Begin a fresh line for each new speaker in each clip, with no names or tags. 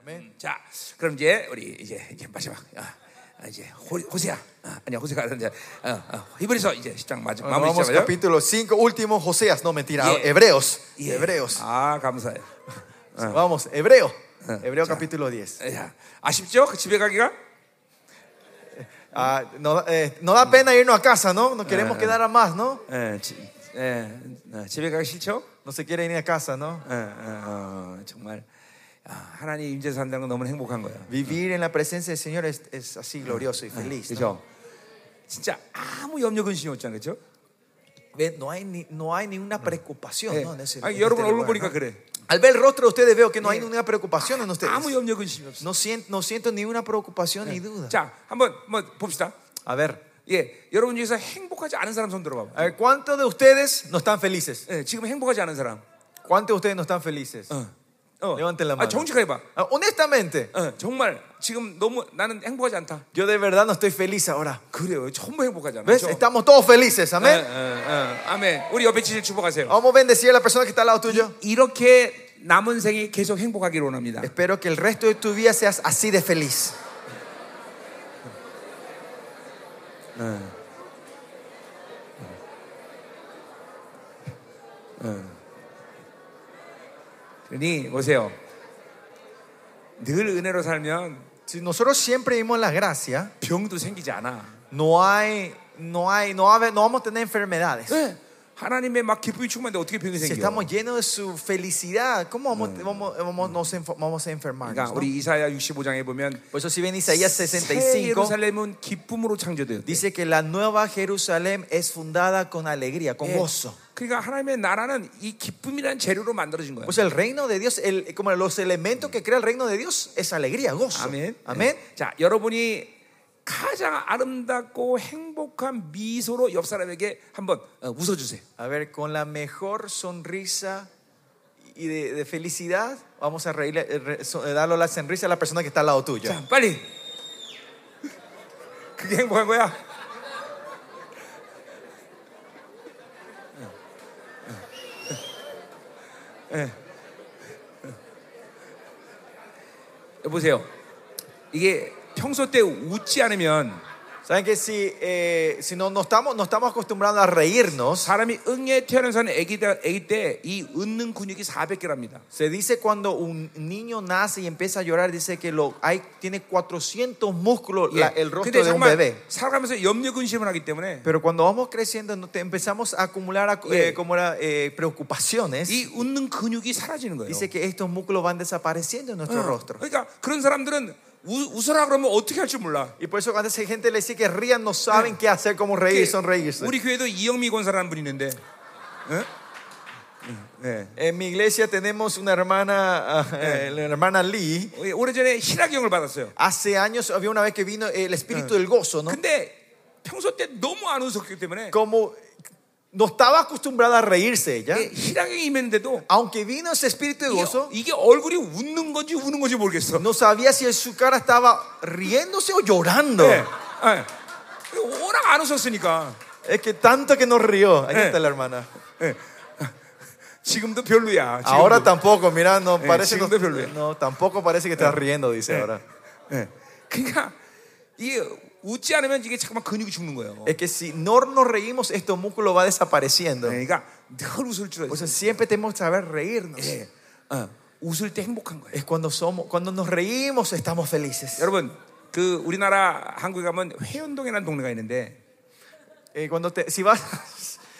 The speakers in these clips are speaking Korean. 아멘.
자, 그럼 이제 우리 이제 이제 마지막 아, 아, 이제 호, 호세야 아, 아니야 호세가 아니라 이제 어, 어, 히브리서 이제 10장 마지막
Bueno,
마무리
vamos
시작해요.
capítulo 5, último Joseas, no mentira, ah,
Yeah.
Hebreos.
예.
Hebreos.
아 감사해요.
Vamos, Hebreo.
Eh.
Hebreo
Ya.
capítulo 10.
야, 아쉽죠? 그 집에 가기가
Ah, no, da- eh, no da pena irnos a casa, ¿no? Nos queremos quedar a más, ¿no?
예, 지, 예, 어, 집에 가기 싫죠?
No se quiere ir a casa, ¿no?
예, 예, 어, 정말 아, 하나님 임재 산다는 건 너무 행복한 거예요.
Vivir en la presencia del Señor es, es así glorioso Ah, y feliz. ¿no?
그죠? 진짜 아무 염려 근심이 없잖아요, 그죠?
Ve, No hay ni, no hay ninguna preocupación,
예.
¿no? En ese-
아,
en
여러분
este
얼굴
lugar,
보니까
¿no? Ah,
그래.
Al ver el rostro de ustedes veo que no hay ninguna preocupación en ustedes.
아무 염려 근심이 없어.
No siento, no siento ninguna preocupación ni duda.
자, 한번 한번 봅시다.
Eh, A ver,
예, 여러분 중에서 행복하지 않은 사람 손 들어봐.
a ver, ¿cuántos de ustedes no están felices?
예, 지금 행복하지 않은 사람.
¿Cuántos de ustedes no están felices?
어, 어.
Levanten la
아,
mano.
정직하게 봐.
Ah, honestamente,
어, 정말 지금 너무 나는 행복하지 않다.
yo de verdad no estoy feliz ahora.
그래요. 전부 행복하지 않아.
¿Ves?
그렇죠?
Estamos todos felices,
예, 예,
amén.
예. 아멘. 우리 옆에 지질 축복하세요.
Vamos a bendecir a la persona que está al lado tuyo.
이렇게 남은 생이 계속 행복하기를 원합니다.
Espero que el resto de tu vida seas así de feliz.
그러니 보세요. 늘 은혜로 살면
Si nosotros siempre vimos la gracia,
병도 생기지 않아.
no hay, no hay, no, va a haber- no vamos a tener enfermedades.
예. 하나님의 막 기쁨이 충만한데 어떻게 병이
Si
생겨?
estamos llenos de su felicidad, ¿cómo vamos, vamos, vamos, nos enfo- vamos a enfermarnos?
그러니까
no?
우리 이사야 65장에 보면
Por eso si ven Isaías
새
65,
예루살렘은 기쁨으로 창조되었대.
dice que la nueva Jerusalén es fundada con alegría, con
예.
gozo.
그러니까 하나님의 나라는 이 기쁨이라는 재료로 만들어진 거예요.
Pues el reino de Dios, el- como los elementos que crea el reino de Dios es alegría, gozo.
아멘.
Amén.
예. 자, 여러분이 가장 아름답고 행복한 미소로 옆 사람에게 한번 어, 웃어주세요.
A ver, con la mejor sonrisa y de, de felicidad, vamos a reírle- eh, re- so- eh, darle la sonrisa a la persona que está al lado tuyo.
자, 빨리. 그게 행복한 거야. 예. 예. 보세요. 이게 평소 때 웃지 않으면
Saben que si, eh, si no, no, estamos, no estamos acostumbrados a reírnos,
사람이 응애 태어나서는 아기 때- 아기 때 이 웃는 근육이 400개랍니다.
se dice cuando un niño nace y empieza a llorar, dice que lo, hay, tiene 400 músculos la- el rostro
예. 근데
de un
정말
bebé.
살아가면서 염려 근심을 하기 때문에
Pero cuando vamos creciendo, no te- empezamos a acumular ac-
Yeah.
eh, como era, eh, preocupaciones.
이 웃는 근육이 사라지는 거예요.
Dice que estos músculos van desapareciendo en nuestro
어.
rostro.
그러니까 그런 사람들은 우, 웃어라 그러면 어떻게 할 줄 몰라.
Y por eso cuando esa gente le dice que rían, no saben qué hacer, cómo reír y sonreírse.
우리 교회도 이영미 권사라는 분이 있는데. 응? 응, 네.
En mi iglesia tenemos una hermana, ah, eh, la hermana Lee.
예, 오래전에 희락경을 받았어요.
Hace años había una vez que vino el espíritu del gozo, ¿no?
근데 평소 때 너무 안 웃었기 때문에
Como no estaba acostumbrada a reírse ella,
예, 희락경이 임했는데도
aunque vino ese espíritu de
그
gozo,
이게, 이게 얼굴이 웃는 건지 우는 건지 모르겠어.
no sabía si su cara estaba riéndose o llorando.
예, 예. 워낙 안 웃었으니까
Es que tanto que nos rió. Ahí
Eh.
está la hermana.
지금도 별로야. 지금도.
Ahora tampoco, mira, no
Eh,
parece
sigo
que,
de volver.
no, tampoco parece que estás riendo, dice ahora.
예. 그러니까 이게 웃지 않으면 이게 잠깐만 근육이 죽는 거예요.
Es que si no nos reímos, estos músculos va desapareciendo.
네, 그러니까 늘 웃을 줄
O
알았어요.
sea, siempre tenemos que saber reírnos.
예. 어, 웃을 때 행복한 거예요.
Es cuando somos, cuando nos reímos estamos felices.
여러분, 그 우리나라 한국에 가면 회원동이라는 동네가 있는데
Eh, cuando te- si vas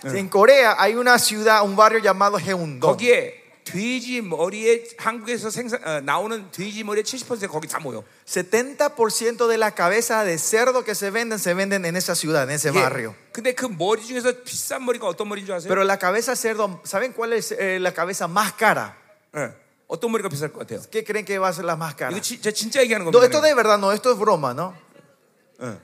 en Corea hay una ciudad, un barrio llamado Heundong.
거기에 돼지 머리에 한국에서 생산 어, 나오는 돼지 머리의 70% 거기 다 모여.
70% de la cabeza de cerdo que se venden se venden en esa ciudad, en ese
예.
barrio.
근데 그 머리 중에서 비싼 머리가 어떤 머리인 줄 아세요?
Pero la cabeza de cerdo, ¿saben cuál es eh, la cabeza más cara?
예. 어떤 머리가 비쌀 것 같아요?
¿Qué creen que va a ser la más cara?
이거 진- 저 진짜 얘기하는
No,
겁니다.
esto de verdad no, esto es broma, ¿no?
예.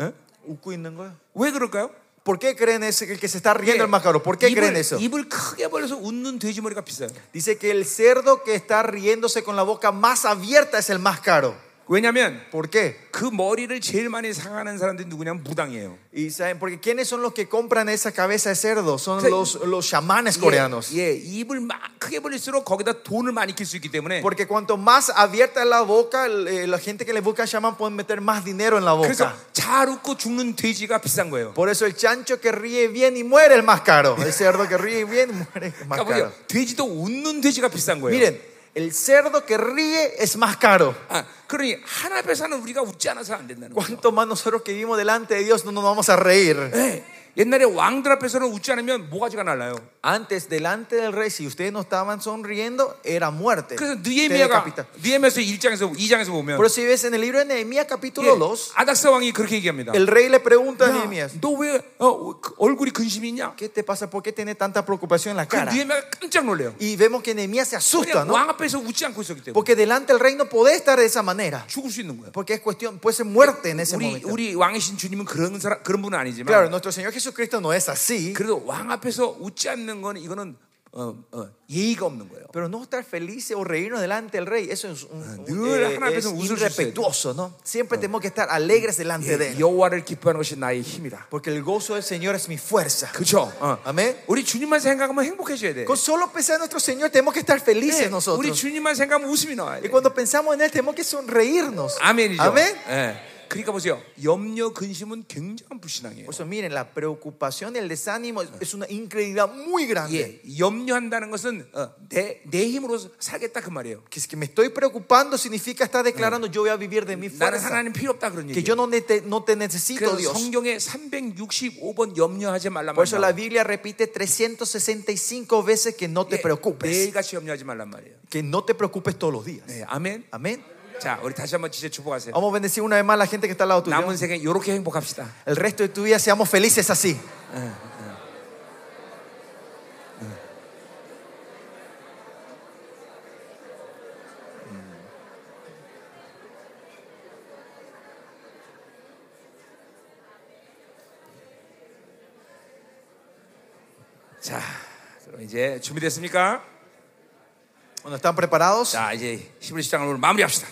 예?
웃고 있는 거야?
왜 그럴까요?
¿Por qué creen eso? El que se está riendo
예.
el más caro. ¿Por qué
입을,
creen eso?
입을 크게 벌려서 웃는 돼지 머리가 비싸요.
Dice que el cerdo que está riéndose con la boca más abierta es el más caro.
왜냐하면
¿Por qué?
그 머리를 제일 많이 상하는 사람들이 누구냐면 무당이에요.
Y saben, porque ¿quiénes son los que compran esa cabeza de cerdo? Son
Sí.
los, los chamanes coreanos.
예, 예, 입을 막 크게 벌릴수록 거기다 돈을 많이 낄 수 있기 때문에
Porque cuanto más abierta es la boca, el- eh, la gente que le busca chamán pueden meter más dinero en la
그래서
boca.
잘 웃고 죽는 돼지가 비싼 거예요.
Por eso el chancho que ríe bien y muere el más caro. El cerdo que ríe bien y muere el más
그러니까
caro.
보세요. 돼지도 웃는 돼지가 비싼 거예요.
Miren, el cerdo que ríe es más caro.
아, 그러니 하나 앞에서는 우리가 웃지 않아서 안 된다는 거예요.
Cuanto más nosotros que vivimos delante de Dios no nos vamos a reír.
예, 옛날에 왕들 앞에서는 웃지 않으면 모가지가 날라요.
네. Antes, delante del rey, si ustedes no estaban sonriendo, era muerte.
그래서
Ustedes
느헤미야가
decapitan.
느헤미야서 1장에서 2장에서 보면
Por eso si ves en el libro de Nehemías
예,
capítulo 2,
아닥사 왕이 그렇게 얘기합니다.
el rey le pregunta a Nehemías,
너왜 어, 그 얼굴이 근심이 있냐?
¿qué te pasa? ¿Por qué tienes tanta preocupación en la
그
cara?
느헤미야가 깜짝 놀래요.
Y vemos que Nehemías se asusta,
그냥
¿no?
왕 앞에서 웃지 않고 있었기 때문에
Porque delante del rey no podés estar de esa manera.
죽을 수 있는 거예요.
Porque es cuestión, puede ser muerte en ese
우리
momento.
우리 왕이신 주님은 그런 사람 그런 분은 아니지만
Claro, nuestro Señor Jesucristo no es así.
그래도 왕 앞에서 웃지 않는 건 이거는 어, 어, 예의가 없는 거예요.
Pero no estar felices o reírnos delante del rey, eso es, un, un- Ah.
늘
eh,
하나님
es
앞에서 웃을 수
irrespetuoso, ¿no? Siempre tenemos que estar alegres delante de
예,
él.
여호와를 기뻐하는 것이 나의 힘이다.
Porque el gozo del Señor es mi fuerza.
그렇죠?
아멘.
우리 주님만 생각하면 행복해져야 돼.
Con solo pensar en nuestro Señor tenemos que estar felices
예, 우리
nosotros.
주님만 생각하면 웃음이 나와야
Y
돼.
cuando pensamos en Él tenemos que sonreírnos.
아멘이죠.
Amén.
예. 그러니까 보세요. 염려 근심은 굉장한 불신앙이에요.
Por eso miren, la preocupación y el desánimo es- es una incredulidad muy grande.
예, 염려한다는 것은 어, 내, 내 힘으로 살겠다 그 말이에요.
Que, es que me estoy preocupando significa estar declarando yo voy a vivir de mi
나는
fuerza.
하나님 필요 없다 그런
Que
얘기예요.
yo no, ne- te, no te necesito,
그래서
Dios.
성경에 365번 염려하지 말란
Por eso la
말이에요.
Biblia repite 365 veces que
Eh,
no te preocupes.
매일같이 염려하지 말란 말이에요.
Que no te preocupes todos los días.
네, 아멘.
Amén.
자, 우리 다시 한번 진짜 축복하세요.
Vamos a bendecir una vez más a la gente que está al lado tuyo.
남은 생에 이렇게 행복합시다.
El resto de tu vida seamos felices así.
자, 그럼 이제 준비됐습니까?
Bueno, ¿están preparados?
자, 이제 히브리 10장을 오늘 마무리합시다.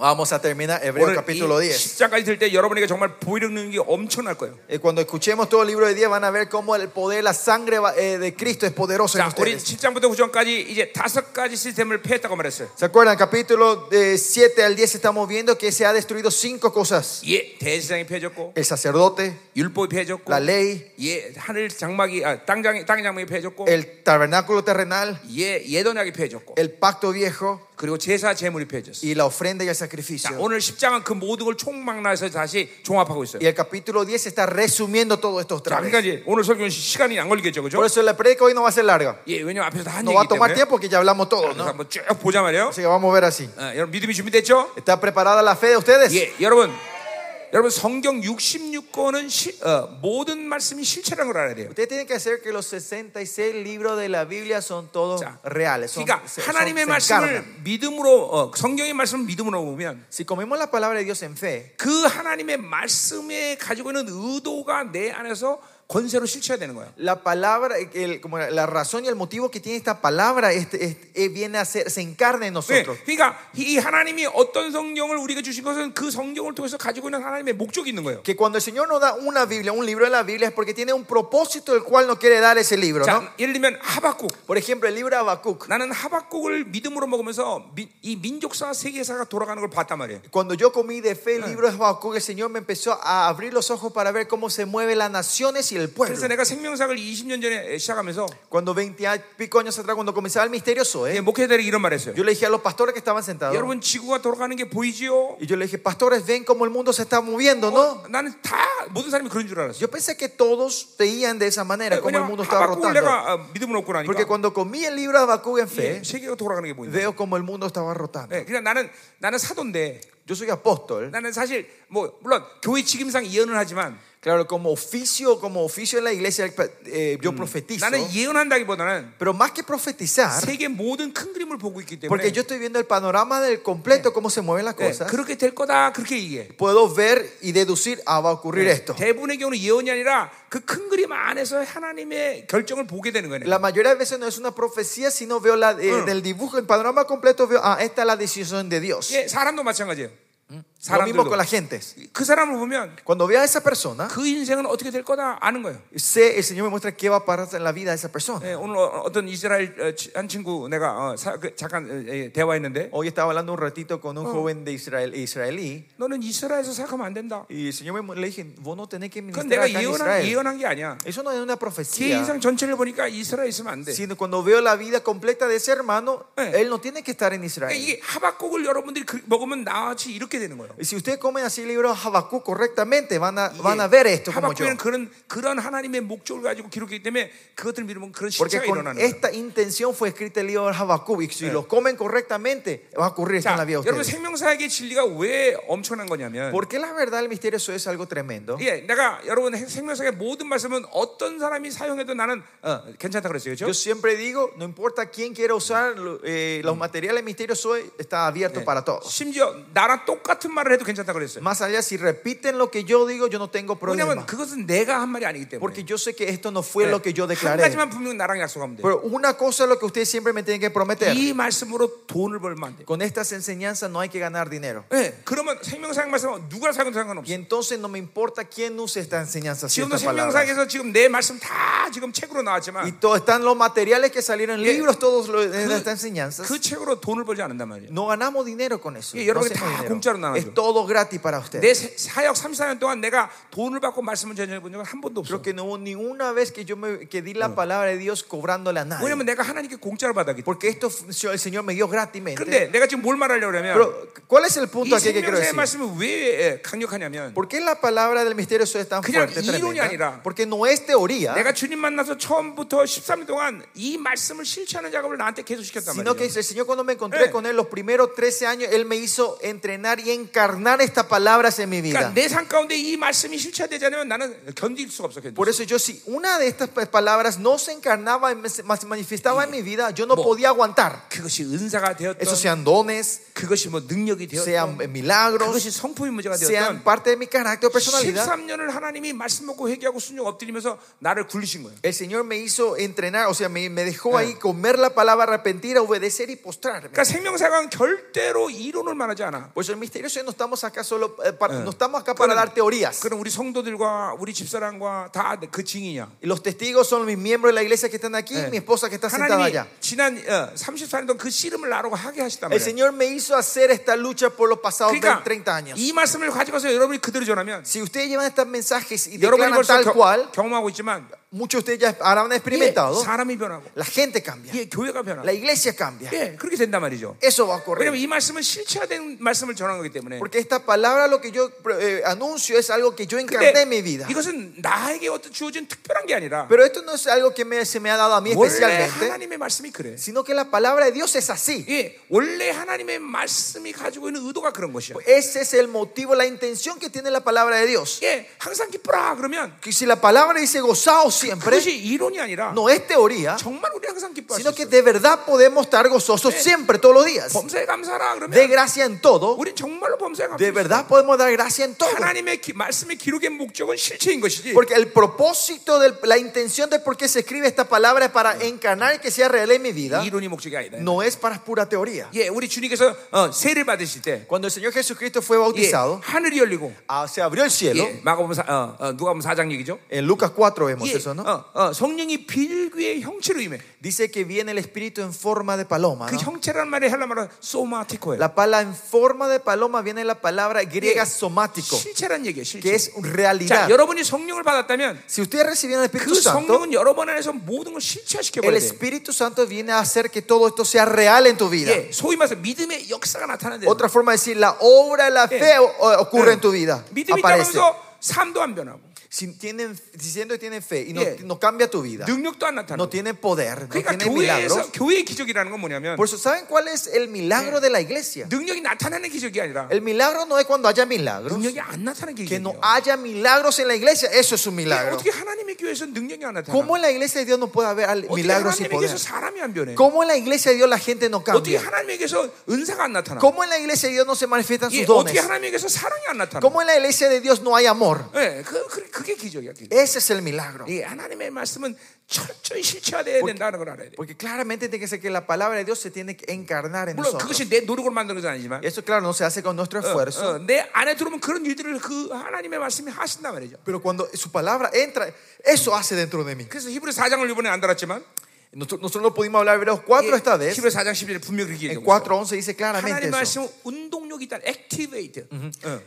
Vamos a terminar Hebreos
오늘
capítulo 10.
10장까지 들 때 여러분에게 정말 보이는 능력이 엄청날 거예요.
Eh, Cuando escuchemos todo el libro de 10 van a ver cómo el poder, la sangre va- eh, de Cristo es poderosa en
자, 우리
ustedes.
7장부터 9장까지 이제 다섯 가지 시스템을 폐했다고 말했어요.
¿Se acuerdan? Capítulo de 7 al 10 estamos viendo que se ha destruido cinco cosas.
예, 대제사장이 폐해졌고
El sacerdote,
율법이 폐해졌고
la ley,
예, 하늘 장막이 아, 땅장 땅의 장막이 폐해졌고
el tabernáculo terrenal,
예, 예don약이 폐해졌고
el pacto viejo
그리고 제사 제물이 폐해졌어.
y la ofrenda y el
자,
sacrificio.
오늘 10장은 그 모든 걸 총망라해서 다시 종합하고 있어요.
Y el capítulo 10 está resumiendo todo esto
자,
otra
그러니까
vez.
이제 오늘 설교는 시간이 안 걸리겠죠.
Por
그죠?
eso la predica hoy no va a ser larga.
예, 왜냐면 앞에서 다한
No va
얘기
a tomar
때문에.
tiempo porque ya hablamos todo,
그래서
¿no?
한번 쭉 보자 말이에요.
Así que vamos a ver así.
아, 여러분 믿음이 준비됐죠?
¿Está preparada la fe de ustedes?
예, 여러분. 여러분 성경 66권은 시, 어, 모든 말씀이 실체라는 걸 알아야 돼요.
Ustedes tienen que hacer que los 66 libros de la Biblia son todos
자,
reales. son-
그러니까
se- son-
하나님의
se
말씀을
encarnan.
믿음으로 어, 성경의 말씀을 믿음으로 보면
Si comemos la palabra de Dios en fe,
그 하나님의 말씀에 가지고 있는 의도가 내 안에서 권세로 실체화되는 거예요.
la palabra, el- como la razón y el motivo que tiene esta palabra este- este- eh, viene a ser, se encarna
네,
en nosotros.
그러니까 이 하나님이 어떤 성경을 우리에게 주신 것은 그 성경을 통해서 가지고 있는 하나님의 목적이 있는 거예요.
Que cuando el Señor nos da una Biblia, un libro de la Biblia, es porque tiene un propósito el cual no quiere dar ese libro, ¿no?
자, 예를 들면 하박국.
Por ejemplo, el libro de Habacuc.
나는 하박국을 믿음으로 먹으면서 미- 이 민족사 세계사가 돌아가는 걸 봤단 말이에요.
Cuando yo comí de fe el libro de Habacuc, el Señor me empezó a abrir los ojos para ver cómo se mueven las naciones y el pueblo.
그래서 내가 생명사를 20년 전에 시작하면서 예,
Cuando 20 a- pico años atrás, cuando comenzaba el misterioso,
네.
¿eh?
목회자들이 이런 말했어요.
Yo le dije a los pastores que estaban sentados.
여러분 지구가 돌아가는 게 보이지요? 어?
Y yo le dije, pastores, ven cómo el mundo se está moviendo, ¿no?
나는 다 모든 사람이 그런 줄 알았어요.
Yo pensé que todos veían de esa manera, cómo
왜냐면
el mundo estaba
하박국을
rotando.
내가 아, 믿음으로 먹고 나니까
Porque cuando comí el libro de Habacuc en
예,
fe,
세계가 돌아가는 게 보인다.
veo cómo el mundo estaba rotando.
예, 그냥 나는 나는 사도인데
Yo soy apóstol.
나는 사실 뭐 물론 교회 직임상 예언을 하지만
Claro, como oficio, como oficio en la iglesia, eh, yo profetizo.
나는 예언한다기보다는
Pero más que profetizar,
세계 모든 큰 그림을 보고 있기 때문에
porque yo estoy viendo el panorama del completo, cómo se mueven las
예,
cosas,
그렇게 될 거다 그렇게 얘기해.
puedo ver y deducir, ah, va a ocurrir esto.
대부분의 경우는 예언이 아니라 그 큰 그림 안에서 하나님의 결정을 보게 되는 거예요.
La mayoría de veces no es una profecía, sino veo la, eh, del dibujo, el panorama completo, veo, ah, esta es la decisión de Dios.
예, 사람도 마찬가지예요.
Lo mismo
사람들도
con las gentes.
그 사람을 보면
Cuando vea a esa persona,
그 인생은 어떻게 될 거다 아는 거예요.
sé, el Señor me muestra qué va a pasar en la vida de esa persona.
예, 오늘 어- 어떤 이스라엘 어, 치- 한 친구 내가 어, 사- 그 잠깐 어, 예, 대화했는데
Hoy estaba hablando un ratito con un joven de Israel, israelí
너는 이스라엘에서 생각하면 안 된다.
y el Señor me, le dije, vos no tenés que
그건
ministrar
내가
acá en
예언한,
Israel.
예언한 게 아니야.
Eso no es una
제
profecía.
인생 전체를 보니까 이스라엘 있으면 안 돼.
Sino cuando veo la vida completa de ese hermano,
Eh.
él no tiene que estar en
그러니까
Israel.
이게 하박국을 여러분들이 그- 먹으면 나같이 이렇게 되는 거예요.
Y si ustedes comen así el libro de Habacuc correctamente, van a, van a ver esto como yo.
하박국에는 그런 그런 하나님의 목적을 가지고 기록했기 때문에 그것들을 믿으면 그런
Porque
실체가
con
일어나는 거예요.
esta intención fue escrito el libro de Habacuc. Y si lo comen correctamente, va a ocurrir esto
자,
en la vida de
여러분
ustedes.
생명사역의 진리가 왜 엄청난 거냐면
¿Por qué la verdad del misterio eso es algo tremendo?
예, 내가 여러분 생명사역의 모든 말씀은 어떤 사람이 사용해도 나는 어, 괜찮다 그랬어요. 그죠?
Yo siempre digo, no importa quién quiera usar lo- eh, los materiales misteriosos, está abierto para todos.
심지어 나랑 똑같은 말을 해도 괜찮다 그랬어요.
Más allá, si repiten lo que yo digo, yo no tengo
왜냐면
problema.
그것은 내가 한 말이 아니기 때문에.
Porque yo sé que esto no fue
예,
lo que yo
한
declaré.
가지만 분명 나랑 약속하면 돼.
Pero una cosa es lo que ustedes siempre me tienen que prometer.
이 말씀으로 돈을 벌면 안 돼.
Con estas enseñanzas no hay que ganar dinero.
예, 그러면 생명사역 말씀은 누가 사용해도
Y
상관없어.
entonces no me importa quién use esta enseñanza. Si
지금도
estas palabras.
생명사역에서 지금 내 말씀 다 지금 책으로
Y
나왔지만
todo, están los materiales que salieron en
Yeah.
libros, todos los- en
그-
estas enseñanzas.
그 책으로 돈을 벌지 않는단 말이에요.
No ganamos dinero con eso.
Yeah,
no
여러분이
hacemos
다
dinero.
공짜로 나눠줘.
Es todo gratis para
내
ustedes.
세- 사역 34년 동안 내가 돈을 받고 말씀을 전해 본 적은 한 번도 없어.
Creo que no hubo ninguna vez que yo me, que di la palabra de Dios cobrándola a
왜냐면
nadie.
내가 하나님께 공짜로 받았기 때문에.
Porque esto funcionó, el Señor me dio gratis.
그런데 내가 지금 뭘 말하려고 하냐면
Pero, ¿cuál es el punto
이
aquí que quiero
생명사의
decir?
말씀은 왜 예, 강력하냐면
¿Por qué la palabra del misterio eso es tan
그냥
fuerte?
이론이
tremenda?
아니라
Porque no es teoría.
내가 주님 만나서 처음부터 13년 동안 이 말씀을 실천하는 작업을 나한테 계속 시켰단
Sino que
말이에요.
el Señor cuando me encontré
Eh.
con Él los primeros 13 años, Él me hizo entrenar y encarnar estas palabras en mi
그러니까
vida.
내 삶 가운데 이 말씀이 실체되지 않으면 나는 견딜 수가 없어. 견딜
Por eso yo si una de estas pa- palabras no se encarnaba, y me- se mas- manifestaba en mi vida, yo no
Bo.
podía aguantar.
그것이 은사가 되었던
Eso sean dones,
그것이 뭐 능력이
sean
되었던
eh, milagros,
그것이 성품의 문제가
sean
되었던
parte de mi carácter o personalidad.
13년을 하나님이 말씀 먹고 회개하고 순종 엎드리면서 나를 굴리신 거예요.
El Señor me hizo entrenar, o sea, me, me dejó
Eh.
ahí comer la palabra, arrepentir, obedecer y postrarme.
그러니까 생명사관 절대로 이론을 말하지 않아.
Pues el misterio es que no estamos acá solo, eh, para- no estamos acá para
그럼-
dar teorías.
그럼 우리 성도들과 우리 집사람과 다 그 증인이야.
Y los testigos son mis miembros de la iglesia que están aquí y mi esposa que está sentada
하나님이
allá.
지난 34년 동안 그 씨름을 나라고 하게 하셨단
El
말이야.
Señor me hizo hacer esta lucha por los pasados 20,
그러니까
30 años.
이 말씀을 가지고서 여러분이 그대로 전하면
Si ustedes llevan estos mensajes y
여러분이
declaran
벌써
tal
겨,
cual,
경험하고 있지만
muchos de ustedes ya habrán
이게
experimentado.
사람이 변하고
La gente cambia,
이게 예, 교회가 변하고
la iglesia cambia.
예, 그렇게 된단 말이죠.
Eso va a
왜냐면
ocurrir.
이 말씀은 실체화된 말씀을 전한 거기 때문에.
Porque esta palabra, lo que yo eh, anuncio, es algo que yo encarné en mi
근데
vida.
이것은 나에게 어떤 주어진 특별한 게 아니라
Pero esto no es algo que me- se me ha dado a mí
원래
especialmente,
하나님의 말씀이 그래.
sino que la palabra de Dios es así.
예, 원래 하나님의 말씀이 가지고 있는 의도가 그런 것이야.
Ese es el motivo, la intención que tiene la palabra de Dios.
예, 항상 기뻐라 그러면
Que si la palabra dice gozaos siempre,
그것이 이론이 아니라
no es teoría,
정말 우리 항상 기뻐할 수
sino que
있어.
de verdad podemos estar gozosos siempre, todos los días.
범사에 감사라
De
그러면
gracia en todo,
우리 정말로 범사에
de
감사.
verdad podemos dar gracia en todo.
하나님의 기- 말씀의 기록의 목적은 실체인 것이지.
Porque el propósito, de la intención de por qué se escribe esta palabra es para encarnar y que sea real en mi vida,
이론이 목적이 아니다.
no es para pura teoría.
예, 우리 주님께서 어, 세를 받으실 때
Cuando el Señor Jesucristo fue
예,
bautizado,
하늘이 열리고
ah, se abrió el cielo.
예, 마가복음 사- 어, 어, 누가복음 4장 얘기죠.
En Lucas 4 vemos
예,
eso, ¿no?
어, 어, 성령이 빌귀의 형체로 임해.
Dice que viene el espíritu en forma de paloma.
그
¿no?
형체라는 말이 헬라말로 소마티코예요.
La pala en forma de paloma viene la palabra griega
Sí.
somático,
실체란 얘기예요. 실체.
que es
자,
realidad.
여러분이 성령을 받았다면
Si ustedes reciben el
그
Espíritu Santo,
성령은 여러분 안에서 모든 걸 실체화시켜
el
버려야 돼.
Espíritu Santo viene a hacer que todo esto sea real en tu vida.
예, 소위 말해서 믿음의 역사가 나타나는 데
Otra forma de decir, la obra de la fe
Sí.
o- ocurre en tu vida,
예. 믿음이
aparece.
따르면서 삶도 안 변하고
Si tienen, diciendo que tienen fe y no,
Sí.
no cambia tu vida,
능력도 안
no
나타나고.
tienen poder, no
그러니까
tienen milagros.
교회에서 교회의 기적이라는 건 뭐냐면
Por eso, ¿saben cuál es el milagro de la iglesia?
능력이 나타나는 기적이 아니라
El milagro no es cuando haya milagros.
능력이 안 나타나는
Que
기적이에요.
no haya milagros en la iglesia, eso es un
예,
milagro.
어떻게 하나님의 교회에서 능력이 안 나타나?
¿Cómo en la iglesia de Dios no puede haber al-
어떻게
milagros y
하나님의
poder?
교회에서 사람이 안 변해?
¿Cómo en la iglesia de Dios la gente no
어떻게
cambia?
하나님의 교회에서 은사가 안 나타나?
¿Cómo en la iglesia de Dios no se manifiestan
예,
sus
어떻게
dones?
하나님의 교회에서 사랑이 안 나타나?
¿Cómo en la iglesia de Dios no hay amor?
예, 그, 그, 그게 기적이야. 기적.
Ese es el milagro.
이 하나님의 말씀은 철저히 실체화돼야 된다는 걸 알아야 돼.
Porque claramente tiene que ser que la palabra de Dios se tiene que encarnar en
물론
nosotros. Ah,
그것이 내 노력으로 만드는 것은 아니지만
Eso, claro, no se hace con nuestro esfuerzo.
어, 내 안에 들어오면 그런 일들을 그 하나님의 말씀이 하신단 말이죠.
Pero cuando su palabra entra, eso hace dentro de mí.
그래서 히브리 4장을 이번에 안 달았지만
Nosotros, nosotros no pudimos hablar de los cuatro esta vez.
히브리 4장 11절에 분명히 그렇게
En
얘기하고 있어요.
4.11 dice claramente
네. 예, 하나님의
eso.
말씀은 운동력이 어. 있다. 액티베이트.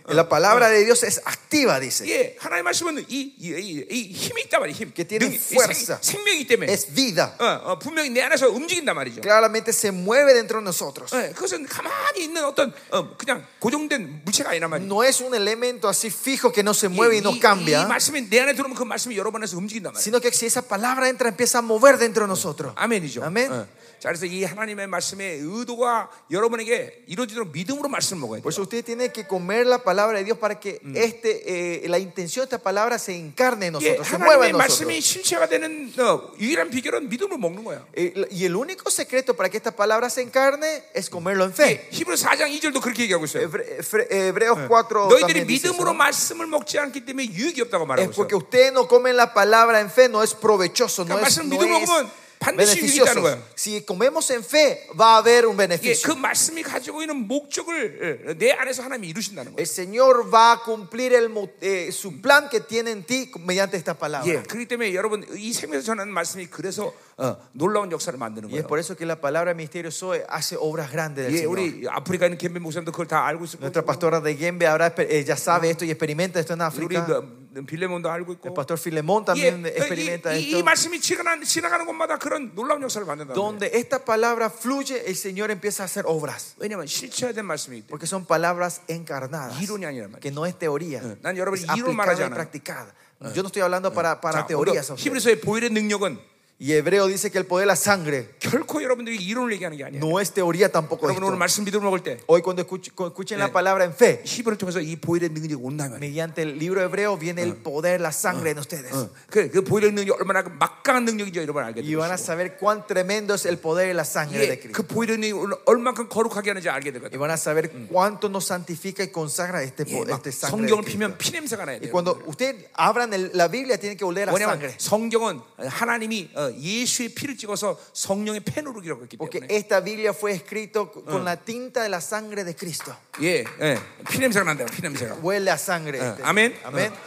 La palabra de Dios es activa, dice.
예, 하나님의 말씀은 이, 이, 이, 이 힘이 있단 말이에요. 힘.
Que tiene
능이, 이
fuerza.
생, 생명이기 때문에
Es vida.
어, 어, 분명히 내 안에서 움직인단 말이죠.
Claramente se mueve dentro de nosotros.
예, 그것은 가만히 있는 어떤 어, 그냥 고정된 물체가 아니란 말이죠.
No es un elemento así fijo que no
음,
se mueve y no
이
cambia,
말씀이 내 안에 들어오면 그 말씀이 여러 번에서 움직인단 말이에요.
sino que si esa palabra entra, empieza a mover dentro de nosotros.
아멘이죠.
아멘.
어. 자, 그래서 이 하나님의 말씀의 의도가 여러분에게 이루어지도록 믿음으로 말씀을 먹어야 돼요.
Por eso usted tiene que comer la palabra de Dios para que este, eh, la intención de esta palabra se encarne en
예,
nosotros, se mueva
하나님의
en nosotros.
말씀이 실체가 되는 어, 유일한 비결은 믿음으로 먹는 거야.
Eh, Y el único secreto para que esta palabra se encarne es comerlo en fe.
히브리 4장 2절도 그렇게 얘기하고 있어요.
Hebre- Hebre- Hebreos 4
너희들이
también dice eso,
믿음으로
¿no?
말씀을 먹지 않기 때문에 유익이 없다고
es
말하고
porque
있어요.
ustedes no comen la palabra en fe, no es provechoso, no
그러니까
es,
말씀
no
믿음으로
es
먹으면 반드시 유익이 있다는
beneficioso.
거예요.
Si comemos en fe, va a haber un
예, 그
beneficio.
말씀이 가지고 있는 목적을 예, 내 안에서 하나님이 이루신다는 거예요.
El Señor va a cumplir el, mo- eh, su plan que tiene en ti mediante esta palabra.
예, 그렇기 때문에 여러분 이 생명에서 전하는 말씀이 그래서 어, 놀라운 역사를 만드는
Y es
거예요.
por eso que la palabra misterio Zoe hace obras grandes del
예,
Señor.
우리 아프리카 있는 겐베 목사님도 그걸 다 알고 있고
Nuestra pastora de Gembe ahora eh, ya sabe esto y experimenta esto en
우리
África.
그 빌레몬도 알고
El
있고
pastor Filemón
예,
también experimenta
이, 이, 이
esto.
말씀이 지나가는, 지나가는 곳마다 그런 놀라운 역사를 받는다.
Donde esta palabra fluye, el Señor empieza a hacer obras.
왜냐하면 실체화된 말씀이기 때문에.
Porque son palabras encarnadas.
이론이 아니란 말이야.
Que no es teoría.
난 여러분이
Es
이론 말하지
aplicada y
않아요.
practicada. Yo no estoy hablando para, para
자, 오히려
teorías. hombre.
히브리서의 보일의 능력은
Y Hebreo dice que el poder de la sangre
결코 여러분들이 이론을 얘기하는 게 아니에요.
no es teoría tampoco. de
여러분 오늘
esto.
말씀 믿음을 먹을 때
Hoy cuando escuch- cu- escuchen la palabra en fe,
히브리를 통해서 이 보일의 능력이 온다 말이에요.
mediante el libro hebreo viene el poder, la sangre en ustedes.
그, 그 보일의 능력이 얼마나 그 막강한 능력인지 여러분 알게
Y
되고
van a saber cuán tremendo es el poder y la sangre de
예, 그
Cristo.
보일의 능력이 얼만큼 거룩하게 하는지 알게
Y
되거든요.
van a saber cuánto nos santifica y consagra este,
예,
po-
막
este sangre. de
성경을 피면
Cristo.
피냄새가 나야
Y
돼요.
cuando usted abran el- la Biblia, tiene que oler a
뭐냐면
sangre.
성경은 하나님이 어, 예수의 피를 찍어서 성령의 펜으로 기록했기
Porque
때문에
esta Biblia fue escrita con la tinta de la sangre de Cristo.
예, 예, 피냄새가 난다. 피냄새가.
Huele a sangre. este.
아멘.
Amén.
어.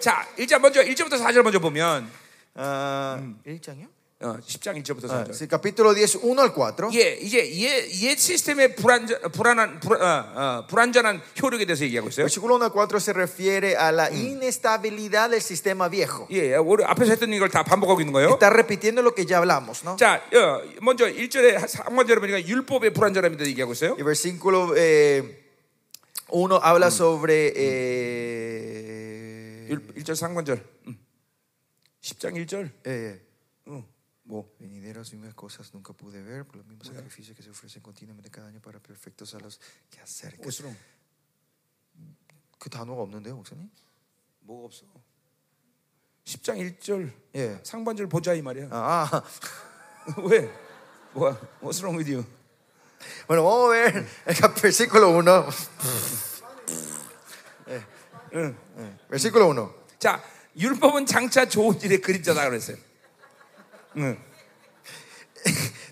자, 일자 먼저 1절부터 4절 먼저 보면
Ah, ¿el changueo?
어, 10장 1절부터 4절.
Ah, sí, capítulo 10, 1 al 4.
예, 이제 옛, 옛 시스템의 불안전, 불안한, 불, 어, 어, 불안전한 효력에 대해서 얘기하고 있어요.
Versículo 1 al 4 se refiere a la inestabilidad del sistema viejo.
예, 우리 앞에서 했던 이걸 다 반복하고 있는 거예요.
Está repitiendo lo que ya hablamos, ¿no?
자, 어, 먼저 1절에 상관절에 보니까 율법의 불안전함에 대해서 얘기하고 있어요.
Y versículo 1 habla sobre. eh,
1, 절 상관절. 음. 10장 1절.
eh, oh,
응. 뭐
Venideros y mismas cosas nunca pude ver, por los mismos sacrificios que se ofrecen continuamente cada año para perfectos a los que acercan.
옷으로
그 단어가 없는데요, 목사님?
뭐 없어. 10장 1절.
예.
상반절 보자 이 말이야.
Ah, ah.
왜? 뭐야? What's wrong with you?
bueno, vamos a ver el cap- versículo 1.
응.
eh, Versículo 1.
자, 율법은 장차 좋은 일의 그림자다 그랬어요. 응.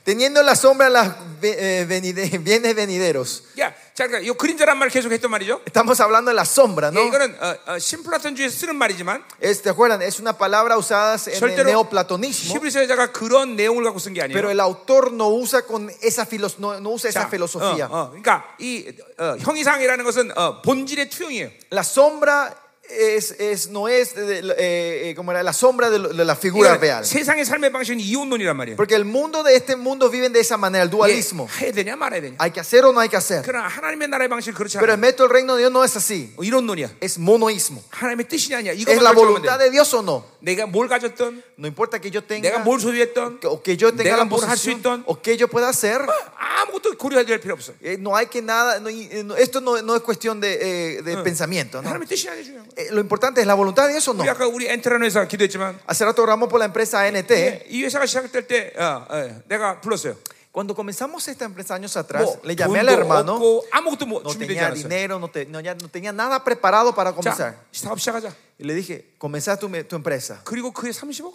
Teniendo en la sombra las ve- eh, venide- bienes venideros.
야, 자, 그러니까 이 그림자란 말 계속 했던 말이죠.
Estamos hablando de la sombra, ¿no?
예, 이거는 어, 어, 신플라톤주의에서 쓰는 말이지만
Es- ¿Te acuerdan? Es una palabra usada en el
절대로
neoplatonismo.
히브리 서자가 그런 내용을 갖고 쓴 게 아니에요.
Pero el autor no usa con esa filo- no, no usa
자,
esa filosofía.
어, 어, 그러니까 이 어, 형이상이라는 것은 어, 본질의 투영이에요.
La sombra es, es- no es de- de- eh, eh, como era la sombra de, lo- de la figura
이거는
real.
세상의 삶의 방식은 이혼론이란 말이에요.
Porque el mundo de este mundo viven de esa manera, el
예,
dualismo.
해야 되냐 말아야 되냐.
Hay que 하cer o no hay que hacer.
그러나 하나님의 나라의 방식은 그렇지
Pero
않아요.
el método del reino de Dios no es así.
어, 이론론이야.
Es monoísmo.
하나님의 뜻이냐 아니야.
Es la
이것만 결정하면
voluntad
돼.
de Dios o no.
내가 뭘 가졌던,
No importa que yo
내가
tenga
뭘 소유했던,
que- o que yo tenga
내가
la
뭘할수
posición
있던.
o que yo pueda hacer.
아무것도 고려해야 될 필요 없어.
eh, No hay que nada. no- y- eh, no- esto no, no es cuestión de, eh, de pensamiento. ¿no?
하나님의 뜻이 아니야 중요한 거.
Eh, Lo importante es la voluntad de Dios o no.
우리 아까 우리 엔트라는 회사 기도했지만
네. Hace rato oramos por la empresa ANT.
예, 이 회사가 시작될 때 어, 어, 내가 불렀어요.
Cuando comenzamos esta empresa años atrás,
뭐
le llamé al hermano,
없고 아무것도 뭐
no
준비되지
tenía
않았어요.
dinero, no, te- no, ya no tenía nada preparado para comenzar.
자, 사업 시작하자.
Y le dije, comenzá tu, me- tu empresa.
그리고 그해 30억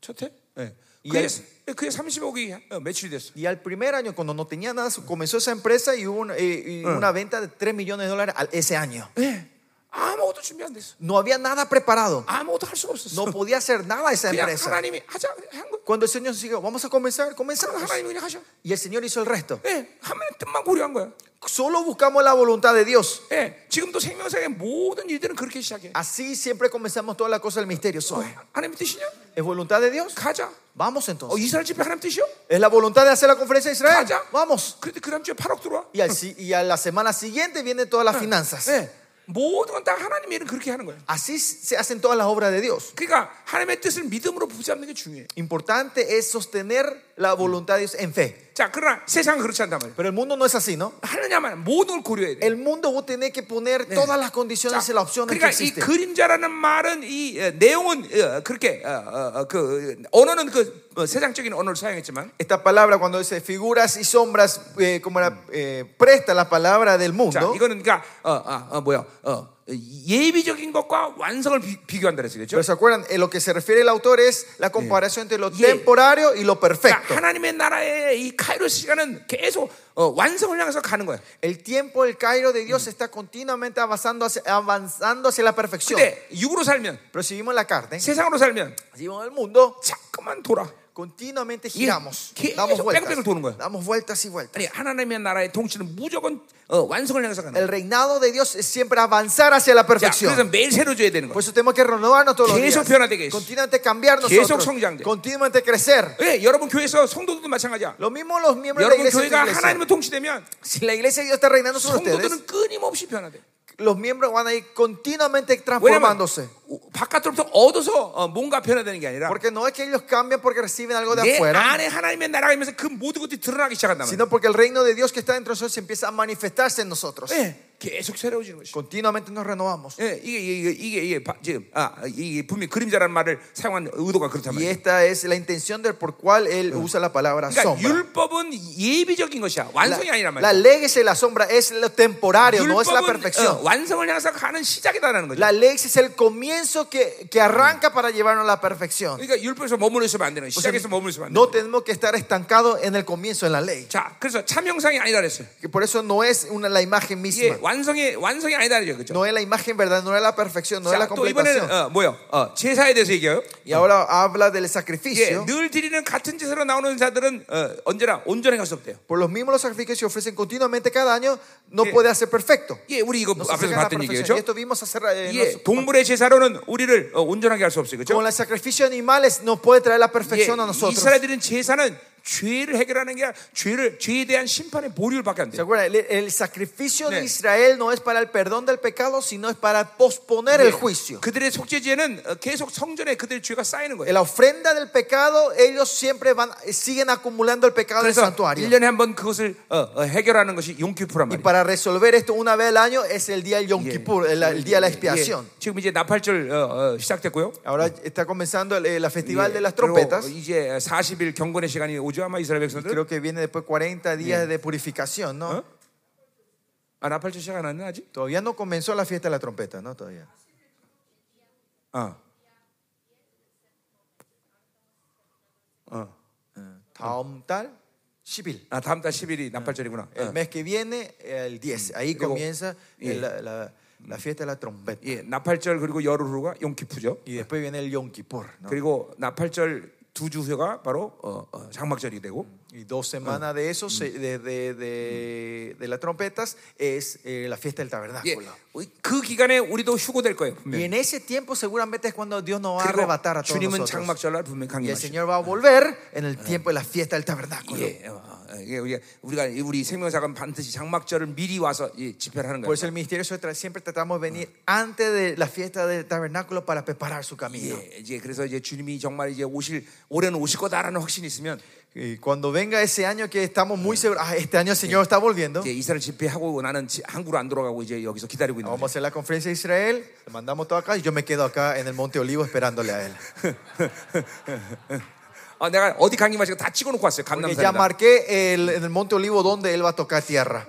첫 해. 예.
이
그해
알-
그해 30억이 매출이 됐어.
Y al primer año, cuando no tenía nada, comenzó esa empresa y hubo una, eh, y una venta de 3 millones de dólares al- ese año.
예. 아무것도 준비 안 됐어.
No había nada preparado.
아무것도 할 수가 없었어.
No podía hacer nada esa
그냥
empresa.
하나님이 하자 한 거.
Cuando el Señor dijo, vamos a comenzar, comenzamos.
하나님이 그냥 하셔.
Y el Señor hizo el resto.
예. 하나님 뜻만 고려한 거야.
Solo buscamos la voluntad de Dios.
예. 지금도 생명사의 모든 일들은 그렇게 시작해. 어,
Así siempre comenzamos toda la cosa del misterio. Soy.
하나님 뜻이냐?
¿Es voluntad de Dios?
가자.
Vamos
어,
entonces.
이스라엘 집회 하나님 뜻이요?
¿Es la voluntad de hacer la conferencia de Israel?
가자.
Vamos.
그런데 그 다음 주에 8억 들어와.
Y, al si- y a la semana siguiente vienen todas las finanzas.
예. 모든 건 다 하나님의 일은 그렇게 하는 거야.
Así se hacen todas las obras de Dios.
그러니까 하나님의 뜻을 믿음으로 붙잡는 게 중요해.
Importante es sostener la voluntad de Dios en fe.
자, 그러나 세상은 그렇지 않단 말이야.
Pero el mundo no es así, ¿no?
하느냐만 모든 걸 고려해야 돼.
El mundo vos tenés que poner todas las condiciones y las opciones que
그러니까 이
existen.
그림자라는 말은 이 어, 내용은 어, 그렇게 어, 어, 어, 그 언어는 그 어, 세상적인 언어를 사용했지만
Esta palabra cuando dice figuras y sombras, eh, como era, eh, presta la palabra del
자
mundo.
이거는 그러니까 어, 아, 어, 뭐야 어, 예비적인 것과 완성을 비, 비교한다 그랬어요 그렇죠?
Pero se acuerdan, en lo que se refiere el autor es la comparación entre lo
Yeah.
temporario y lo perfecto.
그러니까 하나님의 나라의 이 카이로스 시간은 계속 어, 완성을 향해서 가는 거야.
El tiempo, el Cairo de Dios está continuamente avanzando hacia, avanzando hacia la perfección.
근데 육으로 살면
Pero si vivimos en la carne,
세상으로 살면
si vivimos en el mundo,
자꾸만 돌아.
continuamente giramos,
계속
damos
뺑뺑을 도는 거야.
vueltas, damos vueltas y vueltas.
아니 하나님의 나라의 통치는 무조건 어, 완성을 향해서 가는
El
거야.
reinado de Dios es siempre avanzar hacia la
자, 그래서
perfección.
매일 새로 줘야 되는
Por
거야.
eso tenemos que renovarnos todos los
계속
días.
변화되게 해서.
Continuamente cambiar
계속
nosotros.
성장돼.
Continuamente crecer.
예, 여러분 교회에서 성도들도 마찬가지야.
Lo mismo los miembros de la
여러분
iglesia. de
교회가
iglesia.
하나님의 통치되면
Si la iglesia de Dios está reinando sobre ustedes,
성도들은 끊임없이 변화돼.
los miembros van a ir continuamente
왜냐면
transformándose.
바깥으로부터 얻어서 어, 뭔가 변화되는 게 아니라
Porque no es que ellos cambian porque reciben algo de
내
afuera,
안에 하나님의 나라가 있면서 그 모든 것들이 드러나기 시작한다 말이야.
sino porque el reino de Dios que está dentro de nosotros empieza a manifestarse en nosotros.
예, 계속 새로워지는 것이.
Continuamente nos renovamos.
예, 이게 이게 이게, 이게 바- 지금 아, 이게 분명 히 그림자라는 말을 사용한 의도가 그렇단
Y
말이야.
esta es la intención del por cual él usa la palabra
그러니까
sombra.
율법은 예비적인 것이야. 완성이 아니란 말이야.
La, la ley es la sombra, es lo temporario, no es la
율법은
perfección.
어, 완성을 향해서 가는 시작이다라는 거죠.
La ley es el comienzo que, que arranca para llevarnos a la perfección.
그러니까 율법에서 머물러 있으면 안 되는 거예요.
O sea,
시작에서 머물러 있으면 안 되는
no
거예요.
tenemos que estar estancados en el comienzo, en la ley.
자, 그래서 참 형상이 아니라 그랬어요.
Que por eso no es una, la imagen
이게
misma.
완성이 완성이 아니다 그죠? 그죠?
No es la imagen verdad, no es la perfección, no es
자,
la
또 이번에는
completación.
어, 뭐요? 어, 제사에 대해서 얘기해요.
Y ahora habla del
예,
sacrificio.
늘 드리는 같은 제사로 나오는 자들은 어, 언제나 온전히 갈수 없대요.
Por los mismos los sacrificios que se ofrecen continuamente cada año no
Yeah.
puede hacer perfecto.
예, 우리 이거
No se
앞에서
acerca a la
봤던
perfección.
얘기죠.
Y esto vimos hacer eh,
예,
nos-
동물의 제사로는 우리를 어, 온전하게 할 수 없어요.
con
그렇죠?
el sacrificio de animales no puede traer la
예,
perfección a nosotros.
이스라엘 드리는 제사는 죄를 해결하는 게 아니라 죄를 죄에 대한 심판의 보류밖에 안
¿Se
돼요.
acuerdan? El, el sacrificio de
Yeah.
Israel no es para el perdón del pecado, sino es para posponer el juicio.
예. 그들의 속죄죄는 어, 계속 성전에 그들의 죄가 쌓이는 거예요.
La ofrenda del pecado, ellos siempre van, siguen acumulando el pecado en el
그래서
santuario.
1년에 한 번 그것을 어, 어, 해결하는 것이 용키푸란
Y
말이에요.
para resolver esto una vez al año es el día del Yom
예.
Kippur, el, el día de la
예,
expiación.
지금 이제 나팔절 어, 어, 시작됐고요.
Ahora está comenzando el, el festival
예,
de las
그리고
trompetas.
이제 40일 경건의 시간이 오죠 아마 이스라엘 백성들.
Creo que viene después 40 días de purificación, ¿no?
¿Eh? 아 나팔절 시간 안 했나 아직?
Todavía no comenzó la fiesta de la trompeta, ¿no? Todavía.
어. 어.
Taom tal, Shibil.
아 다음 달 10일이 나팔절이구나.
El
어.
mes que viene, el 10. Ahí
Luego-
comienza
Yeah.
la, la- la fiesta de la trompeta.
예, 나팔절 그리고 열흘후가 용키푸죠.
Y después viene el Yom Kippur, ¿no?
그리고 나팔절 두 주 후가 바로 어, 어, 장막절이 되고
Y dos semanas de eso, se- de, de, de- de las trompetas, es eh, la fiesta del
예,
tabernáculo.
그 기간에 우리도 휴고될 거예요. 분명히.
Y en ese tiempo seguramente es cuando Dios nos va a arrebatar
그리고
a todos
주님은
nosotros. 예,
장막절날 분명히
Y el
강림하시죠.
Señor va a volver en el tiempo de la fiesta del tabernáculo.
예, 어, 어, 이게 우리가 우리가 이 우리 생명사관 반드시 장막절을 미리 와서 예, 집회를 하는
Por
거예요.
eso el ministerio se tra- siempre tratamos de venir antes de la fiesta del tabernáculo para preparar su camino.
예, 이제 그래서 이제 주님이 정말 이제 오실 올해는 오실 거다라는 확신이 있으면
Y cuando venga ese año que estamos muy seguros, ah, este año el Señor está volviendo.
이제 이스라엘 집회하고 나는 지- 한국으로 안 돌아가고 이제 여기서 기다리고 있는
Vamos a hacer la conferencia de Israel, le mandamos todo acá y yo me quedo acá en el Monte Olivo esperándole a él.
거예요. 어, 내가 어디 강림 마시고 다 찍어놓고 왔어요.
Porque ya
감남산에다.
marqué el, en el monte Olivo donde él va a tocar tierra.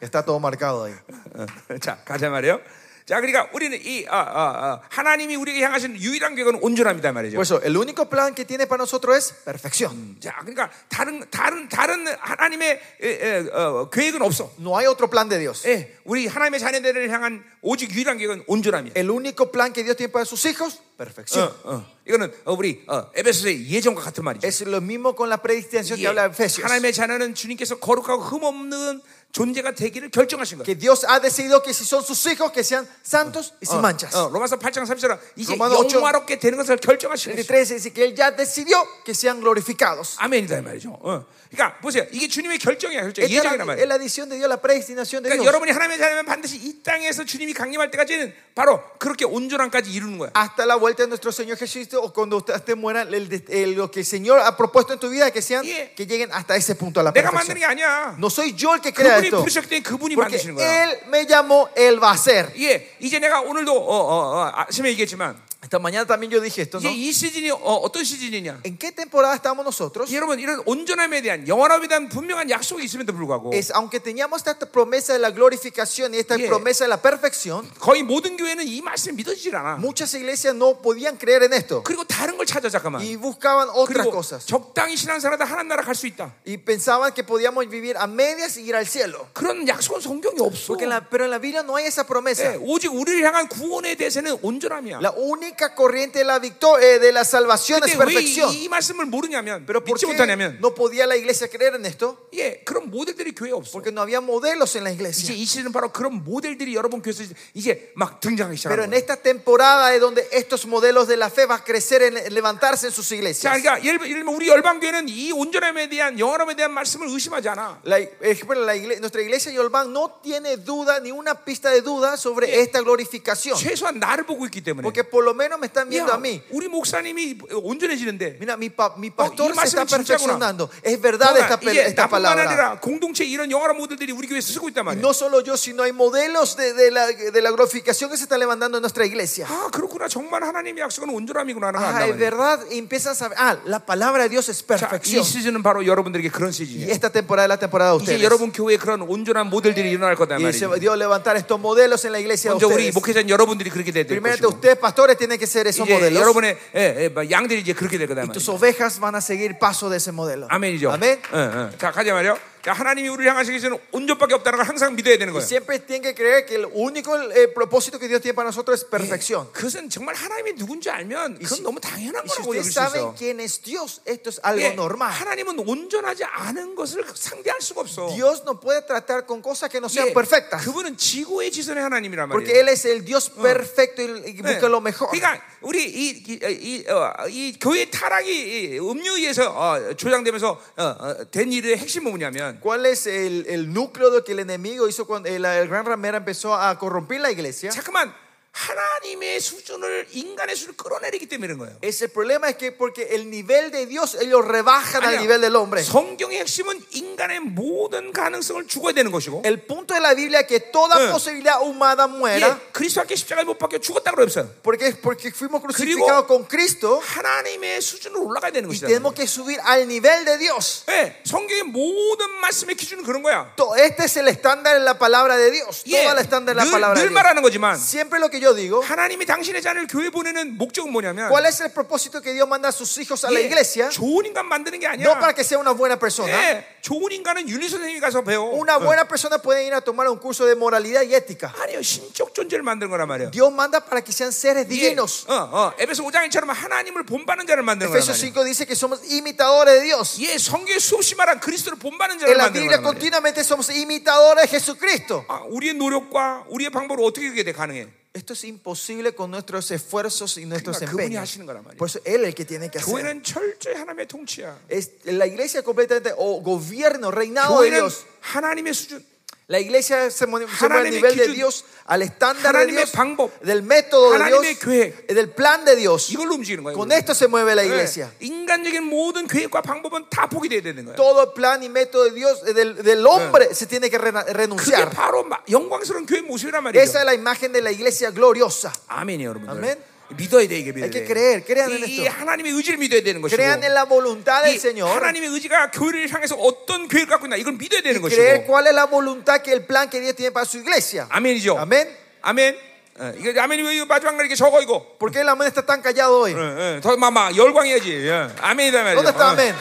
Está todo marcado ahí.
어, 자, 가자 말이에요. 자, 그러니까 우리는 이 아, 아, 아, 하나님이 우리에게 향하신 유일한 계획은 온전합니다 말이죠.
Por eso, el único plan que tiene para nosotros es perfección.
자, 그러니까 다른 다른 다른 하나님의 에, 에, 어, 계획은 없어.
No hay otro plan de Dios.
예, 우리 하나님의 자녀들을 향한 오직 유일한 계획은 온전함이야.
El único plan que Dios tiene para sus hijos, perfección.
어, 어. 이거는 어, 우리 어, 에베소서의 예정과 같은 말이죠.
Es lo mismo con la predestinación
예,
que habla Efesios.
하나님의 자녀는 주님께서 거룩하고 흠없는 존재가 되기를 결정하신 거예요.
Que Dios ha decidido que si son sus hijos, que sean santos
Ah.
y sin manchas.
어, 로마서 8장 30절은 이제
로마서 오장-
영화롭게 되는 것을 결정하신
El
거예요.
13 dice que Él ya decidió que sean glorificados.
아멘이다 이 말이죠. 어. 그러니까 보세요. 이게 주님의 결정이야. 결정.
Esta es
예정이란
la,
말이에요.
es la decisión de Dios, la predestinación de
그러니까
Dios.
여러분이 하나님의 자녀면 반드시 이 땅에서 주님이 강림할 때까지는 바로 그렇게 온전함까지 이루는 거야.
Hasta la vuelta de nuestro Señor Jesucristo o cuando usted te muera, el de- el- lo que el Señor ha propuesto en tu vida, que sean,
Yeah.
que lleguen hasta ese punto a la
내가 만드는 게
perfección.
아니야.
No soy yo el que crea
그분이
esto.
부르셨기 때문에 그분이
Porque
만드시는 거야.
Él me llamó, Él va a hacer.
예, 이제 내가 오늘도 어, 어, 어, 아침에 얘기했지만
Esta mañana también yo dije esto, ¿no?
이제 이 시즌이 어, 떤 시즌이냐?
¿En qué temporada estamos nosotros?
여러분 이런 온전함에 대한 영원함에 대한 분명한 약속이 있음에도 불구하고
Es, aunque teníamos esta promesa de la glorificación y esta
Yeah.
promesa de la perfección,
거의 모든 교회는 이 말씀 믿어지질 않아.
muchas iglesias no podían creer en esto
그리고 다른 걸 찾아 잠깐만.
y buscaban otras
그리고
cosas.
적당히 신앙생활하다 하나님 나라 갈 수 있다.
Y pensaban que podíamos vivir a medias y ir al cielo.
그런 약속은 성경이 없어.
Porque en la- pero en la Biblia no hay esa promesa.
예, 오직 우리를 향한 구원에 대해서는 온전함이야.
La única corriente de la victoria de la salvación es
근데
perfección.
왜이 말씀을 모르냐면
Pero ¿por
믿지
qué
못하냐면
no podía la iglesia creer en esto?
예 그런 모델들이 교회에 없어
Porque no había modelos en la
이제
iglesia.
이 시즌은 바로 그런 모델들이 여러분 교회에서 이제 막 등장하기
Pero
시작하는
en
거예요
esta temporada es donde estos modelos de la fe van a crecer, en, levantarse en sus
자
iglesias.
그러니까 예를 예를 들면 우리 열방교회는 이 온전함에 대한 영원함에 대한 말씀을 의심하지 않아
La, eh, bueno, la igle- nuestra iglesia Yolban no tiene duda, ni una pista de duda sobre esta glorificación.
최소한 나를 보고 있기 때문에
Porque por lo menos me están viendo
야,
a mí.
우리 목사님이 온전해지는데
Mira, mi, pa- mi pastor
y
se está
말씀은 진짜구나.
perfeccionando. Es verdad esta, pe-
이제
esta
나뿐만
palabra.
아니라 공동체 이런 영원한 모델들이 우리 교회에서 쓰고 있단 말이야
No solo yo, sino hay modelos de, de la, de la glorificación que se está levantando en nuestra iglesia.
아 그렇구나 정말 하나님의 약속은 온전함이구나 하는 걸
Ah,
안다
es
말이야.
verdad, y empiezan a saber, ah, la palabra de Dios es
자, 이
perfección.
시즌은 바로 여러분들에게 그런 시즌이에요
Y esta temporada es la temporada de
이제
ustedes.
여러분 교회에 그런 온전한 모델들이 일어날 거다
Y se-
말이죠.
Dios levantar estos modelos en la iglesia de
먼저 우리
ustedes.
목회자인 여러분들이 그렇게 돼야 될
Primeramente
것이고
ustedes, pastores, tienen que ser esos
이제
modelos.
여러분의 예, 예, 막 양들이 이제 그렇게 될 거다 말이죠.
Tus ovejas van a seguir paso de ese modelo.
아멘이죠.
Amén.
예, 예. 자 가자 말이요. 자, 하나님이 우리를 향하시기 전에 온전밖에 없다는 걸 항상 믿어야 되는
Y
거예요.
siempre tienen que creer que el único eh, propósito que Dios tiene para nosotros es perfección.
그것은 정말 하나님이 누군지 알면 그건 너무 당연한
Y si
거라고 여길
ustedes
수
saben
있어.
quién es Dios, esto es
예,
algo normal.
하나님은 온전하지 않은 것을 상대할 수가 없어.
Dios no puede tratar con cosas que no
예,
sean perfectas.
그분은 지구의 지선의 하나님이란 말이에요.
Porque Él es el Dios perfecto y y
네.
busca lo mejor.
그러니까 우리 이, 이, 이, 어, 이 교회 타락이 이 음료에 의해서 어, 조장되면서 어, 어, 된 일의 핵심은 뭐냐면
¿Cuál es el, el núcleo de lo que el enemigo hizo cuando el, el gran ramera empezó a corromper la iglesia?
잠깐만 하나님의 수준을 인간의 수준을 끌어내리기 때문에 그런 거예요.
Ese problema es que porque el nivel de Dios ellos rebajan al
아니야.
nivel del hombre.
성경의 핵심은 인간의 모든 가능성을 죽어야 되는 것이고
El punto de la Biblia es que toda
Eh.
posibilidad humana muera,
예, 그리스도 함께 십자가에 못 박혀 죽었다 그러면서
porque porque fuimos crucificados con Cristo
하나님의 수준으로 올라가야 되는
y
것이다.
tenemos que subir al nivel de Dios.
예, 성경의 모든 말씀의 기준은 그런 거야.
To- Este es el estándar en la palabra de Dios.
예,
Todo el estándar en la
늘-
palabra de
늘
Dios.
말하는 거지만
Siempre lo que yo digo.
하나님이 당신의 자녀를 교회 보내는 목적은 뭐냐면
¿Cuál es el propósito que Dios manda a sus hijos a la
예,
iglesia?
좋은 인간 만드는 게 아니야.
No para que sea una buena persona.
예, 좋은 인간은 윤리 선생님이 가서 배워.
Una buena persona puede ir a tomar un curso de moralidad y ética.
아니요, 신적 존재를 만드는 거란 말이야.
Dios manda para que sean seres divinos.
예, 어, 어, 에베소 5장처럼 하나님을 본받는 자를 만드는 거란
Efesios
말이야.
5 dice que somos imitadores de Dios.
예, 성경에 수없이 말한 그리스도를 본받는 자를
En la
만드는
Biblia
거란 말이야.
continuamente somos imitadores de Jesucristo.
아, 우리의 노력과 우리의 방법을 어떻게 그게 돼 가능해?
Esto es imposible con nuestros esfuerzos y nuestros
그러니까 그분이
empeños.
하시는 거란 말이야.
Por eso Él es el que tiene que hacer.
교회는 철저히 하나님의 통치야.
Es la iglesia completamente, o gobierno, reinado de
교회는
Dios.
하나님의 수준,
La iglesia se mueve se mueve al
하나님의
nivel de
기준,
Dios, al estándar de
하나님의
Dios,
방법,
del método de Dios,
하나님의 계획.
del plan de Dios.
이걸로 움직이는 거예요.
Con esto se mueve la
예,
iglesia.
인간적인 모든 계획과 방법은 다 포기돼야 되는 거야.
Todo plan y método de Dios, eh, del, del hombre, se tiene que rena-
그게
renunciar.
바로 마- 영광스러운 교회 모습이란 말이죠.
Esa es la imagen de la iglesia gloriosa.
아멘이요, 여러분들.
아멘.
믿어야 돼 이게 믿어야
Hay que
돼.
creer, crean en
이
esto.
하나님의 의지를 믿어야 되는 것이고.
Crean en la voluntad
이
del Señor.
하나님의 의지가 교회를 향해서 어떤 교회를 갖고 있나 이걸 믿어야 되는
Creer
것이고.
cuál es la voluntad que el plan que Dios tiene para su iglesia.
아멘이죠.
Amén.
아멘. 어, 이거 아멘이 왜 이거 마지막 날 이렇게 적어 이거.
¿Por qué el amén está tan callado hoy?
어, 어, 더 마마 열광해야지. 어, 아멘이다 말이야.
¿Dónde está
어,
amén?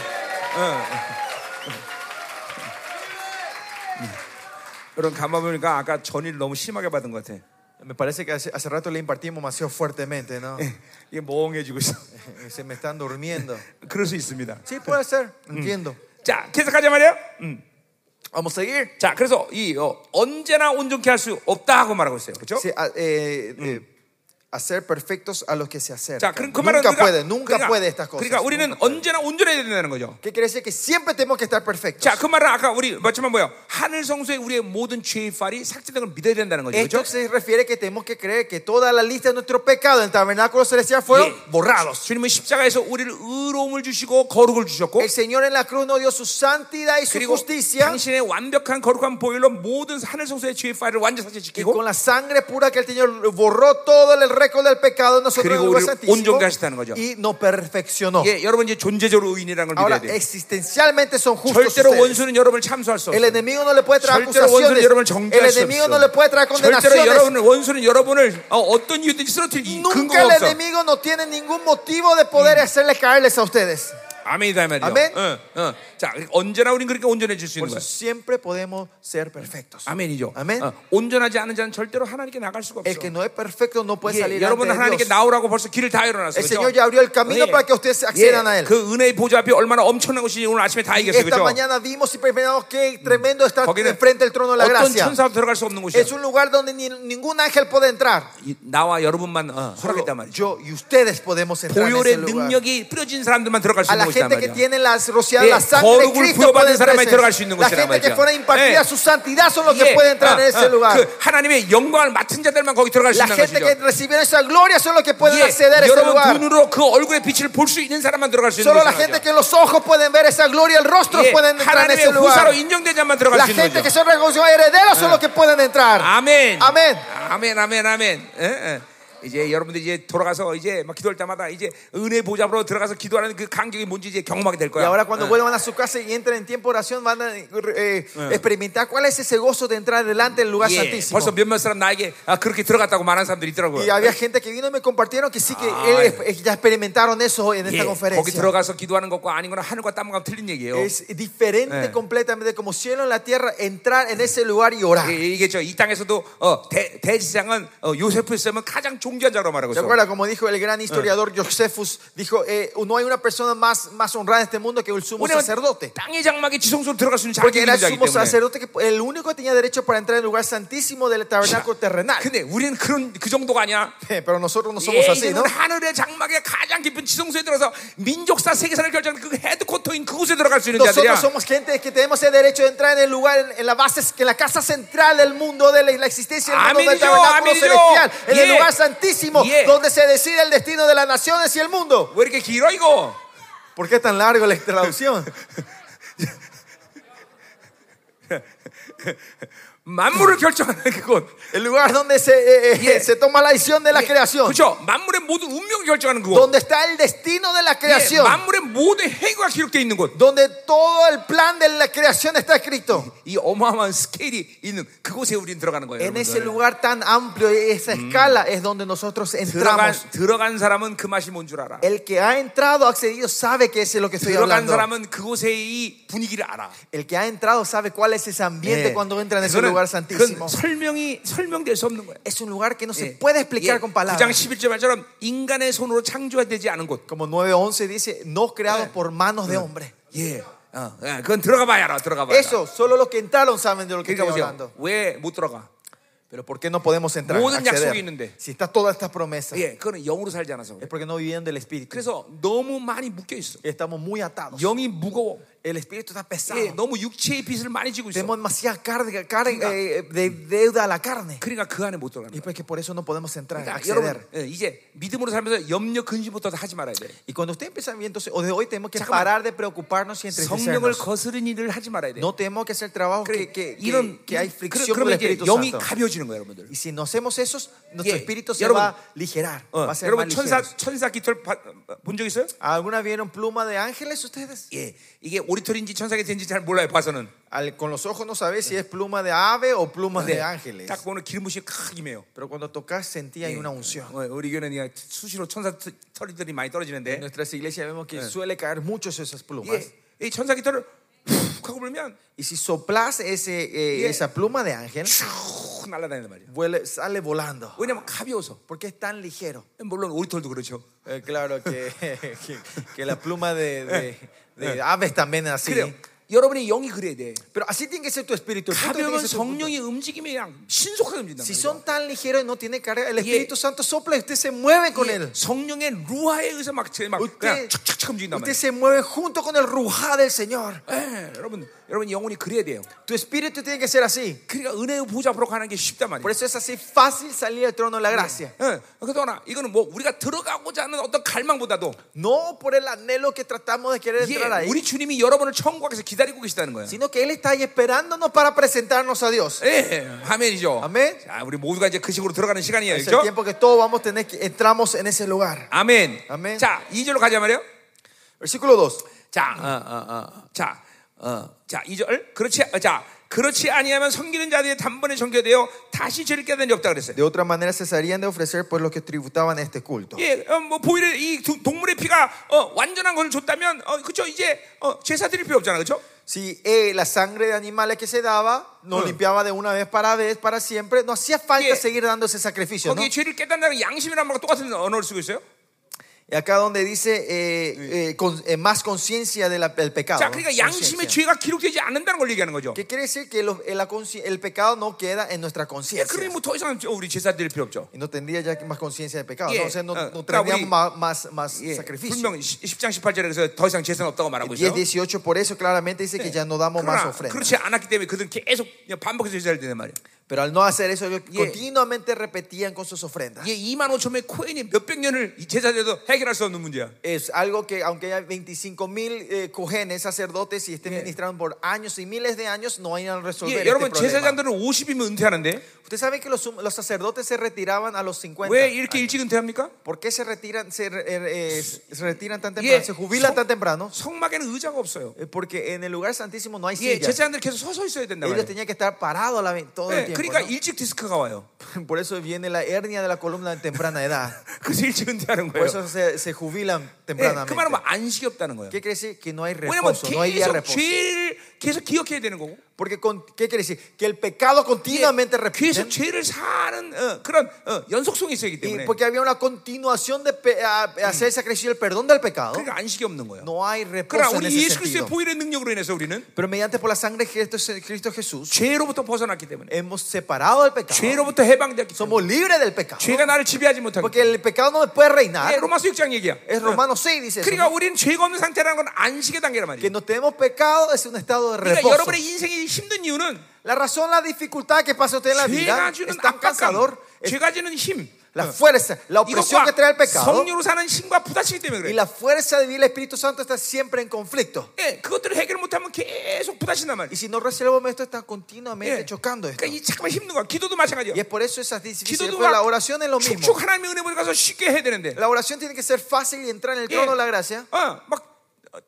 여러분 가만 보니까 아까 전일 너무 심하게 받은 것 같아.
Me parece que hace, hace rato le impartimos demasiado fuertemente, ¿no?
예, 이게 멍해지고 있어.
Eh, Se me están durmiendo.
그럴 수 있습니다.
Sí, puede ser. Entiendo.
자, 계속하자 말이에요. 음.
Vamos a seguir.
자, 그래서 이 어, 언제나 온전케 할 수 없다 하고 말하고 있어요. 그렇죠?
Sí, a- eh, eh, hacer perfectos a los que se
자,
acercan.
그, 그 말은
Nunca
우리가-
puede, nunca
그러니까,
puede estas cosas.
그러니까 우리는
Nunca.
언제나 온전해야 된다는 거죠.
¿Qué quiere decir? Que siempre tenemos que estar perfectos.
자, 그 말은 아까 우리 맞지만 뭐요? 하늘 성소에 우리의 모든 죄의 팔이 삭제된 걸 믿어야 된다는 거죠.
Esto
그렇죠?
se refiere que tenemos que creer que toda la lista de nuestro pecado en el tabernáculo celestial fueron
예.
borrados.
주님은 십자가에서 우리를 의로움을 주시고 거룩을 주셨고
El Señor en la cruz nos dio su santidad y su
그리고
justicia.
당신의 완벽한 거룩한 보혈로 모든 하늘 성소의 죄의 파일을 완전
Y
삭제시키고
con la sangre pura que el Señor borró todo el récord del pecado en nosotros en
그리고
el lugar
우리를
santísimo
온전케 하셨다는 거죠.
y nos perfeccionó.
예, 여러분 이제 존재적으로 의인이라는 걸
Ahora,
믿어야 돼요.
existencialmente son justos.
절대로
ustedes.
원수는 여러분을 참수할 수
El
없어요.
enemigo no le puede traer
절대로 원수는
acusaciones.
여러분을
El
정죄할 수
enemigo no le puede traer
없어요. 절대로
condenaciones.
여러분 원수는 여러분을 어, 어떤 이유 때문에 쓰러뜨릴 이-
Nunca el
근거가 없어.
enemigo no tiene ningún motivo de poder hacerle caerles a ustedes.
아멘이다 말이죠.
아멘.
응, 응. 자, 그러니까 언제나 우리는 그렇게 온전해질 수
Por
있는
eso
거예요.
siempre podemos ser perfectos.
아멘이죠.
아멘.
어, 온전하지 않은 자는 절대로 하나님께 나갈 수가
El
없어.
que no es perfecto no puede
예,
salir ante
여러분은
de
하나님께
Dios.
나오라고 벌써 길을 다 열어놨어요.
El
그죠?
Señor ya abrió el camino
예.
para que ustedes
예,
accedan a él.
그 은혜의 보좌 앞에 얼마나 엄청난 것이 오늘 아침에 다 얘기했어요.
Esta
그죠?
mañana vimos y percibimos que
Mm.
tremendo está
거기는
enfrente del trono de la
어떤
gracia.
천사도 들어갈 수 없는 곳이야.
Es un lugar donde ni- ningún ángel puede entrar.
이- 나와 여러분만 어,
Solo
허락했단 말이죠.
yo y ustedes
그
podemos entrar en
보혈의
ese lugar.
능력이 뿌려진 사람들만 들어갈 수
A
있는
la
곳이란
gente que
말이야.
tiene las rociadas
예,
la sangre de
거룩을
Cristo puede
부여받은
entrar.
사람만이 들어갈 수 있는
La
곳이란
gente que
말이야.
fuera impartida
예.
su santidad son los que
예,
pueden entrar
아,
en ese
아,
lugar.
그 하나님의 영광을 맡은 자들만 거기 들어갈 수
La
있는
gente
것이죠.
que recibió esa gloria son los que pueden acceder a
예,
ese
여러분
lugar.
눈으로 그 얼굴의 빛을 볼 수 있는 사람만 들어갈 수 있는
Solo la
거죠.
gente que los ojos pueden ver esa gloria, el rostro
예,
pueden entrar en
하나님의
ese lugar.
후사로 인정된 자만 들어갈
La
수 있는
gente que
거죠.
son reconocidos herederos son los que pueden entrar.
아멘.
아멘.
아멘. 아멘. 아멘. 예, 예. 이제 여러분들 이제 돌아가서 이제 막 기도할 때마다 이제 은혜 보좌 앞으로 들어가서 기도하는 그 간격이 뭔지 이제 경험하게 될
Y
거야.
ahora cuando vuelvan a su casa y entren en tiempo de oración van a eh, experimentar cuál es ese gozo de entrar delante del lugar
예,
santísimo.
벌써 몇몇 사람 나에게 아, 그렇게 들어갔다고 말하는 사람들이 있더라고요.
Y había gente que vino y me compartieron que sí que
Ay.
eh, eh, ya experimentaron eso en
예,
esta
거기
conferencia.
들어가서 기도하는 것과 아닌 거는 하늘과 땅과 틀린 얘기예요.
Es diferente
Eh.
completamente como cielo en la tierra entrar en ese lugar y orar.
예, 이게죠. 이 땅에서도 어, 대, 대지상은 어, 요세프 있으면 가장 존귀한 자로 말하고
¿Se
있어요.
acuerda? Como dijo el gran historiador Josephus, dijo, eh, no hay una persona más, más honrada en este mundo que el sumo
왜냐면
sacerdote.
땅의 장막에 지성소로 들어갈 수 있는 자격이
Porque era
있는
el
자기
sumo
때문에.
sacerdote que el único que tenía derecho para entrar en el lugar santísimo del tabernáculo terrenal.
근데 우리는 그런 그 정도가 아니야.
Eh, Pero nosotros no
예,
somos así,
이제는
¿no?
하늘의 장막에 가장 깊은 지성소에 들어서 민족사 세계사를 결정하는 그 헤드쿼터인 그곳에 들어갈 수 있는 자들이야.
Nosotros somos gente que tenemos el derecho de entrar en el lugar, en, en la base, en la casa central del mundo, de la, la existencia del mundo del
Amén-yo,
tabernáculo
amén-yo.
celestial, en el
Yeah.
lugar santísimo,
Yeah.
donde se decide el destino de las naciones y el mundo.
왜 이렇게 길어 이거?
¿Por qué tan largo la traducción?
만물을 결정하는 그곳.
El lugar donde se, eh, eh,
Yeah.
se toma la decisión de la creación,
그렇죠. 만물의 모든 운명을 결정하는 그곳.
donde está el destino de la
예,
creación,
만물의 모든 행위가 기록되어 있는 곳.
donde todo el plan de la creación está escrito.
이 어마어마한 스케일이 있는 그곳에 우린 들어가는 거예요.
En ese
여러분들.
lugar tan amplio, e-, esa escala es donde nosotros
들어간,
entramos.
들어간 사람은 그 맛이 뭔 줄 알아.
El que ha entrado, ha accedido, sabe que ese es lo que estoy
들어간
hablando.
사람은 그곳의 이 분위기를 알아.
El que ha entrado sabe cuál es ese ambiente
예.
cuando entra en ese
그거는-
lugar santísimo.
그건 설명이 설명될 수 없는 거야.
Es un lugar que no
예.
se puede explicar
예.
con
장
palabras.
11절 말처럼 인간의 손으로 창조되지 않은 곳.
Como 9.11 dice, no creado
예.
por manos de hombre.
예. 어, 예. 그건 들어가 봐야 알아. 들어가 봐야. 알아.
Eso, solo los que entraron saben de lo que
그러니까
estoy
보세요.
hablando.
왜 못 들어가?
Pero ¿por qué no podemos entrar?
모든
acceder?
약속이 있는데.
Si está toda esta promesa,
예. 그거는 영으로 살지 않아서. 그래.
es porque no vivían del Espíritu.
그래서 너무 많이 묶여 있어.
Estamos muy atados.
영이 무거워.
El espíritu está pesado.
예, 너무 육체의 빚을 많이 지고 있어.
Tenemos demasiada carga, carga, eh, de deuda a la carne.
그러니까 그 안에 못 들어가는
Y
거야.
pues que por eso no podemos entrar,
그러니까
acceder.
여러분 예, 이제 믿음으로 살면서 염려 근심부터 다 하지 말아야 돼.
Y cuando usted empieza bien, entonces, o de hoy tenemos que
잠깐만.
parar de preocuparnos y
성령을
entristecernos.
거스른 일을 하지 말아야 돼.
No tenemos que hacer trabajo
그래,
que, que,
이런
que, que hay
그러-
fricción con
그러면
el
이제
Espíritu
영이
Santo.
가벼워지는 거예요, 여러분들.
Y si no hacemos eso, nuestro
예,
espíritu se
여러분.
va a aligerar.
어,
va a ser
여러분
más
천사
ligero.
천사 깃털 본 적 있어요?
¿Alguna vieron pluma de ángeles ustedes?
예, 이게 오리털인지 천사 깃털인지 잘 몰라요. 봐서는.
Al- con los ojos no sabes si es pluma de ave o pluma
근데
de ángeles.
딱 보면 기름붓이 크 임해요.
Pero cuando tocas sentía hay una unción.
어, 우리 교회는 이게 수시로 천사 털- 털이들이 많이
En
떨어지는데
nuestras iglesias vemos que suele caer muchos esas plumas.
예, 이 천사 깃털을 훅 하고 불면
Y si soplas ese, eh,
Yeah.
esa pluma de ángel,
쭉 날아다니는 말이에요.
vuele- sale volando.
왜냐면 가벼워서.
Porque es tan ligero.
물론 오리털도 그렇죠.
Eh, claro que, que, que la pluma de, de- de aves también es así.
예. 그래요. 여러분의 영이 그래야 돼.
Eh. Pero así tiene que ser tu espíritu. el punto tiene que
가벼운
ser tu punto.
성령의 움직임이 그냥 신속하게 움직인다.
Si son tan ligeros y no tienen carga, el
Yeah.
Espíritu Santo sopla y eh, usted se mueve con él.
예. 성령의 루아에 의해서 막, 제- 막 그냥
Usted,
착착착 움직인단
usted
말이에요.
se mueve junto con el rujá del Señor.
예, 여러분, 여러분 영혼이 그래야 돼요.
Tu espíritu tiene que ser así.
그러니까 은혜의 보좌 앞으로 가는 게 쉽단 말이에요.
Por eso es así fácil salir del trono de la gracia.
예, 그동안 이거는 뭐 우리가 들어가고자 하는 어떤 갈망보다도
No por el anhelo que tratamos de querer
예,
entrar ahí,
우리 주님이 여러분을 천국에서 기다리고 계시다는 거예요.
sino que Él está ahí esperándonos para presentarnos a Dios.
예, 아멘이죠.
아멘.
자, 우리 모두가 이제 그 식으로 들어가는 시간이에요.
Es
그죠?
el tiempo que todos vamos a tener que entramos en ese lugar.
아멘.
아멘.
자, 2절로 가자 말이에요.
Versículo 2.
자, 어, 어, 어. 자, 어, 자, 2절. 그렇지, 어, 자, 그렇지 아니하면 섬기는 자들이 단번에 정결되어 다시 죄를 깨달은 적 없다 그랬어요.
De otra manera cesarían de ofrecer por los que tributaban este culto.
예, 어, 뭐 보일의 이 두- 동물의 피가 어, 완전한 것을 줬다면, 어, 그죠? 이제 어, 제사 드릴 필요 없잖아, 그죠?
Si eh, la sangre de animales que se daba no
Ah.
limpiaba de una vez para vez para siempre, no hacía falta
Yeah.
seguir dando ese sacrificio. ¿no?
거기 에 죄를 깨닫는다는 양심이란 말과 똑같은 언어를 쓰고 있어요.
Y acá donde dice eh, eh, con- eh, más conciencia de la- del pecado.
자,
¿no?
그러니까 양심의
Conciencia.
죄가 gi록되지 않는다는 걸 얘기하는 거죠.
Que quiere decir que lo- el, la consci- el pecado no queda en nuestra
예,
conciencia.
그러니 뭐더 이상 우리 제사 드릴 필요 없죠.
Y no tendría ya que más conciencia del pecado.
Yeah.
¿no? O sea, no,
Ah,
no
claro,
tendríamos
we-
más, más, más
예,
sacrificio.
분명 10장 18절에 그래서 더 이상 제사는 없다고 말하고 있어요.
10, 18, por eso claramente dice que ya no damos más
그러나
ofrendas.
그렇지 않았기 때문에 그들은 계속 그냥 반복해서 제사를 드는 말이에요.
Pero al no hacer eso, ellos
Yeah.
continuamente repetían con sus ofrendas.
이게 2만 5천 명의 코인이 몇백 년을 이 제사에도 해결할 수 없는 문제야.
Es algo que, aunque haya 25 mil cojenes, sacerdotes, y estén
Yeah.
ministrando por años y miles de años, no van a resolver
예,
este
여러분
problema.
제사장들은 50이면 은퇴하는데
Usted sabe que los, los sacerdotes se retiraban a los 50.
왜 이렇게 일찍 은퇴합니까?
¿Por qué se retiran, se, re- eh, eh, se retiran tan temprano?
Yeah.
Se jubilan tan temprano.
성막에는 의자가 없어요.
Eh, Porque en el lugar santísimo no hay
예,
sillas.
제사장들 계속 서서 있어야 된다
Ellos
말이에요.
tenían que estar parados a la ve- todo
예,
el tiempo.
그러니까 일찍 디스크가 와요.
¿no? Por eso viene la hernia de la columna en temprana edad.
그래서 일찍 은퇴하는
Por
거예요.
eso se, se jubilan
예,
tempranamente.
그 말은 뭐 안식이 없다는 거예요.
¿Qué quiere decir? Que no hay
왜냐면
reposo, no hay día
계속
de reposo.
죄를 계속 기억해야 되는 거고
Porque con, ¿qué quiere decir? Que el pecado
예,
continuamente repite.
계속 죄를 사는 어, 그런 어, 연속성이 있기
Y
때문에
porque había una continuación de pe- a- hacer esa creció el perdón del pecado.
그러니까 안식이 없는 거예요.
No hay
그러나
reposo en
우리
ese
예수 그리스도의
sentido.
보혈의 능력으로 인해서 우리는
Pero mediante por la sangre de Cristo, Cristo Jesús
죄로부터 벗어났기 때문에
hemos separado del pecado.
죄로부터 해방되었기 때문에
Somos libres del pecado.
죄가 나를 지배하지 못하고
Porque el pecado no me puede
예,
reinar.
로마서 6장 얘기야.
Es Romanos 6 dice eso,
그러니까
¿no?
우리는 죄가 없는 상태라는 건 안식의 단계란
Que
말이에요.
no tenemos pecado es un estado de
그러니까
reposo.
여러분의 인생이 힘든 이유는
La razón, la dificultad que pasa usted en la
죄가
vida
주는
es tan
압박감,
cansador. es
죄가 주는 힘,
La fuerza, la opresión que trae el
이것과
pecado.
성료로 사는 힘과 부딪히기 때문에
Y
그래.
la fuerza de vivir el Espíritu Santo está siempre en conflicto.
예, 그것들을 해결 못하면 계속 부딪힌단
Y
말이에요.
si no resolvemos esto, está
예.
continuamente chocando esto.
그러니까
Y
이 잠깐만 힘든 거야. 기도도 마찬가지야.
es por eso esas dificultades.
기도도
Pero la
막
oración es lo mismo.
축축 하나님의 은혜 보러 가서 쉽게 해야 되는데.
La oración tiene que ser fácil y entrar en el
예.
trono de la gracia.
어, 막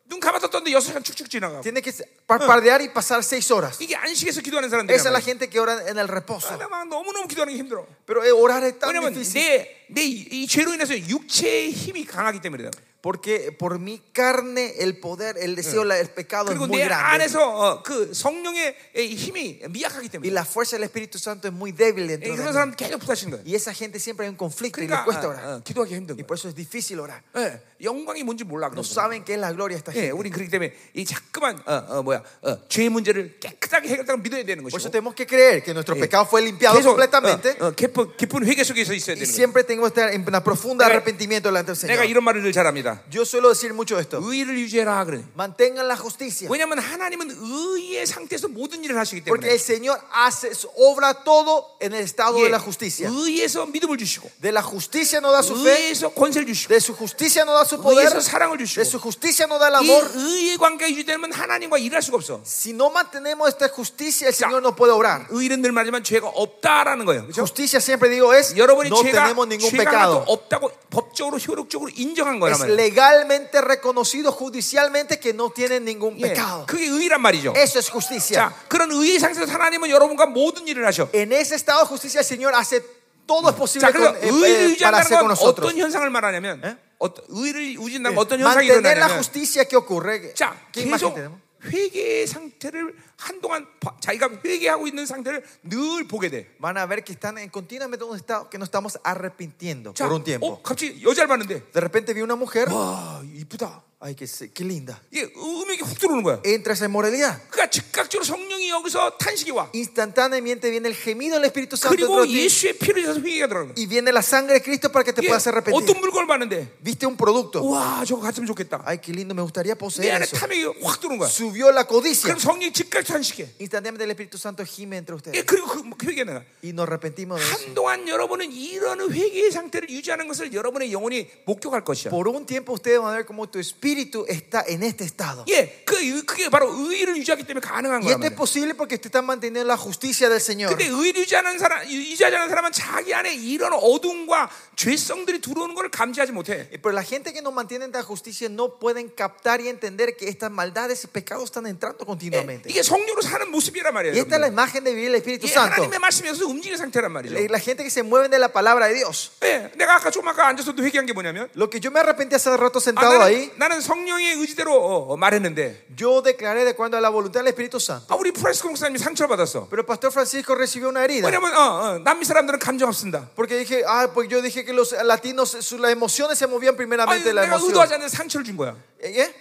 눈 감았었던데 여섯 시간 축축 지나가.
Tiene que parpadear y pasar seis horas.
이게 안식에서 기도하는 사람들이야.
Esa es la gente que ora en el reposo.
막 너무너무 기도하는 게 힘들어.
Pero eh, orar es tan
왜냐면
difícil.
내내이 죄로 인해서 육체의 힘이 강하기 때문이다.
Porque por mi carne, el poder, el deseo, la- el pecado es
그리고
muy
내
grande.
안에서 어, 그 성령의 이 힘이 미약하기
Y
때문에
la fuerza del Espíritu Santo es muy débil
예,
dentro
그런
de mí.
사람 계속 부딪히는 거예요.
Y esa gente siempre hay un conflicto y le
그러니까
cuesta
어,
orar.
어, 기도하기 힘든
Y
거예요.
por eso es difícil orar.
예, 영광이 뭔지 몰라 그런
No
거예요.
saben qué es la gloria de esta
예,
gente.
우린 그렇기 때문에 이 자꾸만 어, 어, 뭐야 어, 죄의 문제를 깨끗하게 해결했다고 믿어야 되는
Por eso
것이고
tenemos que creer que nuestro pecado fue limpiado
계속
completamente
어, 어, 깊은, 깊은 회개 속에서 있어야
y
되는 거예요.
siempre tenemos que estar en una profunda
내가-
arrepentimiento delante del
내가
Señor.
이런 말을 늘 잘합니다. 얘기한다.
Yo suelo decir mucho esto.
의를 유지해라 그러네.
Mantengan la justicia.
왜냐하면 하나님은 의의 상태에서 모든 일을 하시기
Porque el
때문에
Señor hace, obra todo en el estado de la justicia.
예. 의에서 믿음을 주시고
De la justicia no da su fe,
의에서 권세를 주시고
de su justicia no da su poder,
의에서 사랑을 주시고
de su justicia no da
이
el amor.
의의 관계가 유지되면 하나님과 일할 수가 없어
Si no mantenemos esta justicia, el Señor no puede obrar.
의는 늘 말하지만 죄가 없다라는 거예요 그렇죠?
Justicia siempre digo es,
여러분이
no
죄가,
tenemos ningún
죄가 나도
pecado.
없다고 법적으로 효력적으로 인정한 거란
Es
말이에요
legalmente reconocido judicialmente que no tienen ningún
예,
pecado.
그게 의란 말이죠
Eso es justicia.
자, 그런 의의 상태에서 하나님은 여러분과 모든 일을 하셔
En ese estado de justicia el Señor hace todo es
자,
posible con-
그래서
eh,
의를
eh, para
유지한다는
hacer con
건
nosotros.
어떤 현상을 말하냐면
예?
어떤- 의를 유지한다는 건 어떤 현상이
Mantener la
일어나냐면
justicia que ocurre.
자,
¿Qué imagen
계속
tenemos?
회개의 상태를 한동안 바- 자기가 회개하고 있는 상태를 늘 보게 돼.
Van a ver que están en continuamente un estado que no estamos arrepintiendo
자,
por un tiempo.
어, 갑자기 여자를 봤는데
De repente vi una mujer,
와 이쁘다.
ay, qué, se- qué linda.
이게 음욕이 훅 들어오는 거야.
Entras en moralidad.
그러니까 즉각적으로 성령이 여기서 탄식이 와.
Instantáneamente viene el gemido del Espíritu Santo dentro
그리고
de ti
예수의 피를 져서 회개가 들어가는 거야.
y viene la sangre de Cristo para que te
이게
puedas arrepentir.
어떤 물건을 봤는데
Viste un producto,
와 저거 갔으면 좋겠다.
ay, qué lindo, me gustaría
내
poseer
안에
eso.
탐욕이 확 들어오는 거야.
Subió la codicia.
그럼 성령이 즉각 탄식해.
Instantáneamente el Espíritu Santo gime entre
예,
ustedes
그리고 그, 그 회개가 나가.
y nos arrepentimos de eso.
한동안 여러분은 이런 회개의 상태를 유지하는 것을 여러분의 영혼이 목격할 것이야.
Por un tiempo ustedes van a ver cómo tu espíritu está en este estado.
예, 그, 의- 그게 바로 의의를 유지하기 때문에 가능한
Y
거란
esto es
말이야.
posible porque usted está manteniendo la justicia del Señor.
근데 의의를 유지하는 사람, 유지하지 않은 사람은 자기 안에 이런 어둠과 죄성들이 들어오는 걸 감지하지 못해.
Pero la gente que no mantiene esta justicia no pueden captar y entender que estas maldades y pecados están entrando
예,
continuamente.
이게 성령으로 사는 모습이란 말이에요.
Eh, Y esta es la
여러분들.
imagen de vivir el Espíritu
예,
Santo. Eh,
하나님의 말씀에서 움직이는 상태란 말이죠.
La gente que se mueve de la palabra de Dios.
예, 내가 아까 조금 아까 앉아서도 회개한 게 뭐냐면,
Lo que yo me arrepentí hace rato
아,
sentado ahí,
나는, 나는 성령의 의지대로 어, 어, 말했는데,
yo declaré de cuando a la voluntad del Espíritu Santo.
아, 우리 프란스코 목사님이 상처를 받았어.
Pero el pastor Francisco recibió una herida.
왜냐면, 어, 어, 남미 사람들은 감정 없습니다.
Porque dije, ah, pues yo dije que los latinos, sus- las emociones se movían
아니,
primeramente de la
내가
emoción.
의도하지 않는데 상처를 준 거야.
¿Eh?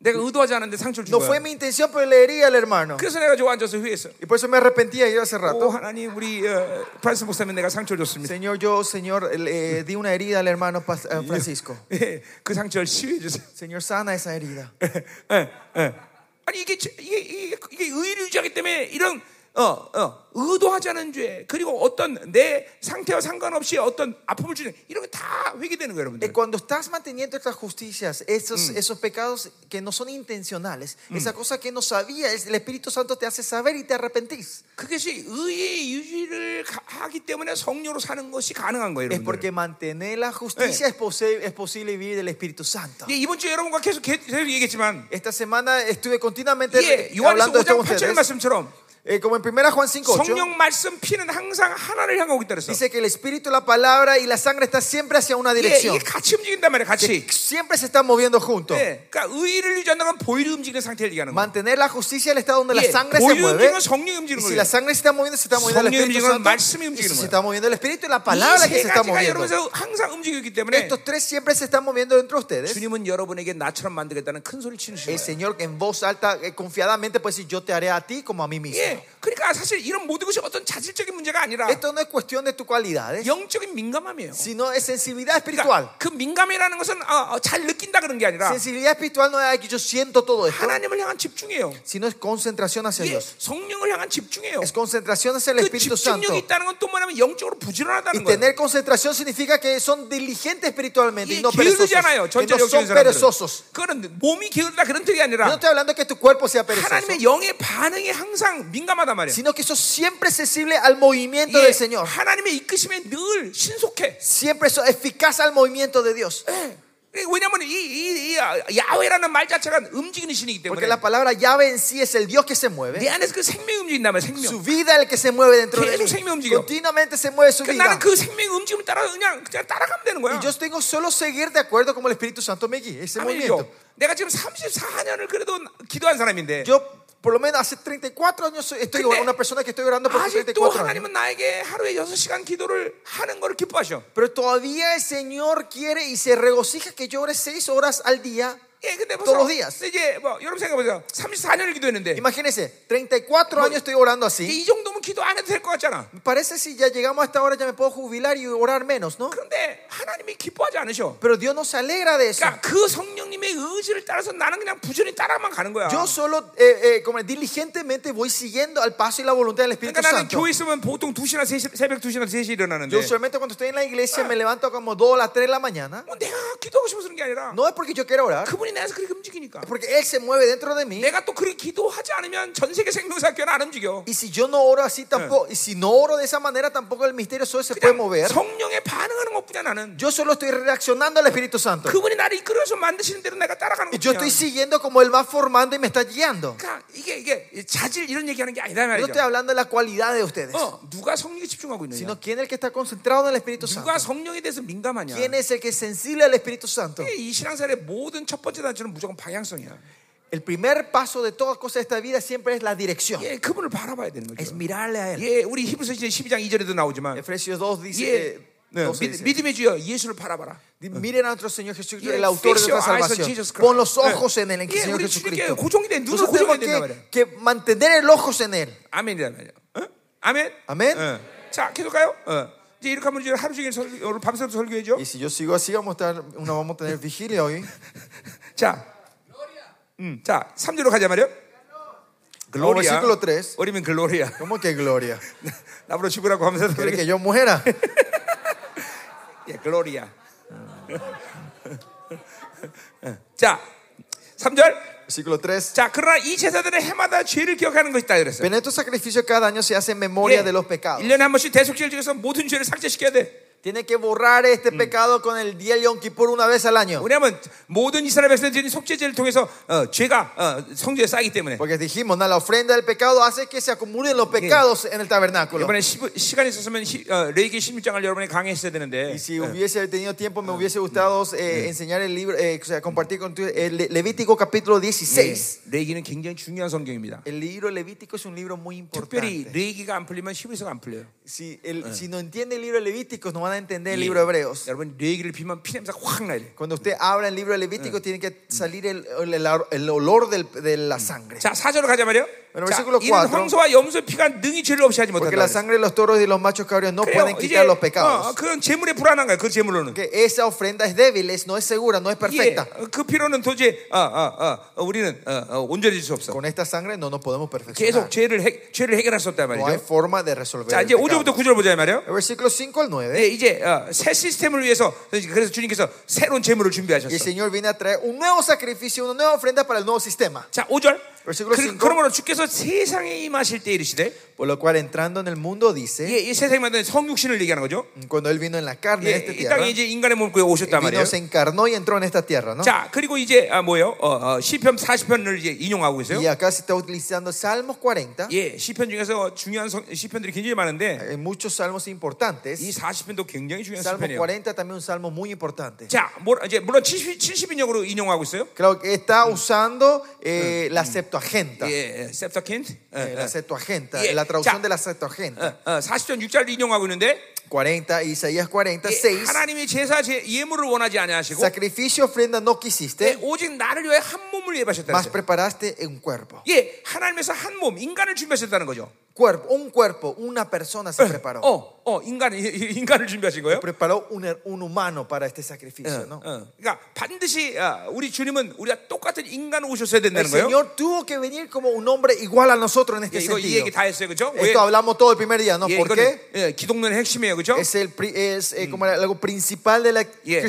내가 의도하지 않은데 상처를 준
No
거야.
fue mi intención, pero le hería al hermano.
그래서 내가 저 앉아서 회의했어.
Y por eso me arrepentí ayer hace
오
rato.
하나님 우리 어, 프란스 목사님 내가 상처를 줬습니다.
Señor, yo, Señor, le di una herida al hermano Pas- eh, Francisco.
예, 그 상처를 치유해 주세요.
Señor, sana esa herida.
예, 예. 아니 이게 제- 이게 이게, 이게 의를 유지하기 때문에 이런 어, 어, 의도하지 않은 죄 그리고 어떤 내 상태와 상관없이 어떤 아픔을 주는 이런 게 다 회개되는 거예요,
Eh,
여러분들.
Cuando estás manteniendo estas justicias, esos, esos pecados que no son intencionales, esa cosa que no sabías, el Espíritu Santo te hace saber y te arrepentís.
그것이 의의 유지를 가- 하기 때문에 성령으로 사는 것이 가능한 거예요,
Es
여러분들.
porque mantener la justicia es, pose- es posible vivir del Espíritu Santo.
예, 이번 주에 여러분과 계속 계- 계속 얘기했지만
Esta semana estuve continuamente
예, 요한에서
hablando de esto
5장
con
8절
ustedes.
말씀처럼
Eh, como en 1 Juan 5,
성령 말씀 피는 항상 하나를 향하고 있다 그랬어.
dice que el Espíritu, la palabra y la sangre están siempre hacia
예,
una
이게
dirección.
같이 움직인단 말이야, 같이.
Siempre se están moviendo juntos.
예, 그러니까 의를 유지한다는 건 보일이 움직이는 상태를 얘기하는 거예요.
Mantener la justicia el estado donde la
예,
sangre se
보일이 움직이는
mueve.
건 성령이 움직이는
Y si
거예요.
la sangre se está moviendo, se está moviendo el
성령이 움직이는
Espíritu
건
Santo.
말씀이
Y
움직이는
si se
거예요.
está moviendo el Espíritu y la palabra
이
que
세
se está
가지가
moviendo.
여러분에서 항상 움직이기 때문에
Estos tres siempre se están moviendo dentro de ustedes.
주님은 여러분에게 나처럼 만들겠다는 큰 소리를 치는 예. 거예요.
El Señor que en voz alta, eh, confiadamente, puede decir, yo te haré a ti como a mí mismo.
예, 그러니까 사실 이런 모든 것이 어떤 자질적인 문제가 아니라
Esto no es cuestión de tus
예.
cualidades,
영적인 민감함이에요.
sino es sensibilidad espiritual.
그러니까 그 민감이라는 것은 아, 아, 잘 느낀다 그런 게 아니라
Sensibilidad espiritual no es que yo siento
예.
todo esto,
하나님을 향한 집중이에요.
sino es concentración hacia
예,
Dios.
성령을 향한 예. 집중이에요.
Es concentración hacia el
그
Espíritu Santo.
집중력이 있다는 건 또 뭐냐면 영적으로 부지런하다는
Y
거예요.
tener concentración significa que son diligentes espiritualmente y
이게
no perezosos.
게으르잖아요.
Que no
전체적인
son perezosos.
그거는 몸이 게으르다 그런 뜻이
Yo no
아니라
estoy hablando que tu cuerpo sea perezoso,
하나님의 영의 반응에 항상 민감하단 말이에요.
sino que sos siempre sensible al movimiento
예,
del Señor.
하나님의 이끄심에 늘 신속해.
Siempre sos eficaz al movimiento de Dios.
예, 왜냐하면 이, 이, 이 야훼라는 말 자체가 움직이는 신이기 때문에
Porque la palabra llave en sí es el Dios que se
내
mueve.
안에서 그 생명이 움직인단 말이에요.
Su
생명.
vida es el que se mueve dentro de
Jesús
mí.
생명 움직여.
Continuamente se mueve su
그러니까 나는
vida.
그 생명의 움직임을 따라 그냥, 그냥 따라가면 되는 거야.
Y yo tengo solo seguir de acuerdo como el Espíritu Santo me guía. Ese movimiento.
아멘이죠. 내가 지금 34년을 그래도 기도한 사람인데
Yo, por lo menos hace 34 años, soy- estoy
Pero-
una persona que estoy orando
Ah,
por
아직도
34 años.
하나님은 나에게 하루에 6시간 기도를 하는 걸 기뻐하셔.
Pero todavía el Señor quiere y se regocija que yo ore seis horas al día
예, 근데
Todos
벌써
los días.
이제 뭐 여러분 생각해보세요. 34년을 기도했는데
Imagínense, 34 años estoy orando así.
이 정도면 기도 안 해도 될 것 같잖아.
Parece si ya llegamos a esta hora ya me puedo jubilar y orar menos, ¿no?
그런데 하나님이 기뻐하지 않으셔.
Pero Dios no se alegra de eso.
그러니까 그 성령님의 의지를 따라서 나는 그냥 부지런히 따라만 가는 거야.
Yo solo eh, eh, como diligentemente voy siguiendo al paso y la voluntad del Espíritu
그러니까 나는
Santo.
교회 있으면 보통 2시나 3시, 새벽 2시나 3시에 일어나는데
Yo usualmente cuando estoy en la iglesia me levanto como 2 a las 3 de la mañana.
뭐 내가 기도하고 싶어서 그런 게 아니라
No es porque yo quiera orar,
그분이 나에서 그렇게 움직이니까
es porque Él se mueve dentro de mí.
내가 또 그렇게 기도하지 않으면 전 세계 생명사교는 안 움직여
Y si yo no oro así tampoco, y si no oro de esa manera tampoco el misterio solo se puede mover.
성령에 반응하는 것뿐이야 나는
Yo solo estoy reaccionando al Espíritu Santo.
그분이 나를 이끌어서 만드시는 대로 내가 따라가는
Y Yo
것뿐이야
estoy siguiendo como Él va formando y me está guiando.
그러니까 이게 이게 자질 이런 얘기하는 게 아니다
Yo no estoy
말이죠
hablando de la cualidad de ustedes,
어, 누가 성령에 집중하고 있느냐
sino quién es el que está concentrado en el Espíritu Santo.
누가 성령에 대해서 민감하냐
¿Quién es el que es sensible al Espíritu Santo?
이게 이 신앙생활의 모든 첫 번째 단추는 무조건 방향성이야
El primer paso de toda cosa de esta vida siempre es la dirección.
예, 그분을 바라봐야 되는
Es
거죠
mirarle a Él.
예, 우리 히브리서 12장 2절에도 나오지만
Efesios 2 dice,
예,
eh,
네,
12
믿-
dice,
믿음의 주여 예수를 바라봐라
"Di- miren a nuestro Señor Jesucristo,
Yeah,
el autor de
fix your
nuestra
eyes on
salvación.
Jesus Christ. Eh.
Pon los
Yeah.
ojos en el
Yeah,
Señor
우리
Jesucristo.
주님께 고정이 돼, 눈을
Nosotros
고정해야
tenemos
된단 말이야.
que, que mantener el ojos en Él.
아멘이란 말이야. 어? 아멘.
아멘.
어. 자, 계속 가요. 어. 이제 이렇게 하면 이제 하루 종일 설, 오늘 밤새도 설교해줘.
Y si yo sigo así, vamos a, estar, una, vamos a tener vigilia hoy.
자, 음, 자, 3절로 가자 말이야. 글로리아.
그 versículo 3.
어리면 글로리아.
¿Cómo que gloria?
나보러 죽으라고 하면서
¿Quiere
설교.
que yo muera?
예, 글로리아. 어. 자, 3절.
Versículo 3.
자, 그러나 이 제사들은 해마다 죄를 기억하는 것이다 그랬어요. 예.
Pero en estos sacrificios cada año se hace en memoria de los pecados.
1년에 한 번씩 대속죄를 지어서 모든 죄를 삭제시켜야 돼.
Tiene que borrar este pecado con el día Yom Kippur una vez al año.
왜냐하면 모든 이스라엘 백성들이 속죄제를 통해서 어, 죄가 어, 성죄에 쌓이기 때문에
Porque dijimos, ¿no? la ofrenda del pecado hace que se acumulen los pecados en el tabernáculo.
이번에 시- 시간이 있었으면 시- 어, 레이기 16장을 여러분이 강의했어야 되는데
Y si hubiese tenido tiempo, me hubiese gustado eh, enseñar el libro, eh, o sea, compartir con tu, eh, Le- Levítico capítulo 16.
예, 레이기는 굉장히 중요한 성경입니다.
El libro Levítico es un libro muy
특별히
importante.
레이기가 안 풀리면 히브리서가 안 풀려요.
Si, el- si no entiende el libro Levítico, no van a entender el
예,
libro Hebreos.
여러분 레이기를 피면 피냄새가 확 나요.
Cuando usted abra el libro Levítico, tiene que salir el, el- el- el olor del- de la sangre.
자 사절로 가자 말이요.
Bueno,
자,
versículo
이는
cuatro.
황소와 염소 의 피가 능히 죄를 없이 하지
Porque
못한다.
la sangre de los toros y los machos cabrios no
그래요.
pueden
이제
quitar los
어,
pecados.
그건 재물에 불안한 거예요. 그 재물로는.
Que esa ofrenda es débil, es, no es segura, no es
예,
perfecta.
어, 그 피로는 도저히 어, 어, 어, 우리는 어, 어, 온전해질 수 없어.
Con esta sangre no nos podemos
계속
perfeccionar.
죄를 해, 죄를 해결할 수 없단
No hay
말이죠.
forma de resolver.
자 아.
El
이제 5절부터
pecado.
9절 보자 이 말이요.
El versículo 5 al 9.
네, 이제 어, 새 시스템을 위해서 그래서 주님께서 새로운 재물을
Y el
준비하셨어.
Señor viene a traer un nuevo sacrificio, una nueva ofrenda para el nuevo sistema.
자, 5절.
Versículo
그,
cinco.
그러므로 주께서 세상에 임하실 때 이르시되
Por lo cual, entrando en el mundo, dice:
예, 이 세상마다 성육신을 얘기하는 거죠.
Cuando Él vino en la carne,
예,
en esta
이
tierra,
땅에 이제 인간의 몸을 오셨단 말이에요.
vino, se encarnó y entró en esta tierra. ¿no?
자, 그리고 이제 아, 뭐예요? 어, 어, 시편 40편을 이제 인용하고 있어요.
Y acá se está utilizando Salmos 40.
예, 시편 중에서 중요한 성- 시편들이 굉장히 많은데
Hay muchos salmos
이
importantes.
40편도 굉장히 중요한
Salmo
시편이에요.
40 también es un salmo muy importante.
자, 뭐, 이제 물론 70, 70인역으로 인용하고 있어요.
Claro que está usando eh, la Septuaginta.
예, 예, Septuagint. 예,
Eh,
예.
La Septuaginta,
Yeah.
la traducción
Ya.
de la Septuaginta.
어, 어, 40편 6절을 인용하고 있는데
40, Isaías 40,
예,
6.
하나님이 제사 제, 예물을 원하지 아니하시고
Sacrificio, ofrenda no
예,
quisiste,
오직 나를 위해 한 몸을 예비하셨다.
mas preparaste un cuerpo.
예, 하나님에서 한 몸, 인간을 준비하셨다는 거죠.
Cuerpo, un cuerpo, una persona se preparó.
어, 어, 인간 이- 이- 인간을 준비하신 거예요.
Preparó un, un humano para este sacrificio,
어,
¿no?
그러니까 반드시 아, 우리 주님은 우리가 똑같은 인간으로 오셨어야
El
된다는 거예요.
Señor tuvo que venir como un hombre igual a nosotros en
예,
este
이거 이
sentido.
얘기 다 했어요, 그죠? 왜?
Esto hablamos todo el primer día, ¿no?
예,
¿Por
이거는
qué?
예, 기독론의 핵심이에요, 그죠?
Es, el, pri- es eh, como algo principal de la
예, 특별히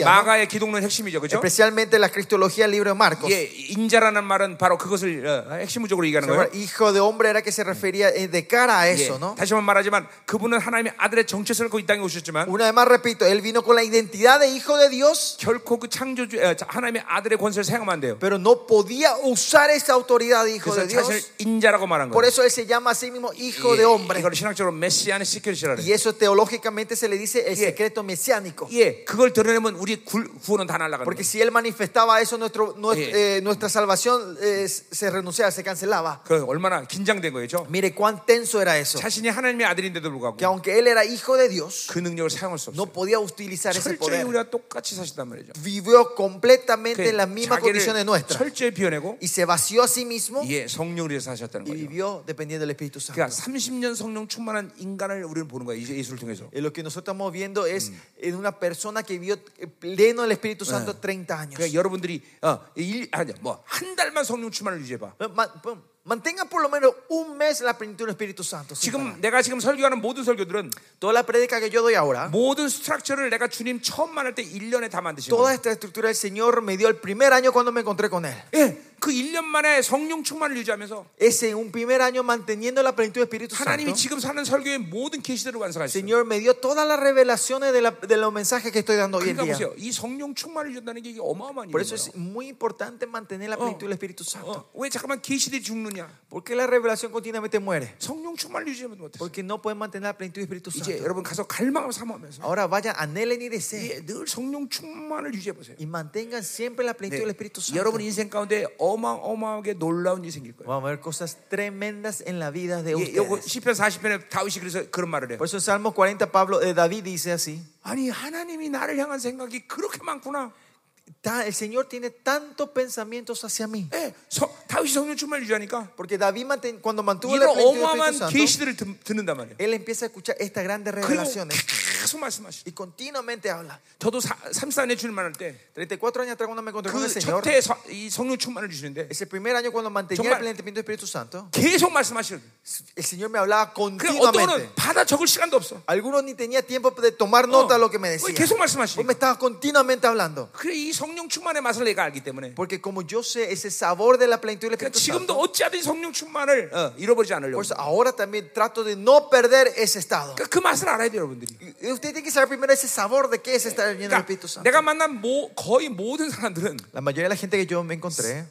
cristología, ¿no?
마가의 기독론 의 핵심이죠, 그죠?
especialmente la cristología del libro de Marcos.
예, 인자라는 말은 바로 그것을 어, 핵심적으로 얘기하는
Ahora,
거예요.
hijo de hombre era que se refería eh, de cara a
예,
eso, ¿no?
다시 한번 말하지만 그분은 하나님의 아들의 정체성을 갖고 이 땅에 오셨지만
Una vez más repito, él vino con la identidad de hijo de Dios,
결코 그 창조주 에, 자, 하나님의 아들의 권세를 사용하면 안 돼요. 그
pero no podía usar esa autoridad de hijo
그래서
de Dios.
자신을 인자라고 말한
Por
거예요.
eso él se llama a sí mismo hijo de
예,
hombre.
이걸 신학적으로 메시안의 시크릿이라
Y
그래요.
eso teológicamente se le dice el
Yeah.
secreto mesiánico.
예, 그걸 드러내면 우리 굴- 구원은 다 날아가는
Porque
거예요.
si él manifestaba eso, nuestro, nues-
Yeah.
eh, nuestra salvación eh, se renunciaba, se cancelaba.
그 얼마나 긴장된 거예요, 죠
Mire cuán tenso era eso.
자신이 하나님의 아들인데도
Que
불구하고
aunque él era hijo de Dios,
그 능력을 사용할 수 없어요.
no podía utilizar
철저히
ese poder.
우리가 똑같이 사신단 말이죠.
Vivió completamente en las mismas condiciones
자기를
nuestras.
철저히 비워내고
Y se vació a sí mismo
예, 성령을 위해서 사셨다는
y
거죠.
vivió dependiendo del Espíritu Santo.
그러니까 30년 성령 충만한 인간을 우리는 보는 거야. 이제 예수를 통해서.
Eh, Lo que nosotros estamos viendo es en una persona que vivió eh, pleno del Espíritu Santo 30 años.
그러니까 여러분들이 어, 일, 아니, 뭐한 달만 성령 충만을 유지해봐.
Eh, ma- pum, Mantengan por lo menos un mes la plenitud del Espíritu Santo. sin
지금
parar.
내가 지금 설교하는 모든 설교들은
Toda la predica que yo doy ahora,
모든 스트럭처를 내가 주님 처음 만날 때 1년에 다 만드신
toda
거예요.
esta estructura el Señor me dio el primer año cuando me encontré con Él.
예, 그 1년 만에 성령 충만을 유지하면서
Ese un primer año manteniendo la plenitud del Espíritu Santo.
하나님이 지금 사는 설교의 모든 계시들을 완성하셨어요.
Señor me dio todas las revelaciones de, la- de los mensajes que estoy dando hoy en
그러니까
día.
보세요. 이 성령 충만을 준다는 게 이게 어마어마한
Por
일이에요.
eso es muy importante mantener la plenitud del Espíritu Santo.
어, 왜 잠깐만 계시들이 죽느냐?
Porque la revelación continuamente muere.
성령 충만을 유지하면 못해.
Porque no pueden mantener la plenitud del Espíritu
이제
Santo. 아, 네.
여러분 가서 갈망을 사모하면서
Ahora vayan, anhelen y deseen.
예, 늘 성령 충만을 유지해 보세요. 네.
Y mantengan siempre la plenitud del Espíritu Santo.
여러분 인생 가운데 어마어마하게 놀라운 일이 생길 거예요.
Vamos a ver cosas tremendas en la vida de
예, 요거
ustedes.
시편 40편에 다윗이 그래서 그런 말을 해요.
Por eso en Salmo 40 Pablo, eh, David dice así.
아니 하나님이 나를 향한 생각이 그렇게 많구나.
"Ta- el Señor tiene tantos pensamientos hacia mí.
예, 서, 다윗이 성령 충만을 유지하니까
Porque David manten- cuando mantuvo la
이런
plenitud del Espíritu
어마어마한
Santo, 예,
계시들을 듣- 듣는단 말이에요.
él empieza a escuchar estas grandes
그리고
revelaciones.
계속 말씀하시죠.
Y continuamente habla.
저도 34년 주님 만날
34 años atrás cuando me encontré con el Señor,
그러니까 때그첫 해에 서- 이 성령 충만을 주시는데
ese primer año cuando mantenía
정말-
el plenitud del Espíritu Santo,
계속 말씀하시는 거예요.
el Señor me
그냥 어떤
hablaba continuamente.
거는 받아 적을 시간도 없어.
Algunos ni tenía tiempo de tomar
어,
nota de lo que me decía.
계속
Vos me
말씀하시니까.
estabas continuamente hablando.
그래 이 성령 충만의 맛을 내가 알기 때문에
Porque como yo sé ese sabor de la plenitud del
어, 그러니까
Espíritu
지금도
Santo,
어찌하든 성령 충만을 어, 잃어버리지 않으려고.
por eso ahora también trato de no perder ese estado.
그러니까 그 맛을 알아야 돼요, 여러분들이.
Y Usted tiene que saber primero ese sabor de qué es estar lleno del
그러니까
Espíritu Santo.
내가 만난 모- 거의 모든 사람들은
La mayoría de la gente que yo me encontré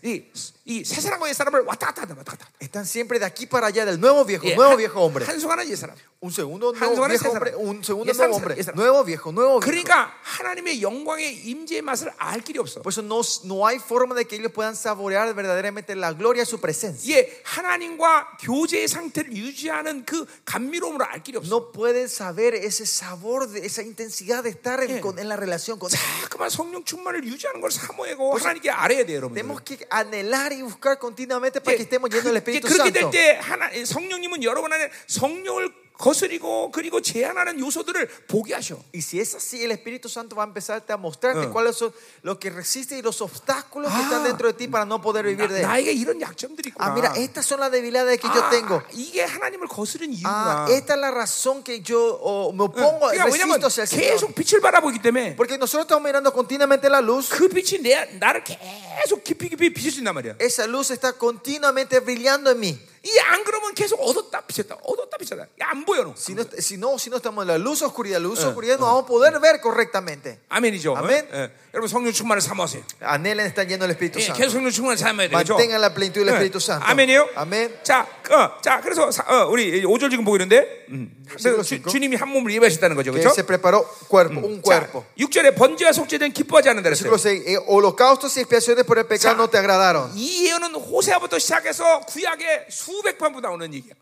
이이새 사람과 옛 사람을 왔다 갔다 한다, 왔다 갔다. 한다.
están siempre de aquí para allá, del nuevo viejo,
예,
nuevo
한-
viejo hombre.
한 순간은 옛 사람.
Un segundo
한
nuevo
순간은
viejo
새
hombre,
사람.
un segundo
옛 사람,
nuevo hombre,
옛 사람.
nuevo viejo, nuevo viejo.
그러니까 하나님의 영광의 임재의 맛을 알 길이 없어.
Por eso no, no hay forma de que ellos puedan saborear verdaderamente la gloria de su presencia.
예, 하나님과 교제의 상태를 유지하는 그 감미로움을 알 길이 없어.
No pueden saber ese sabor, de, esa intensidad de estar en,
Yeah.
con- en la relación con él.
자꾸만 성령 충만을 유지하는 걸 사모하고 하나님께 알아야 돼요, 여러분.
Tenemos que anhelar y buscar continuamente para que estemos llenos del Espíritu
그렇게 될
Santo.
때 하나 성령님은 여러분 안에 성령을 거스리고 그리고 제한하는 요소들을 보게 하셔.
Y si es así, el Espíritu Santo va a empezarte a mostrarte cuáles son los que resisten y los obstáculos que están
Ah.
dentro de ti para no poder vivir de él.
나에게 이런 약점들이
Ah,
있구나.
mira, estas son las debilidades que yo
아,
tengo.
이게 하나님을 거스른 이유구나.
Ah, esta es la razón que yo oh, me opongo,
그러니까 왜냐면
resisto hacia el Señor.
계속 빛을 바라보기 때문에
Porque nosotros estamos mirando continuamente la luz.
그 빛이 내 나를 계속 깊이 깊이 비춰진단 말이야.
Esa luz está continuamente brillando en mí.
이 안 그러면 계속 얻었다 비쳤다 얻었다 비쳤다 이게 안 보여 너.
Si no, si no, si no estamos en la luz, oscuridad, luz, oscuridad, no vamos a poder ver correctamente.
아멘이죠.
아멘.
예, 예. 여러분 성령 충만을 사모하세요.
Anhelen estar llenos del Espíritu
예,
Santo.
계속 성령 충만을 사모해야 되죠. 예.
Mantengan la plenitud del Espíritu Santo.
아멘이요.
Eh. Amén.
자, 어, 자, 그래서 사- 어, 우리 5절 지금 보고 있는데, 음.
십으로
주,
십구.
주님이 한 몸을 예배하셨다는 거죠,
Que
그렇죠?
se preparó cuerpo, un cuerpo.
6절에 번제와 속죄된 기뻐하지 않는다 그랬어요.
Versículo 6. eh, Holocaustos y expiaciones por el pecado
자,
no te agradaron.
이 예언은 호세아부터 시작해서 구약에 수백 번부터 나오는 얘기야.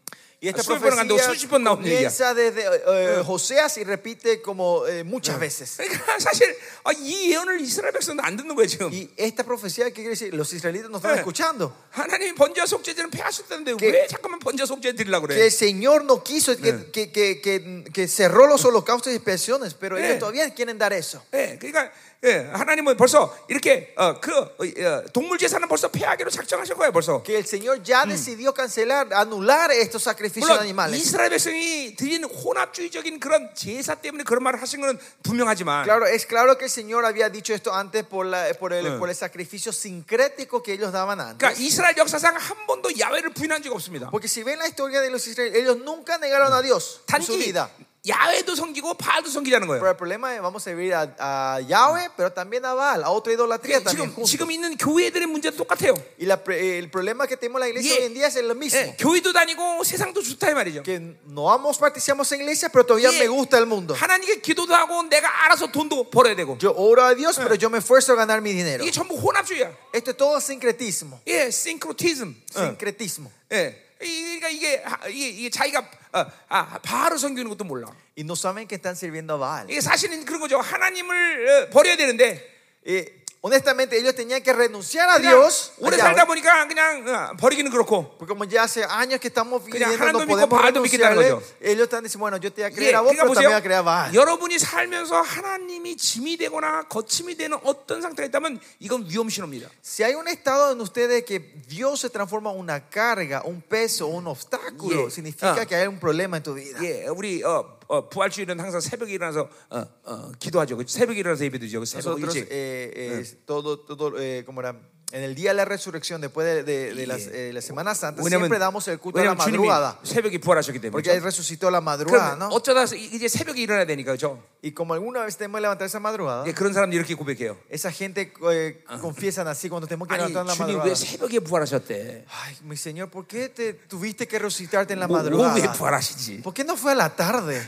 Y esta
수백 번은 안 되고 수십 번
profecía
나오는 얘기야.
comienza desde eh, eh, Joseas y repite como eh, muchas veces.
그러니까 사실 아, 이 예언을 이스라엘 백성은 안 듣는 거예요 지금.
Y esta profecía, ¿qué quiere decir? Los israelitas no están
Eh.
escuchando.
하나님 번제와 속죄제는 폐하셨다는데
그-
왜 자꾸만 번제와 속죄 드리려고
Que
그래?
el Señor no quiso, que, que, que, que, que cerró los holocaustos y expiaciones, pero
Eh.
ellos todavía quieren dar eso.
예, 그러니까 예, 하나님은 벌써 이렇게 어, 그 어, 어, 동물 제사는 벌써 폐하기로 작정하실 거예요 벌써.
Que el Señor ya decidió cancelar, anular estos sacrificios de
물론
animales.
이스라엘 백성이 드리는 혼합주의적인 그런 제사 때문에 그런 말을 하신 것은 분명하지만
Claro, es claro que el Señor había dicho esto antes por, la, por, el, por el sacrificio sincrético que ellos daban antes.
그러니까 이스라엘 역사상 한 번도 야외를 부인한 적이 없습니다.
Porque si ven la historia de los israelíes, ellos nunca negaron a Dios en su
단지
vida.
야외도 섬기고 바알도 섬기자는
Pero
거예요.
el problema es, vamos a servir a, a Yahweh, pero también a Baal, a otra idolatría también.
지금
juntos.
지금 있는 교회들의 문제도 똑같아요.
Y la pre- el problema que tenemos en la iglesia
예.
hoy en día es lo mismo.
예, 교회도 다니고 세상도 좋다 이 말이죠.
Que no vamos, participamos en iglesia, pero todavía
예.
me gusta el mundo.
하나님께 기도도 하고 내가 알아서 돈도 벌어야 되고
Yo oro a Dios, pero yo me esfuerzo a ganar mi dinero.
이게 전부 혼합주의야.
Esto es todo sincretismo.
예, 싱크로티즘. 어.
Sincretismo.
예. 이- 그러니까 이게 하- 이게, 이게 자기가 어, 아, 바로 섬기는 것도 몰라.
Y no saben que están sirviendo a Baal.
이게 사실은 그런 거죠. 하나님을 어, 버려야 되는데
Eh, honestamente, ellos tenían que renunciar a
그냥
Dios. a
오래
Yahweh,
살다 보니까 그냥 어, 버리기는 그렇고.
porque como ya hace años que estamos viviendo,
하나님도
no
믿고
podemos
바알도 믿겠다는
renunciarle.
거죠.
Ellos están diciendo, bueno, yo te voy a
예,
creer a vos,
그러니까
pero
보세요.
también voy a creer a Baal.
여러분이 살면서 하나님이 짐이 되거나 거침이 되는 어떤 상태가 있다면 이건 위험 신호입니다.
Si hay un estado en ustedes que Dios se transforma en una carga, un peso, un obstáculo,
Yeah.
significa
Ah.
que hay un problema en tu vida.
예, 우리 어, 어, 부활주일은 항상 새벽에 일어나서 어, 어, 기도하죠. 그치? 새벽에 일어나서 예배드리죠. 그치? 새벽
Nosotros,
일찍.
eh,
Ah.
eh, todo, todo, eh, como era, en el día de la resurrección, después de, de- de las, eh, la Semana Santa,
왜냐면
siempre damos el culto a la
왜냐면 주님이
madrugada.
새벽에 부활하셨기 때문에. 그렇죠?
Porque Él resucitó a la madrugada,
그럼
¿no?
어쩌다 이제 새벽에 일어나야 되니까 그죠?
Y como alguna vez tenemos que levantar esa madrugada,
예, 그런 사람들이 이렇게 고백해요.
esa gente eh,
Ah.
confiesan así cuando tenemos que
아니
levantar en la
주님 왜
madrugada.
새벽에 부활하셨대?
Ay, mi Señor, ¿por qué te tuviste que resucitarte en la
뭐, 오후에
madrugada?
부활하시지?
¿Por qué no fue a la tarde?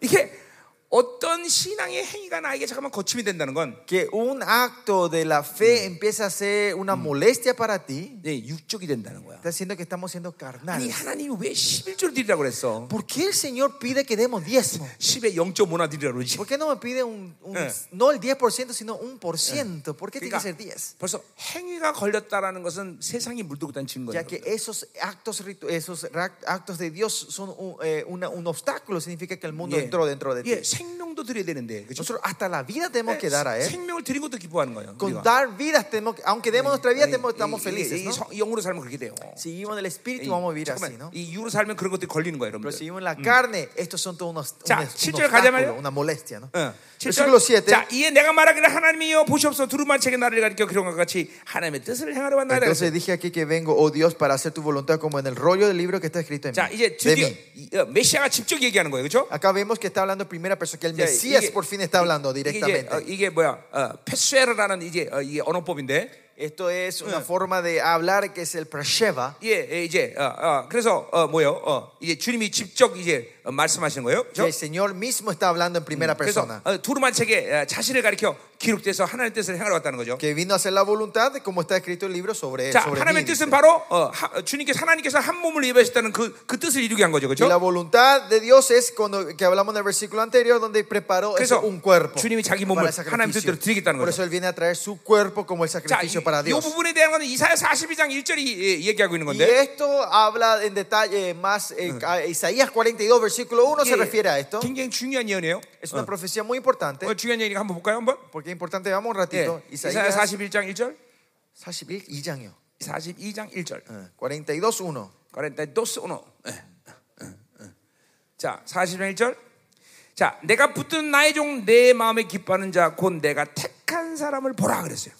이게 어떤 신앙의 행위가 나에게 잠깐만 거침이 된다는 건
Que un acto de la fe empieza a ser una molestia para ti,
예, 육족이 된다는 거야.
está diciendo que estamos siendo
아니
carnales.
하나님이 왜 11조를 드리라고 그랬어?
¿Por qué el Señor pide que demos diezmo?
10에 0.5나 드리라고 그러지?
¿Por qué no me pide un, un-
Eh.
no el 10%, sino un por ciento? ¿Por qué tiene que ser 10?
벌써 행위가 걸렸다라는 것은 세상이 물들고 있다는 증거예요.
Ya que esos actos, ritu- esos ra- actos de Dios son un, eh, una- un obstáculo, significa que el mundo entró dentro de ti.
예, 생명도 드려야 되는데. 그죠? 예,
Nosotros hasta la vida tenemos
Eh,
que dar a Él.
생명을 드린 것도 기뻐하는 거예요.
Con
우리가. 예,
dar vidas, tenemos, que- aunque demos nuestra vida, tenemos- estamos
이- 이-
felices.
이
¿no?
성- 영으로 살면 그렇게 돼요.
Si vivimos en el
이-
Espíritu, vamos a vivir así,
잠깐만,
¿no?
이 육으로 살면 그런 것들이 걸리는 거예요,
Pero
여러분들.
si vivimos en la carne, estos son todos unos,
자,
unos- un
7절 가자
obstáculo,
말이야.
una molestia, ¿no?
응.
Versículo 7.
예. 자, 이에 내가 말하기를 하나님이여 보시옵소서 두루마리 책에 나를 가리켜 그런 것 같이 하나님의 뜻을 행하러 왔나이다.
Entonces dije aquí que vengo, oh Dios, para hacer tu voluntad como en el rollo del libro que está escrito en
자,
mí.
이제
de
드디어
mí.
이- 어, 메시아가 직접 얘기하는 거예요, 그렇죠?
Acá vemos que está hablando en primera persona, que el Mesías por fin está hablando
이게,
directamente.
뭐야? 어, 페스웨르라는 이제 어, 이게 언어법인데,
Esto es una forma de hablar que es el Prasheva.
예, 예, 이제 어, 어, 그래서 어, 뭐요? 어, 이제 주님이 직접 이제 어, 말씀하시는 거예요,
que
그렇죠?
el Señor mismo está hablando en primera
그래서
persona.
어, 두루마리 책에 어, 자신을 가리켜 기록돼서 하나님 의 뜻을 행하러 왔다는 거죠.
Que vino a hacer la voluntad, como está escrito el libro sobre él.
자,
sobre
하나님의
mí,
뜻은
dice.
바로 어, 하- 주님께서 하나님께서 한 몸을 예배하셨다는 그, 그 뜻을 이루게 한 거죠,
Y la
그렇죠?
voluntad de Dios es cuando que hablamos en el versículo anterior donde preparó ese
그래서
un cuerpo
주님이 자기 몸을
para el
하나님 뜻대로 드리겠다는
sacrificio.
거죠.
Por eso él viene a traer su cuerpo como el
자, 이,
sacrificio para
이
Dios.
부분에 대한 거는 이사야 42장 1절이 예, 얘기하고 있는
Y
건데.
esto habla en detalle más eh, a Isaías 42 versículo 1 se
이게
refiere a esto.
예, 굉장히 중요한 예언이에요.
Es una profecía muy importante.
어, 중요한 예언이니까 한번 볼까요? 한번.
Porque es importante, vamos un
예.
ratito.
이사야
Isaías
41장 1절.
41, 2장이요.
42장 1절.
42, 1.
그런데 도스 오노. 예, 예, 예. 자, 42장 1절. 자, 내가 붙든 나의 종 내 마음에 기뻐하는 자 곧 내가 택한 사람을 보라 그랬어요.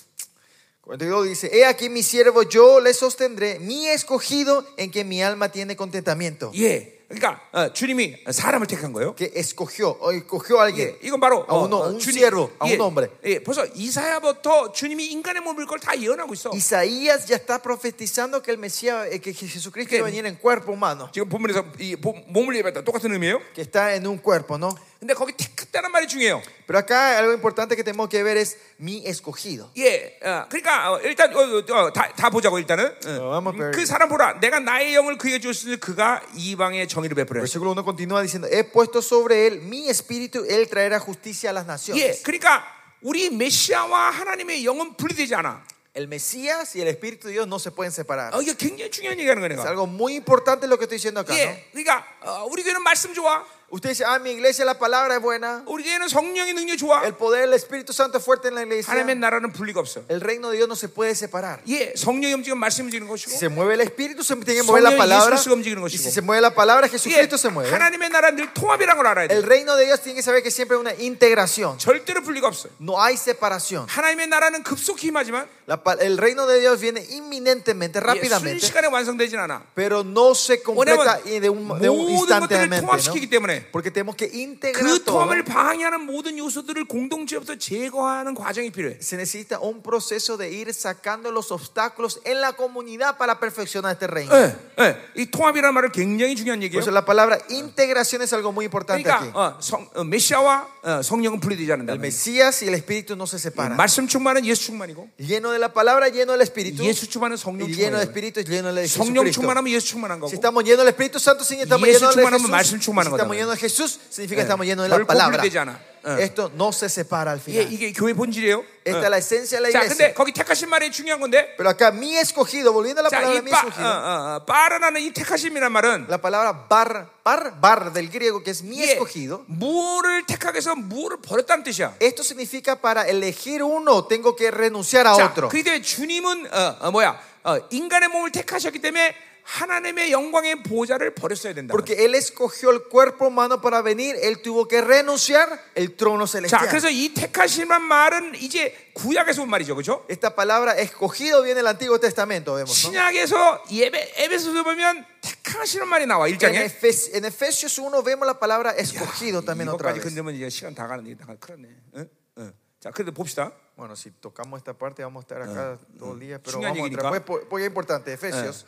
42 dice, he aquí mi siervo, yo le sostendré, mi escogido en que mi alma tiene contentamiento.
예. 그러니까 어, 주님이 사람을 택한 거예요.
Que escogió, o escogió a alguien.
예, 이건 바로
a un, a un siervo, a
예,
un hombre.
예, 벌써 이사야부터 주님이 인간의 몸을 걸 다 예언하고 있어.
Isaías ya está profetizando que el Mesías, eh, que Je- Jesucristo
¿Qué?
iba a venir en cuerpo humano,
지금 본문에서 이 몸- 몸을 예배했다 똑같은 의미예요.
que está en un cuerpo, ¿no?
근데 거기 택했다는 말이 중요해요.
Pero acá algo importante que tenemos que ver es mi escogido.
예, 어, 그러니까 어, 일단 어, 어, 어, 다, 다 보자고 일단은
어,
어,
한번 봐요.
그 사람 보라 내가 나의 영을 그에게 주었으니 그가 이방의 정의를 베풀어
Versículo 1 continúa diciendo, he puesto sobre él mi espíritu, él traerá justicia a las
예,
naciones.
그러니까 우리 메시아와 하나님의 영은 분리되지 않아
El Mesías y el Espíritu de Dios no se pueden separar.
어, 이게 굉장히 중요한 얘기하는 거네요
Es algo muy importante lo que estoy diciendo acá. ¿no?
예, 그러니까 어, 우리 교회는 말씀 좋아
Usted dice, ah, mi iglesia la palabra es buena,
우리 교회는 성령의 능력 좋아
el poder del Espíritu Santo es fuerte en la iglesia.
하나님의 나라는 분리가 없어
El reino de Dios no se puede separar.
예, 성령의 움직임 말씀 움직이는
Si
것이고
se mueve el Espíritu, se tiene que mover la
Señor
palabra.
Jesu스가 움직이는
Y si
것이고.
se mueve la palabra,
예,
Jesucristo se mueve.
하나님의 나라는 늘 통합이라는 걸 알아야 돼
El reino de Dios tiene que saber que siempre hay una integración.
절대로 분리가 없어
No hay separación.
하나님의 나라는 급속히 임하지만
La pa- el reino de Dios viene inminentemente,
예,
rápidamente,
순식간에 완성되진 않아
pero no se completa
왜냐면
y de un, de un
모든 것들을
instantáneamente. ¿no?
통합시키기 때문에 때문에
Porque tenemos que integrar
그
todo.
통합을 방해하는 모든 요소들을 공동체부터 제거하는 과정이 필요해.
Se necesita un proceso de ir sacando los obstáculos en la comunidad para perfeccionar este reino.
예, 예. 이 통합이라는 말은 굉장히 중요한
Por
얘기예요.
eso la palabra integración es algo muy importante aquí.
그러니까 어, 성, 어, 메시아와 어, 성령은 분리되지 않는다.
El Mesías y el Espíritu no se separan.
말씀 충만은 예수 충만이고
Lleno de la palabra, lleno del Espíritu.
예수 충만은 성령
Y lleno del
충만이고
Espíritu, lleno del
성령
Jesucristo.
충만하면 예수 충만한 거고
Si estamos llenos del Espíritu Santo, significa estamos
Y eso
llenos de
chuman하면
Jesús.
말씀
Si
chuman한
estamos
거잖아요.
llenos de Jesús, significa
예.
que estamos llenos de la
결코
palabra.
분리되지 않아. 예.
Esto no se separa al
이게,
final.
이게 교회 본질이에요. 어.
Esta es la esencia de la
자,
iglesia.
근데 거기 택하신 말이 중요한 건데
Pero acá, mi escogido, volviendo a la
자,
palabra
이
mi
바,
escogido,
어, 어, 바라는 이 택하심이란 말은
la palabra bar, bar, bar del griego, que es mi
이게
escogido,
무엇을 택하기 위해서 무엇을 버렸다는 뜻이야.
esto significa para elegir uno, tengo que renunciar a
자,
otro.
그때 문 주님은 어, 어, 뭐야 어, 인간의 몸을 택하셨기 때문에 하나님의 영광의 보좌를 버렸어야 된다.
Porque él escogió el cuerpo humano para venir, él tuvo que renunciar el trono
자,
celestial.
그래서 이 택하심이란 말은 이제 구약에서 온 말이죠, 그렇죠?
Esta palabra escogido viene del Antiguo Testamento, vemos. ¿no?
신약에서 예배 에베소서 보면 택하시는 말이 나와 일장
En,
에
Efes- en Efesios 1 vemos la palabra escogido también otra
이것까지
vez.
건드면 이제 시간 다 가는데 다 그렇네. 응? 응. 자, 그래도 봅시다.
Bueno, si tocamos esta parte vamos a estar acá todo el día, pero
중요한
vamos a
얘기니까.
entrar. Pues, pues, pues es importante, Efesios.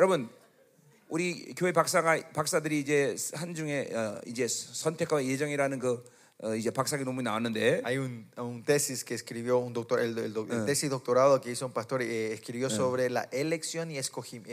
여러분, 우리 교회 박사가 박사들이 이제 한중에 어, 이제 선택과 예정이라는 그 어, 이제 박사기 논문이 나왔는데
Hay un, un tesis que escribió un doctor, el, el doc- el tesis doctorado que hizo un pastor, eh, escribió sobre la elección y escogimiento.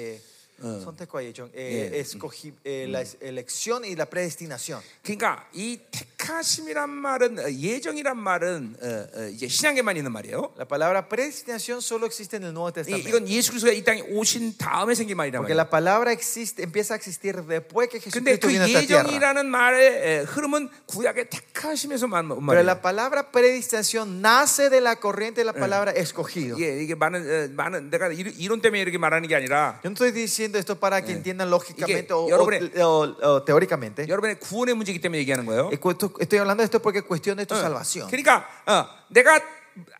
Son tres cosas, John. Eh,
Yeah.
escogi- eh, la es- elección y la predestinación.
그러니까 이 택하심이란 말은 어, 예정이란 말은 어, 어, 이제 신약에만 있는 말이에요.
La palabra predestinación solo existe en el Nuevo
이,
Testamento.
이건 예수 그리스도가 이 땅에 오신 다음에 생긴 말이란
porque
말이에요.
la palabra existe, empieza a existir después que
근데
Jesucristo
그
viene a esta tierra.
예정이라는 말의 에, 흐름은 구약의 택하심에서만 온
Pero
말이에요.
la palabra predestinación nace de la corriente de la palabra escogido.
예, 이게 많은 에, 많은 내가 이론- 이론 때문에 이렇게 말하는 게 아니라
Yo no estoy diciendo esto para Eh. que entiendan
Ike,
lógicamente o,
여러분의-
o- o- o teóricamente.
여러분의 구원의 문제이기 때문에 얘기하는 네. 거예요.
Eh, cuento- Estoy hablando de esto porque es cuestión de tu
어,
salvación.
그러니까 어, 내가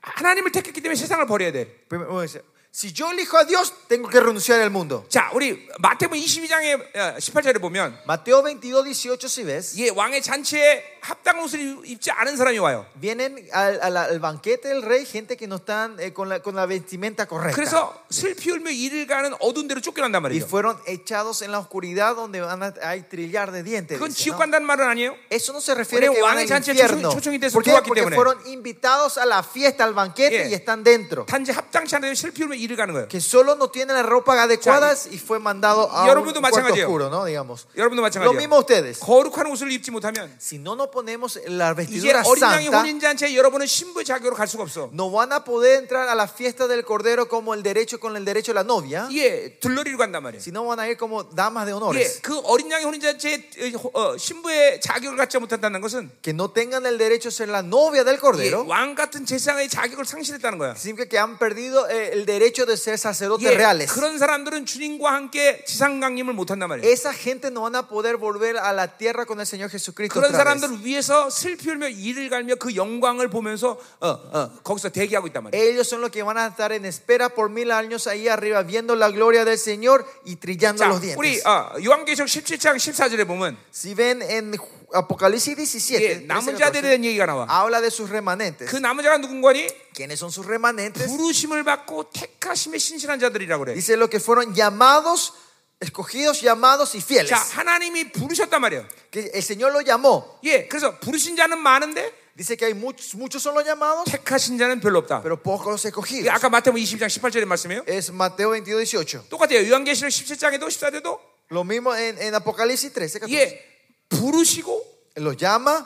하나님을 택했기 때문에 세상을 버려야 돼.
Primero, vamos a decir, Si yo elijo a Dios, tengo que renunciar al mundo.
자, 우리 마태복음 22장의 18절에 보면
Mateo 22, 18, si ves,
예, 왕의 잔치에 합당 옷을 입지 않은 사람이 와요.
vienen al, al- al banquete del rey gente que no están eh, con, la, con la vestimenta correcta.
그래서 슬피 울며 이를 가는 어두운 데로 쫓겨난단
Y
말이에요.
fueron echados en la oscuridad donde van a, hay trillar de dientes.
그건
dice,
지옥
¿no?
간다는 말은 아니에요.
Eso no se refiere a
Porque
que van al
왕의 잔치에
infierno.
초청- 초청이 돼서
¿Por qué?
들어왔기
Porque
때문에.
fueron invitados a la fiesta, al banquete
예.
y están dentro.
단지 합당치 않은 슬피 울며 이를 가는 거예요.
Que solo no tienen las ropas adecuadas y fue mandado a un
여러분도
cuarto
마찬가지예요.
oscuro, ¿no? Digamos.
여러분도
Lo
마찬가지예요.
mismo ustedes.
거룩한 옷을 입지 못하면
Si no nos ponemos la
이제
vestidura
어린 양의
santa,
혼인 잔치에 여러분은 신부의 자격으로 갈 수가 없어.
no van a poder entrar a la fiesta del cordero como el derecho con el derecho de la novia,
예, 들러리로 간단 말이에요.
sino van a ir como damas de
예,
honores.
그 어린 양의 혼인 잔치에 어, 신부의 자격을 갖지 못한다는 것은
Que no tengan el derecho a ser la novia del
예,
cordero,
왕 같은 제사장의 자격을 상실했다는 거야.
significa que han perdido eh, el derecho de ser sacerdotes
예,
reales.
그런 사람들은 주님과 함께 지상 강림을 못 한단 말이에요.
Esa gente no van a poder volver a la tierra con el Señor Jesucristo.
그런
otra vez.
사람들 위해서 슬피 울며 이를 갈며 그 영광을 보면서 어, 어, 거기서 대기하고 있단 말이에요.
Ellos son los que van a estar en espera por mil años ahí arriba, viendo la gloria del Señor y trillando
자,
los
우리
dientes.
어, 요한계시록 17장 14절에 보면
Si ven en Apocalipsis
예, 아,
17,
남은
13,
자들에
14,
대한 얘기가 나와.
habla de sus remanentes.
그 남은 자가 누군가니?
¿Quiénes son sus
네.
remanentes?
부르심을 받고 택하심에 신실한 자들이라고 그래.
Dice lo que fueron llamados, escogidos, llamados y fieles.
자, 하나님이 부르셨단 말이에요.
Que el Señor lo llamó.
예, 그래서 부르신 자는 많은데
Dice que hay muchos, muchos son los llamados,
택하신 자는 별로 없다. 예.
pero pocos los
이게
escogidos.
아까 마태복음 20장 18절의 말씀이에요.
Es Mateo 22, 18.
똑같아요. 요한계시록 17장에도 14절에도
Lo mismo en, en Apocalipsis 13, 14.
예, 부르시고
Lo llama,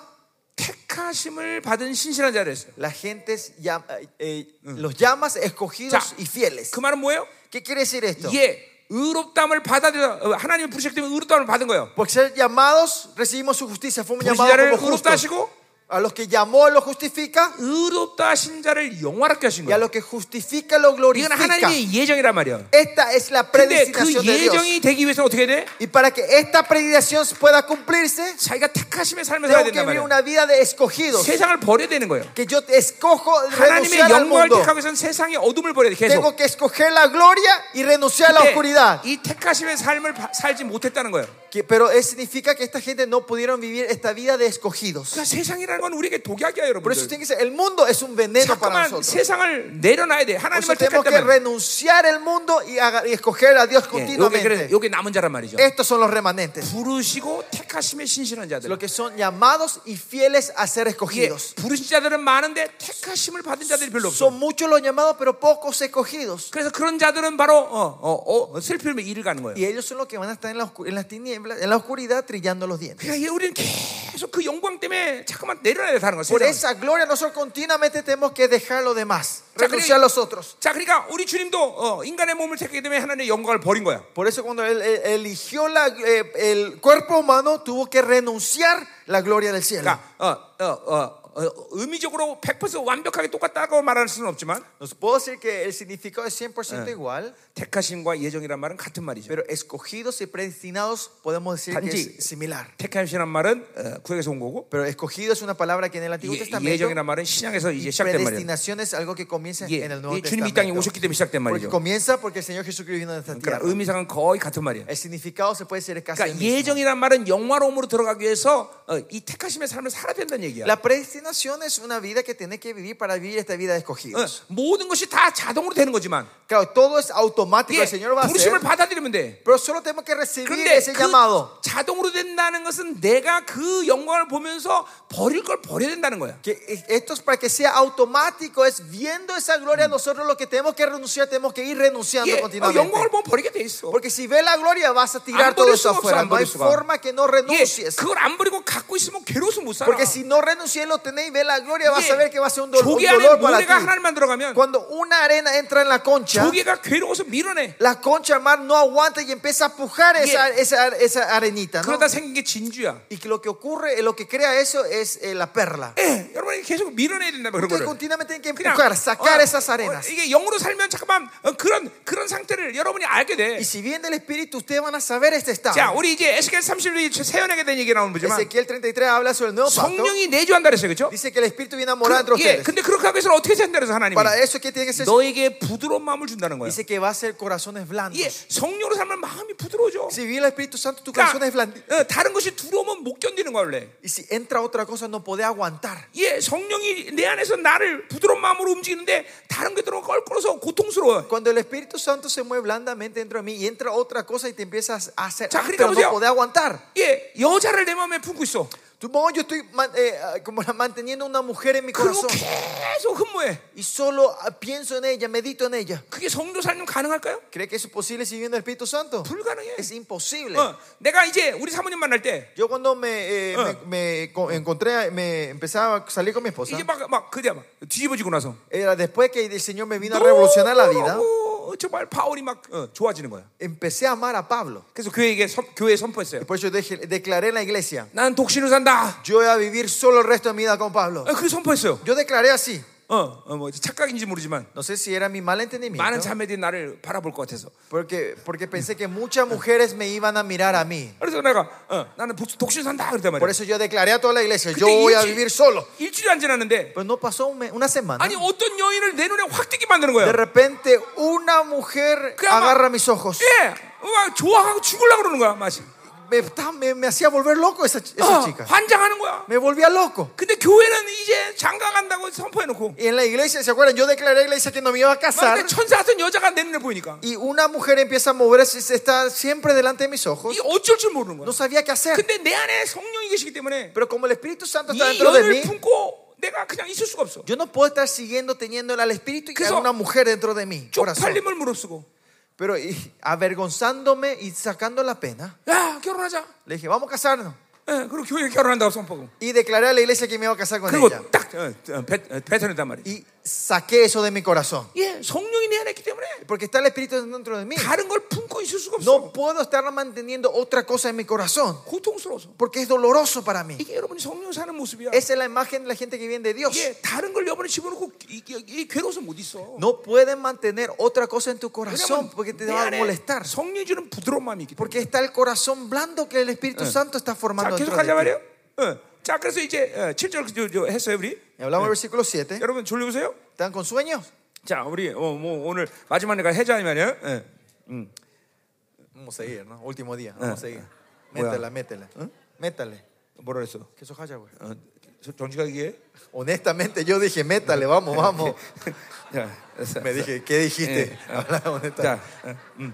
택하심을 받은 신실한 자를 했어요.
la gente es llam- eh, los llamas escogidos
Ya.
y fieles.
그 말은 뭐예요?
¿Qué quiere decir esto?
예, 의롭담을 받아들여 어, 하나님이 부르셨기 때문에 의롭담을 받은 거예요.
Por ser llamados, recibimos su justicia. Fuimos
부르신
llamados
자를
como
의롭다
justos.
하시고
A los que llamó, lo justifica.
의롭다 하신 자를 영화롭게 하신
Y a
거예요.
los que justifica, lo
이건
glorifica.
하나님의 예정이란 말이에요.
Esta es la
근데 그
predestinación de Dios.
예정이 되기 위해서 어떻게 해야 돼?
Y para que esta predestinación pueda cumplirse,
자기가 택하심의 삶을 살아야
tengo que
된단
vivir
말이에요.
una vida de escogidos.
세상을 버려야 되는 거예요.
Que yo escojo
하나님의
renunciar al
영광을
mundo.
택하기 위해서는 세상의 어둠을 버려야 돼. 계속.
Tengo que escoger la gloria y renunciar a la
근데
oscuridad.
이 택하심의 삶을 바- 살지 못했다는 거예요.
Que- pero es- significa que esta gente no pudieron vivir esta vida de escogidos.
그러니까 세상이라는 건 우리에게 독약이야,
Por
여러분들.
eso tiene que ser, el mundo es un veneno para
잠깐만
nosotros.
세상을 내려놔야 돼.
Por eso
하나님을
tenemos que
택했다면.
renunciar el mundo y, haga- y escoger a Dios
예, 요게 그래,
continuamente.
요게 남은 자란 말이죠.
Estos son los remanentes,
부르시고 택하심에 신실한 자들.
los que son llamados y fieles a ser
이게
escogidos.
부르신 자들은 많은데 택하심을 받은 자들이 별로 없어.
Son muchos los llamados, pero pocos escogidos.
그래서 그런 자들은 바로 어, 어, 어, 슬픔에 일을 가는 거예요.
Y ellos son los que van a estar en, la oscu- en las tinieblas, en la oscuridad, trillando los dientes.
그러니까 이게 우리는 계속 그 영광 때문에 자꾸만 내려놔야 되는 거예요.
Por
세상을.
esa gloria nosotros continuamente tenemos que dejar lo demás,
자,
renunciar a los otros.
자, 그러니까 우리 주님도 어, 인간의 몸을 택하기 때문에 하나님의 영광을 버린 거야.
Por eso cuando él, él eligió la- eh, el cuerpo humano, tuvo que renunciar la gloria del cielo.
그러니까 어, 어, 어, 어, 의미적으로 100% 완벽하게 똑같다고 말할 수는 없지만
Nos puedo decir que el significado es 100% igual,
택하심과 예정이란 말은 같은 말이죠.
pero escogidos y predestinados podemos decir que
단지-
es similar.
택하심이란 말은 어, 구약에서 온 거고
Pero escogido es una palabra que en el Antiguo
예,
Testamento,
예정이란 말은 신약에서 이제 시작된 말이에요.
predestinación es algo que comienza
예,
en el Nuevo
이 주님이 이 땅에
Testamento.
오셨기 때문에 시작된
Porque
말이죠.
comienza porque el Señor Jesucristo vino a esta
그러니까
tierra.
의미상은 거의 같은 말이에요.
El significado se puede decir casi el
그러니까
mismo.
예정이란 말은 영화로움으로 들어가기 위해서 어, 이 택하심의 삶을 살아야 된다는 얘기야.
La predestinación es una vida que tenés que vivir para vivir esta vida de
어,
escogidos.
모든 것이 다 자동으로 되는 거지만
Claro, todo es automático,
예,
el Señor va a
부르심을
hacer.
받아들이면 돼.
Pero solo tenemos que recibir
그런데
ese
그
llamado.
자동으로 된다는 것은 내가 그 영광을 보면서 버릴 걸 버려야 된다는 거야.
Que esto es para que sea automático, es viendo esa gloria nosotros lo que tenemos que renunciar, tenemos que ir renunciando
예, 어,
continuamente.
영광을 보면 버리게 돼 있어.
Porque si ve la gloria vas a
안 버릴
tirar todo eso
수가 없어,
afuera.
안
No hay
버릴 수가.
forma que no
예,
renuncies.
그걸 안 버리고 갖고 있으면 괴로워서 못 살아.
Porque si no renuncias lo tenés y ve la gloria vas
예,
a ver que va a ser un, dol- un
조개 안에
dolor para ti.
모래가 하나만 들어가면
Cuando una arena entra en la concha,
조개가 괴로워서 밀어내.
la concha al mar no aguanta y empieza a pujar esa, esa, esa arenita. ¿no?
그러다 생긴 게 진주야.
Y que lo que ocurre, lo que crea eso es eh, la perla.
예, 여러분이 계속 밀어내야 된다 그런
Ustedes
거를.
continuamente tienen que
그냥
empujar, sacar
어,
esas arenas.
어, 이게 영으로 살면 잠깐만 어, 그런 그런 상태를 여러분이 알게 돼.
Y si bien del Espíritu, ustedes van a saber este estado.
자, 우리 이제 에스겔 31이 세연하게 된 얘기 나오는 거지만
Ezequiel 33 habla sobre el nuevo pacto.
성령이 내주한다 그랬어요. 그렇죠?
Dice que el Espíritu viene a morar entre
예,
ustedes.
근데 그렇게 하기 위해서는 어떻게 된다 그래서 하나님이
Para eso, ¿qué tiene que ser?
너에게 부드러운 마음을 준다는 거야.
Dice que va a ser corazones blandos.
예, 성령으로 살면 마음이 부드러워져.
Si vive el Espíritu Santo, tu corazón es blandito.
그러니까 어, 다른 것이 두려우면 못 견디는 거야, 원래.
Y si entra otra cosa, no podés aguantar.
예, 성령이 내 안에서 나를 부드러운 마음으로 움직이는데 다른 게 들어오면 껄끄러워서 고통스러워.
Cuando el Espíritu Santo se mueve blandamente dentro de mí y entra otra cosa y te empiezas a hacer,
Ya,
ah,
그러니까
pero
보세요.
no podés aguantar.
예, 여자를 내 마음에 품고 있어.
Tú, "No, yo estoy man- eh, ah, como la- manteniendo una mujer en mi
그리고
corazón
계속 흠모해.
y solo ah, pienso en ella, medito en ella.
그게 성도 살면 가능할까요?
¿Cree que eso es posible si viene el Espíritu Santo?
불가능해.
Es imposible.
어, 내가 이제 우리 사모님 만날 때
Yo cuando me, eh,
Ah.
me- me co- encontré, me empezaba a salir con mi esposa,
이제 막 막 그냥 막 뒤집어지고 나서
era después que el Señor me vino a revolucionar la vida,
너무 어, 정말 바울이 막 어, 좋아지는 거야.
empecé a amar a Pablo.
그래서 교회에게 선- 교회에 선포했어요.
Después yo deje- declaré en la iglesia,
난 독신으로 산다.
yo voy a vivir solo el resto de mi vida con Pablo.
어, 그 선포했어요.
Yo declaré así.
어, 어, 뭐 착각인지 모르지만
No sé si era mi mal entendimiento,
많은 자매들이 나를 바라볼 것 같아서.
porque, porque pensé que muchas mujeres me iban a mirar a mí.
그래서 내가 어, 나는 독- 독신 산다 그랬단
Por
말이야.
eso yo declaré a toda la iglesia, yo
그때
voy a
일주일-
vivir solo.
일주일이 안 지났는데
Pero no pasó un me- una semana.
아니 어떤 여인을 내 눈에 확 뜨게 만드는 거야.
De repente una mujer
Que ama-
agarra mis ojos.
예, 막 좋아하고 죽으려고 그러는 거야, 마치.
Me, está- me- me hacía volver loco esa, ch- esa
어,
chica.
환장하는 거야.
Me volvía loco.
근데 교회는 이제 장가간다고 선포해놓고
Y en la iglesia, ¿se acuerdan? Yo declaré a la iglesia que no me iba a casar.
만약에 천사 같은 여자가 내 눈에 보이니까
Y una mujer empieza a moverse, se está siempre delante de mis ojos.
이게 어쩔 줄 모르는 거야
No sabía qué hacer.
근데 내 안에 성령이 계시기 때문에
Pero como el Espíritu Santo
이
está dentro de mí,
연을 품고 내가 그냥 있을 수가 없어
yo no puedo estar siguiendo teniendo al Espíritu y a
Eso-
una mujer dentro de mí. Corazón.
쪽팔림을 무릅쓰고
Pero y- avergonzándome y sacando la pena,
야 결혼하자
le dije, vamos a casarnos.
예, 그리고 교회에 결혼한다고 선포하고
Y declaré a la iglesia que me iba a casar con ella.
그리고 딱 어, 어, 뱉- 어, 뱉어낸단 말이야
Y saqué eso de mi corazón.
예, 성령이 내 안에 있기 때문에
Porque está el Espíritu dentro de mí.
다른 걸 품고 있을 수가 없어
No puedo estar manteniendo otra cosa en mi corazón.
고통스러워서
Porque es doloroso para mí.
이게 여러분이 성령 사는 모습이야
Esa es la imagen de la gente que viene de Dios.
예, 다른 걸 여러분이 집어넣고 이, 이, 이 괴로워서 못 있어
No pueden mantener otra cosa en tu corazón
왜냐면
porque te
내
va a
안에
molestar.
성령이 주는 부드러운 마음이 있기 때문에
Porque está el corazón blando que el Espíritu Santo está
자,
formando.
계속
dentro
가자
de ti.
말이에요. 어. 자, 그래서 이제 7절 저, 저, 했어요, 우리.
Y Hablamos del versículo 7.
여러분 졸려보세요.
¿Están con sueños?
자, 우리 어, 뭐 오늘 마지막에 해자이면요. 예.
Eh. Vamos a seguir, ¿no? Último día. Vamos a seguir. Métela, métela. Métale.
뭐라 그랬어?
Jesús haya, güey.
어, 정직하게 얘기해.
Honestamente, yo dije, métale, vamos, vamos.
자, 그래서-
Me dije, ¿qué dijiste? Habla
자,
honestamente.
어, 음.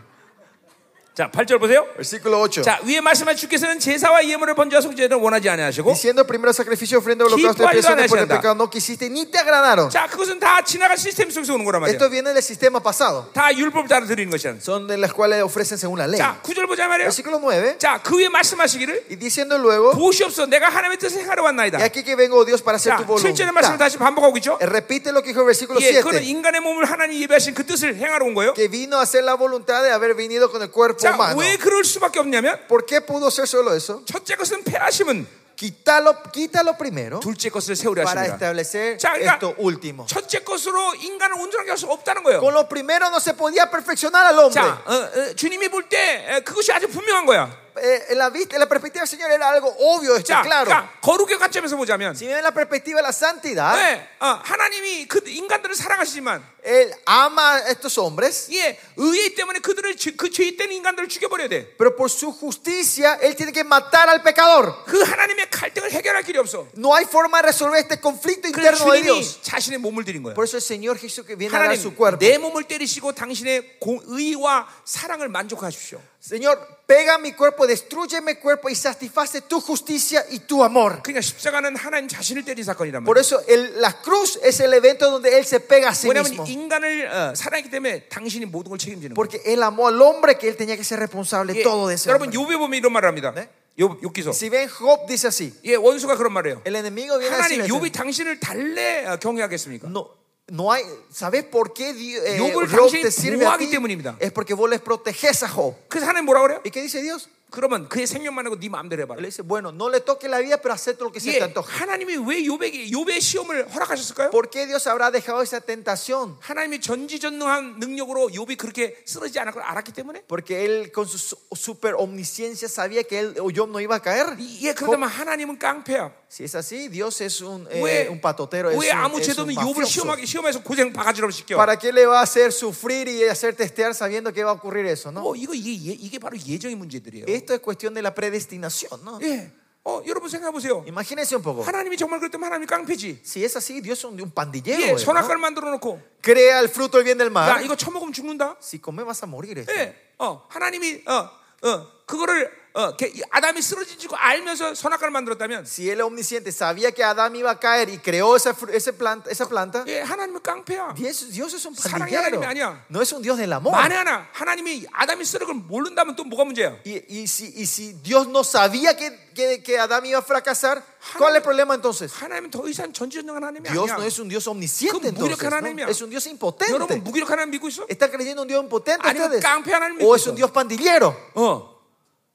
자, 8절 보세요.
Versículo 8.
자, 위에 말씀하신 주께서는 제사와 예물을 번제와 속죄를 원하지 않으시고
Diciendo primero sacrificio, ofrenda, holocausto
기뻐하지도
y expiaciones por el
않으신다.
pecado no quisiste ni te agradaron.
자, 그것은 다 지나간 시스템 속에서 오는 거란 말이야.
Esto viene del sistema pasado.
다 율법을 따라 드리는 것이란.
Son de las cuales ofrecen según la ley.
자, 9절 보자 말이에요.
Versículo 9.
자, 그 위에 말씀하시기를
Y diciendo luego,
도시 없어 내가 하나님의 뜻을 행하러 왔나이다.
y aquí que vengo, oh Dios, para hacer
자,
tu
7절의 말씀을
voluntad. Eh,
다시 반복하고 있죠.
Repite lo que dijo el versículo
예, 그는
7.
인간의 몸을 하나님 예배하신 그 뜻을 행하러 온 거예요. 뭐
Que vino a hacer la voluntad de haber venido con el cuerpo
자,
humano.
왜 그럴 수밖에 없냐면
¿Por qué pudo ser solo eso?
첫째 것은 패하심은
Quítalo, quítalo primero
둘째 것을 세우려
para
하십니다.
establecer
자, 그러니까
esto último.
첫째 것으로 인간을 온전하게 할 수 없다는 거예요.
Con lo primero no se podía perfeccionar al hombre.
자, 어, 어, 주님이 볼 때 그것이 아주 분명한 거야.
Eh, en la vista, en la perspectiva del Señor era algo obvio, esto,
자,
claro.
그러니까 거룩의 관점에서 보자면,
Si ven la perspectiva de la santidad,
네, 어, 하나님이 그 인간들을 사랑하시지만,
Él ama a estos hombres,
예, 의의 때문에 그들을 지- 그 죄의 때는 인간들을 죽여버려야 돼.
pero por su justicia, Él tiene que matar al pecador.
그 하나님의 갈등을 해결할 길이 없어.
No hay forma de resolver este conflicto
그래서
interno de Dios.
주님이 자신의 몸을 드린 거야.
Por eso el Señor Jesús que viene a dar su
하나님
cuerpo.
내 몸을 때리시고 당신의 공- 의와 사랑을 만족하십시오.
Señor, pega mi cuerpo, destruye mi cuerpo y satisface tu justicia y tu amor.
그러니까 십자가는 하나님 자신을 때린 사건이란
Por
말이야.
eso el- la cruz es el evento donde Él se pega a sí mismo.
왜냐하면 인간을 어, 사랑했기 때문에 당신이 모든 걸 책임지는 거야.
Porque Él amó al hombre que Él tenía que ser responsable
예,
todo de ese
여러분
hombre.
요배 보면 이런 말을 합니다.
네?
요 욕기서.
Si ven Job dice así,
예, 원수가 그런 말이에요.
el enemigo viene a
하나님
decirle,
요비 당신을 달래 어, 경외하겠습니까?
no, no hay, ¿sabes por qué Dios, eh,
Job을
Job
당신이
te sirve a ti?
보호하기 때문입니다.
Es porque vos les proteges a Job.
그래서 하나님 뭐라 그래요?
¿Y qué dice Dios?
그러면 그의 생명만 하고 네 마음대로 해봐.
Él dice, bueno, no le toque la vida, pero acepto lo que se
예,
te antoja.
하나님이 왜 요배에게 요배의 시험을 허락하셨을까요?
¿Por qué Dios habrá dejado esa tentación?
하나님이 전지전능한 능력으로 요비 그렇게 쓰러지지 않을 걸 알았기 때문에.
Porque él con su su- super omnisciencia sabía que él o Job no iba a caer.
예, 그렇다면 하나님은 깡패야.
Si es así, Dios es un, eh,
왜,
un patotero, es
왜 아무
un, es
죄도
un
없는 욥을
mafioso.
시험하게 시험해서 고생 예, 바가지로 시켜?
¿Para qué le va a hacer sufrir y hacer testear sabiendo que va a ocurrir eso? ¿no?
뭐 이거 이게, 예- 이게 바로 예정의 문제들이에요.
Esto es cuestión de la predestinación. ¿no?
예. 어, 여러분 생각해 보세요.
Imagínense un poco.
하나님이 정말 그렇다면 하나님이 깡패지.
Si es así, Dios es un, un pandillero.
예,
él,
선악과를
¿no?
만들어 놓고
Crea el fruto del bien del
야,
mal.
이거 처먹으면 죽는다.
Si comes vas a morir. este. esto.
예. 어, 하나님이 어, 어, 그거를 어, 걔- 이 아담이 쓰러지고 알면서 선악과를 만들었다면
Si él es omnisciente sabía que Adán iba a caer y creó esa, fru- ese planta, esa planta,
예, 하나님은 깡패야.
Dios, Dios es un
사랑의
pandillero.
하나님이 아니야.
No es un Dios del amor.
만에 하나 하나님이 아담이 쓰러진 걸 모른다면 또 뭐가 문제야?
Y, y si, y si Dios no sabía que, que, que Adán iba a fracasar, ¿cuál es el problema entonces?
하나님은 더 이상 전지전능한 하나님이
Dios no
아니야.
es un Dios omnisciente
그건
entonces.
무력한
¿no?
하나님이야.
Es un Dios
여러분
impotente.
무기력 하나님 믿고 있어?
¿Están creyendo en un Dios impotente
아니면
ustedes?
깡패 하나님
¿O
믿고
es
있어요.
un Dios pandillero?
어.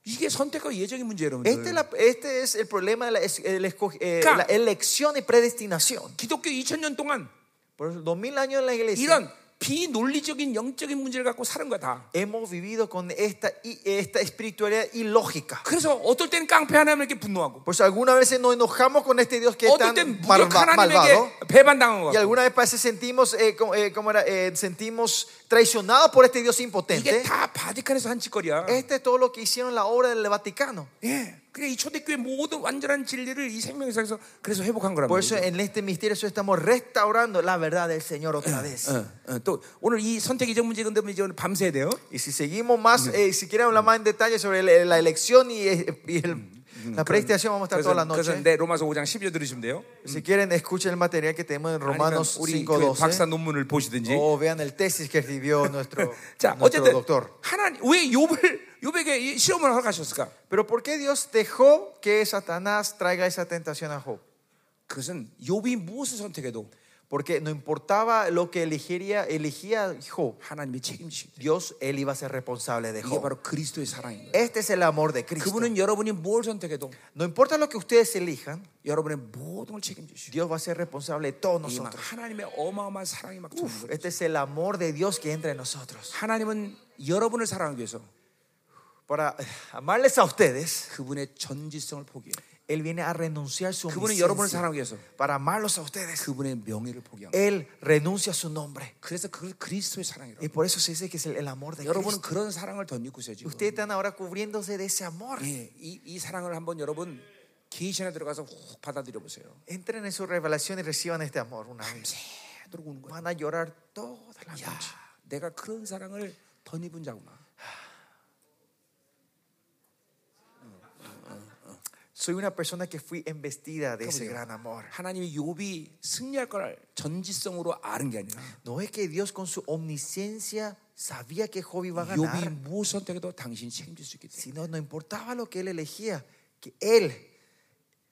이게 선택과 예정의 문제예요, 여러분들.
Este es, la- este es el problema de la, es- el esco- eh,
Claro.
la elección y predestinación.
기독교 2000년 동안
Por eso, 2000 años en la iglesia
이런 비논리적인 영적인 문제를 갖고 사는 거야 다.
hemos vivido con esta, y- esta espiritualidad ilógica.
그래서 어떨 때는 깡패 하나님을 이렇게 분노하고
Por eso algunas veces nos enojamos con este Dios que es
어떨
tan
땐 무력
malva- malvado.
하나님에게 배반당한
Y
거야.
alguna vez parece sentimos, eh, como, eh, como era, eh, sentimos traicionados por este Dios
이게
impotente.
다 바티칸에서 한 짓거리야.
Este es todo lo que hicieron la obra del Vaticano.
예. 그래 이 초대교회 모든 완전한 진리를 이 생명에서 그래서 회복한 거란
Por eso
말이야.
en este misterio nosotros estamos restaurando la verdad del Señor otra
eh,
vez.
어, 어, 또 오늘 이 선택 예정 문제 근데 이제 오늘 밤새야 돼요.
Y si seguimos más, eh, si quieren hablar más en detalle sobre el- la elección y, eh, y el- la predestinación, vamos a estar toda la
그래서, 그래서
noche.
내 로마서 5장 12절 들으시면 돼요.
Si quieren, escuchen el material que tenemos en
아니면
Romanos
우리 그 박사
5.12.
논문을 보시든지.
O vean el tesis que escribió nuestro,
자,
nuestro
어쨌든
doctor.
하나님 왜 욥을 욥에게 이 시험을 허락하셨을까?
Pero ¿por qué Dios dejó que Satanás traiga esa tentación a Job?
그것은 욥이 무엇을 선택해도
Porque no importaba lo que elegiría, elegía Job,
하나님이 책임지십니다.
Dios, él iba a ser responsable de
이게
Job.
바로 그리스도의 사랑인 거예요.
Este es el amor de Cristo.
그분은 여러분이 뭘 선택해도
No importa lo que ustedes elijan,
여러분의 모든 걸 책임지시고
Dios va a ser responsable de todos
이 막
nosotros.
하나님의 어마어마한 사랑이 막 도는 거예요.
Este es el amor de Dios que entra en nosotros.
하나님은 여러분을 사랑하기 위해서
Para eh, amarles a ustedes,
그분의 전지성을 포기해요.
Él viene a renunciar su
그분은 여러분을
omnisciencia
사랑하기 위해서
para amarlos a ustedes.
그분의 명예를 포기한 거예요.
Él renuncia a su nombre.
그래서 그 그리스도의 사랑이라고.
Y por eso se dice que es el, el amor de Cristo.
여러분은 그런 사랑을 덧입고 있어요 지금.
Ustedes están ahora cubriéndose de ese amor.
예, 이, 이 사랑을 한번 여러분 게이션에 들어가서 훅 받아들여 보세요.
Entren en su revelación y reciban este amor una vez.
새도록 오는 거야.
Van a llorar toda la
야,
noche.
내가 그런 사랑을 덧입은 자구나.
Soy una persona que fui embestida de ese gran amor.
하나님이 욥이 승리할 걸 전지성으로 아는 게 아니라
No es que Dios con su omnisciencia sabía que Job iba a
욥이
ganar,
무엇 선택해도 당신이 책임질 수 있기 때문에
sino no importaba lo que él elegía, que él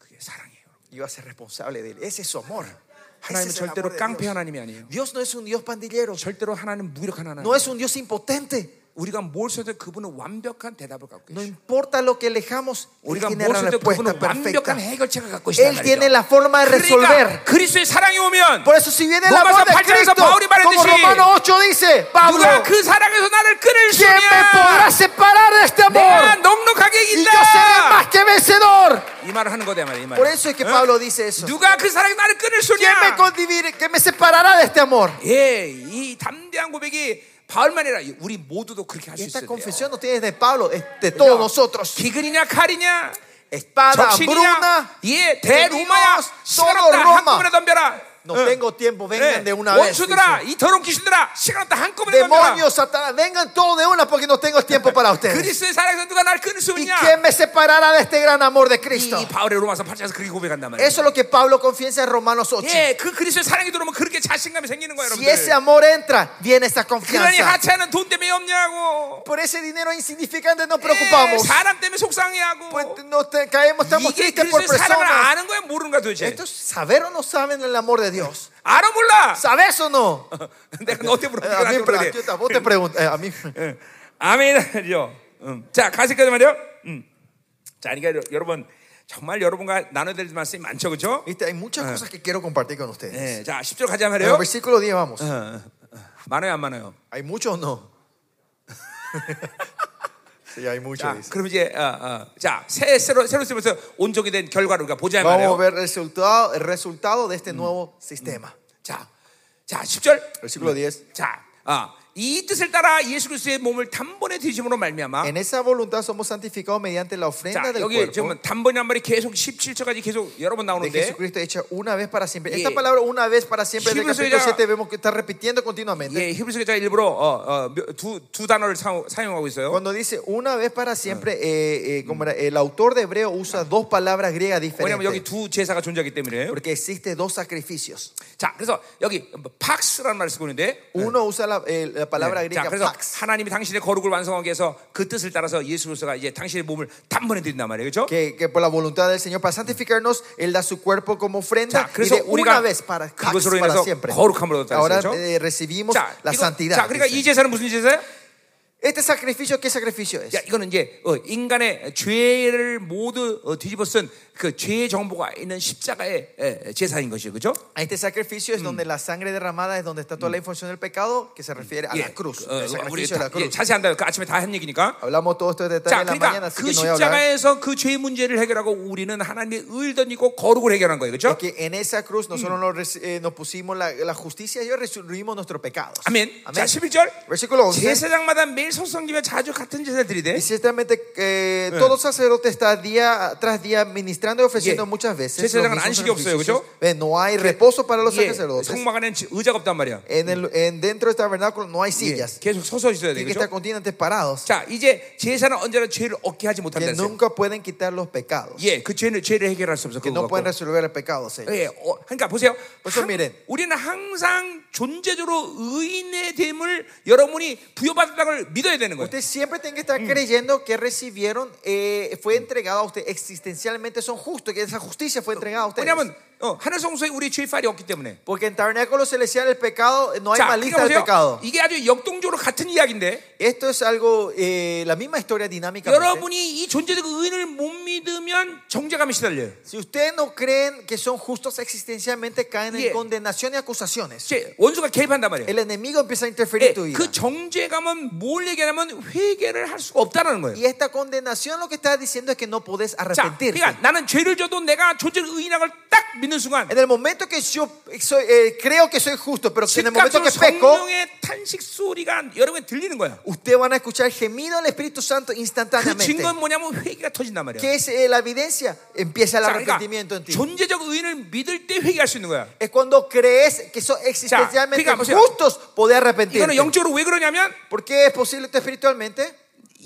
그게 사랑이에요. 여러분.
iba a ser responsable de él. Ese es su amor. Ese
하나님은
es el
절대로
amor de
깡패
Dios.
하나님이 아니에요.
Dios no es un Dios pandillero,
절대로 하나님 무력한 하나님.
no es un Dios impotente.
우리가 뭘 써도 그분은 완벽한 대답을 갖고
No
계셔.
importa lo que elejamos, Él
우리가
tiene
뭘
la
써도
respuesta
그분은
perfecta.
완벽한 해결책을 갖고 계시단
Él tiene la
말이죠.
forma de resolver.
그러니까 그리스도의 사랑이 오면
Por eso, si viene el
Romanos
amor de
8 -에서
Cristo,
Paul이 말했듯이,
como Romano 8 dice, Pablo,
누가 그 사랑에서 나를 끊을 수
¿quién me podrá
있냐?
separar de este
내가
amor?
넉넉하게
Y yo seré más
이긴다.
que vencedor.
이 말을 하는 거다 말이야. 이
Por
말이야.
eso es que
어?
Pablo dice eso.
누가 그 사랑에서 나를 끊을 수
¿Quién me
있냐?
condivirá- ¿Quién me separará de este amor?
예, 이 담대한 고백이 바울만 아니라 우리 모두도 그렇게 할 수
Esta
있어요.
confesión no tiene de Pablo, es de todos nosotros.
기근이냐 칼이냐
Espada,
적신이냐
hambruna.
예, 대로마야
Dios,
시간
todo
없다
Roma.
한꺼번에 덤벼라
No
응.
tengo tiempo, vengan
예,
de una vez.
원수들아 이 더러운 귀신들아 시간 없다 한꺼번에 덤벼라
Demonios, Satanás, vengan todos de una porque no tengo tiempo para ustedes.
그리스도의 사랑에서 누가 날 끊을 수
¿Y
있냐
quién me separará de este gran amor de
이,
Cristo?
이 바울의 로마서 8장에서 그렇게 고백한단 말이에요
Eso es lo que Pablo confiesa en Romanos 8.
예, 그 그리스도의 사랑이 들어오면 그렇게 자신감이 생기는 거예요
Si ese
여러분들
amor entra, viene esa
그러니
confianza.
하찮은 돈 때문에 없냐고
Por ese dinero insignificante nos
예,
preocupamos.
사람 때문에 속상해하고
Pues no te- caemos, estamos
이게
tristes por
그리스도의 사랑을
personas.
아는 거야 모르는 거야 도대체
Esto es saber o no saben el amor de Dios.
알아 몰라
¿Sabes o no?
내가 너한테
Eh,
아, 물어보니까
A
나한테
mí, pero,
물어야
a
돼
ti- a vos te pregunto. eh, a mí.
예. 아멘이요. 음. 자, 가실까요 말이요. 음. 자, 그러니까 여- 여러분 정말 여러분과 나눠야 될 말씀이 많죠, 그렇죠?
Viste, hay muchas cosas que quiero compartir con ustedes.
예. 자, 10절 가자
En el
말이요.
versículo 10 vamos.
많아요, 안 많아요?
¿Hay mucho o no? sí, hay mucho.
자,
dice.
그럼 이제 어, 어. 자, 새 새로 새로 쓰면서 온종이 된 결과를 우리가 보자
Vamos a
말이요.
ver el resultado, el resultado de este nuevo sistema.
자. 자, 10절.
Versículo 10.
자, 아, 이 뜻을 따라 예수 그리스도의 몸을 단번에 뒤짐으로 말미암아
Ah. En esa voluntad somos santificados mediante la
자,
ofrenda del
여기
cuerpo
지금 단번이란 말이 계속 17절까지 어? 네, 계속 여러 번
de
나오는데
Jesucristo hecha una vez para siempre.
예.
Esta palabra una vez para siempre del
히브리서
capítulo
기자가-
7 vemos que está repitiendo continuamente.
예, 히브리서 기자가 일부러 어, 어, 두, 두 단어를 사- 사용하고 있어요.
Cuando dice una vez para siempre, eh, eh, como era, el autor de Hebreo usa dos palabras griegas
왜냐면 여기
diferentes.
두 제사가 존재하기 때문에.
Porque existe dos sacrificios.
자, 그래서 여기 팍스라는 말을 쓰고 있는데.
Uno usa la, eh, la palabra
자,
griega
그래서
pax,
하나님이 당신의 거룩을 완성하기 위해서 그 뜻을 따라서 예수 그리스도가 이제 당신의 몸을 단번에 드린단 말이에요. 그렇죠?
que, que por la voluntad del Señor para santificarnos, Él da su cuerpo como ofrenda
자,
y
그래서
de una
우리가
vez para, pax,
그것으로
para
인해서
siempre.
거룩함을 얻었다는
Ahora
거죠.
eh, recibimos
자,
la
이거-
santidad.
자, 뭐 그러니까
dice.
이 제사는 무슨 제사예요?
Este sacrificio, ¿qué sacrificio es?
야, 이거는 이제 어, 인간의 죄를 모두 어, 뒤집어 쓴그 죄의 정보가 있는 십자가의 예, 예, 제사인 것이죠. 그렇죠?
A Este sacrificio es donde la sangre derramada es donde está toda la información del pecado que se refiere a la cruz.
어,
el
우리
sacrificio de
다,
la
예,
cruz.
자세히 한다. 그 아침에 다 한 얘기니까.
Hablamos todos estos detalles
자,
en la
그러니까
mañana, así
그
que no voy a hablar.
십자가에서 그 죄의 문제를 해결하고 우리는 하나님의 의를 던지고 거룩을 해결한 거예요. 그렇죠?
que en esa cruz nosotros nos, reci- eh, nos pusimos la, la justicia y resolvimos nuestros pecados.
아멘. 자, 11절.
Versículo 11.
제사장마다 매일 소성기며 자주 같은 제사를 드리되
Y ciertamente eh, todo sacerdote está día tras día ministrando y
예.
ofreciendo muchas veces. los
제사장은
mismos
안식이 없어요,
sacrificios.
그죠?
Ve, no hay reposo para los
예,
sacerdotes.
성막 안에는 지- 의자가 없단 말이야.
En el, en, dentro del tabernáculo no hay
예,
sillas.
계속 서서 있어야
Tienen que estar
되겠죠?
continuamente parados.
자, 이제 제사는 언제나 죄를 얻게 하지 못한다
Que
했어요.
nunca pueden quitar los pecados.
예, 그 죄를 죄를 해결할 수 없어.
Que
그거
no pueden
갖고.
resolver el pecado, Señor.
예, 어, 그러니까 보세요.
벌써
항-
미래.
우리는 항상 존재적으로 의인의 됨을 여러분이 부여받았다는 걸 믿어야 되는 거예요.
Ustedes siempre tienen que estar creyendo que recibieron, eh, fue entregado a ustedes existencialmente, son justos, que esa justicia fue entregada a ustedes.
왜냐하면 어, 하늘 성소에 우리 죄 파일이 없기 때문에.
Porque en tabernáculo celestial el pecado, no hay
자,
malicia del
그러니까 보세요.
pecado.
이게 아주 역동적으로 같은 이야기인데
Esto es algo, eh, la misma historia dinámica.
그러니까 여러분이 이 존재적 의인을 못 믿으면 정죄감에 시달려요.
Si ustedes no creen que son justos existencialmente, caen en
Yeah.
condenación y acusaciones.
이제 원수가 개입한단 말이에요.
El enemigo empieza a
예,
interferir en tu vida.
그 정죄감은 뭘 얘기하냐면 회개를 할 수가 없다는 거예요.
Y esta condenación lo que está diciendo es que no podés
자,
arrepentirte.
그러니까 나는 죄를 져도 내가 존재적 의인학을 딱 믿는 순간
En el momento que yo soy- eh, creo que soy justo, pero en el momento
즉각적으로
que peco,
성령의 탄식 소리가 여러분께 들리는 거야.
ustedes van a escuchar gemido del Espíritu Santo
그
instantáneamente.
증거는 뭐냐면 회개가 터진단 말이야.
¿Qué es eh, la evidencia? Empieza el
자, 그러니까
arrepentimiento en ti.
존재적 의인을 믿을 때 회개할 수 있는 거야.
Es cuando crees que son existencialmente
그러니까 보세요.
justos, poder
이거는
arrepentirte.
영적으로 왜 그러냐면
¿Por qué es posible esto espiritualmente?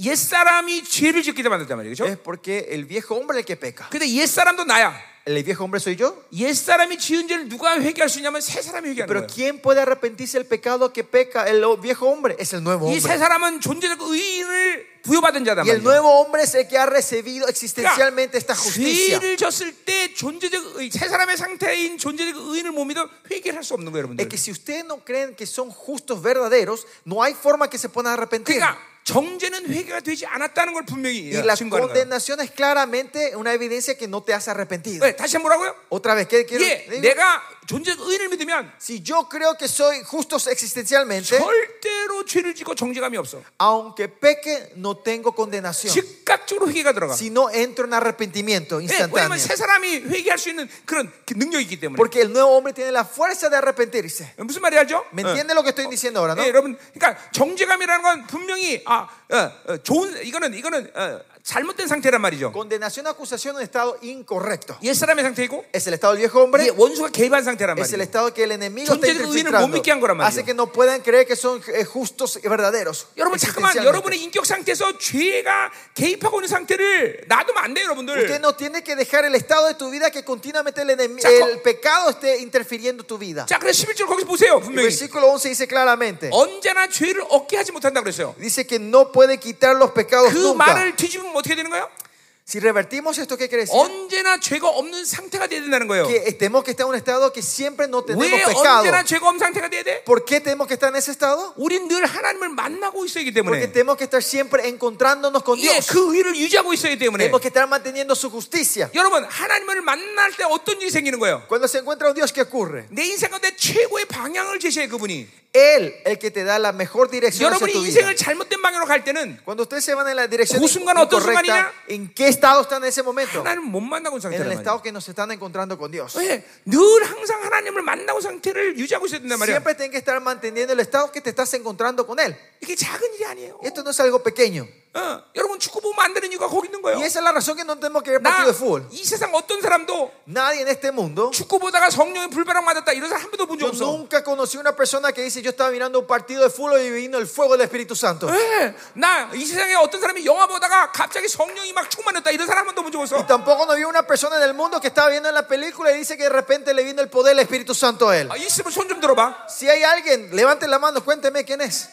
옛 사람이 죄를 짓게 되 만든단 말이죠.
Es porque el viejo hombre es el que peca.
근데 옛 사람도 나야.
¿El viejo hombre soy yo?
옛 사람이 지은 죄를 누가 회개할 수 있냐면 새 사람이 회개하는
Pero
거야.
¿quién puede arrepentirse del pecado que peca el viejo hombre? Es el nuevo
이 새
hombre.
사람은 존재적 의인을 부여받은 자단
Y el
말이야.
nuevo hombre es el que ha recibido existencialmente esta justicia.
죄를 졌을 때 존재적 의, 새 사람의 상태인 존재적 의인을 못 믿어 회개할 수 없는 거예요,
Es
여러분들.
que si ustedes no creen que son justos verdaderos, no hay forma que se puedan arrepentir.
그러니까 정죄는 회개가 되지 않았다는 걸 분명히
Y la
증거하는 거예요.
condenación es claramente una evidencia que no te has arrepentido.
네, 다시 한 번 뭐라고요?
Otra vez, ¿qué quiero?
예,
digo?
내가 존재적 의인을 믿으면
Si yo creo que soy justos
네?
existencialmente,
절대로 죄를 짓고 정죄감이 없어.
aunque peque, no tengo condenación.
즉각적으로 회개가 들어가.
Si no entro en arrepentimiento
예, 왜냐하면
instantáneo.
새 사람이 회개할 수 있는 그런 그 능력이기 때문에.
Porque el nuevo hombre tiene la fuerza de arrepentirse.
무슨 말이 알죠?
¿Me
예.
entiende lo que estoy diciendo ahora, no?
예, 여러분, 그러니까 정죄감이라는 건 분명히 아, 어, 어, 좋은 이거는 이거는 어, 잘못된 상태란 말이죠.
Condenación, acusación, un estado incorrecto.
옛 사람의 상태이고
Es el estado del viejo hombre.
이게 예, 원수가 개입한 상태란
Es el
말이에요.
estado que el enemigo está
존재적 의인을 못 믿게 한 거란
infiltrando.
말이에요.
Hace que no puedan creer que son eh, justos y verdaderos.
여러분 잠깐만
existencialmente.
여러분의 인격 상태에서 죄가 개입하고 있는 상태를 놔두면 안 돼요,
Usted
여러분들.
no tiene que dejar el estado de tu vida que continuamente el, enemi-
자,
el pecado esté interfiriendo tu vida.
자, 그래서 11절 거기서 보세요.
El
분명히
versículo 11 dice Oh. claramente,
언제나 죄를 얻게 하지 못한다 그랬어요.
dice que no puede quitar los pecados
그
nunca.
말을 뒤집으면 어떻게 되는 거예요?
Si revertimos esto, ¿qué quiere decir?
언제나 죄가 없는 상태가 돼야 된다는 거예요.
Que tenemos que estar en un estado que siempre no tenemos
왜
pecado.
언제나 죄가 없는 상태가 돼야 돼?
¿Por qué tenemos que estar en ese estado?
우린 늘 하나님을 만나고 있어야 하기
Porque
때문에
tenemos que estar siempre encontrándonos con
예,
Dios.
그 의를 유지하고 있어야 때문에
Tenemos que estar manteniendo su justicia.
여러분 하나님을 만날 때 어떤 일이 생기는 거예요?
Cuando se encuentra un Dios, ¿qué ocurre?
내 인생 가운데 최고의 방향을 제시해 그분이
Él el que te da la mejor dirección hacia
여러분이
tu vida.
인생을 잘못된 방향으로 갈 때는
Cuando ustedes se van en la dirección
그 순간 어떤
correcta,
순간이냐?
¿en qué estado están en ese momento?
하나님 못 만나고 있는
En el
상태란 말이에요
estado que nos están encontrando con Dios.
왜? 늘 항상 하나님을 만나고 상태를 유지하고 있어야 된단 말이야
Siempre tienen que estar manteniendo el estado que te estás encontrando con Él.
이게 작은 일이 아니에요
Esto no es algo pequeño.
어, 여러분 축구 보면 안 되는 이유가 거기 있는 거예요
Y esa es la razón que no tenemos que ver partido de fútbol.
나이 세상 어떤 사람도
Nadie en este mundo.
축구 보다가 성령의 불바람 맞았다 이런 사람 한 번도 본 적
Yo
없어
nunca conocí una persona que dice: Yo estaba mirando un partido de fútbol y vino el fuego del Espíritu Santo.
예, 나 이 세상에 어떤 사람이 영화 보다가 갑자기 성령이 막 충만했다 이런 사람 한 번도 본 적 없어
Y tampoco no vi una persona en el mundo que estaba viendo en la película y dice que de repente le vino el poder del Espíritu Santo a él.
아, 있으면 손 좀 들어봐.
Si hay alguien, levante la mano, cuénteme quién es.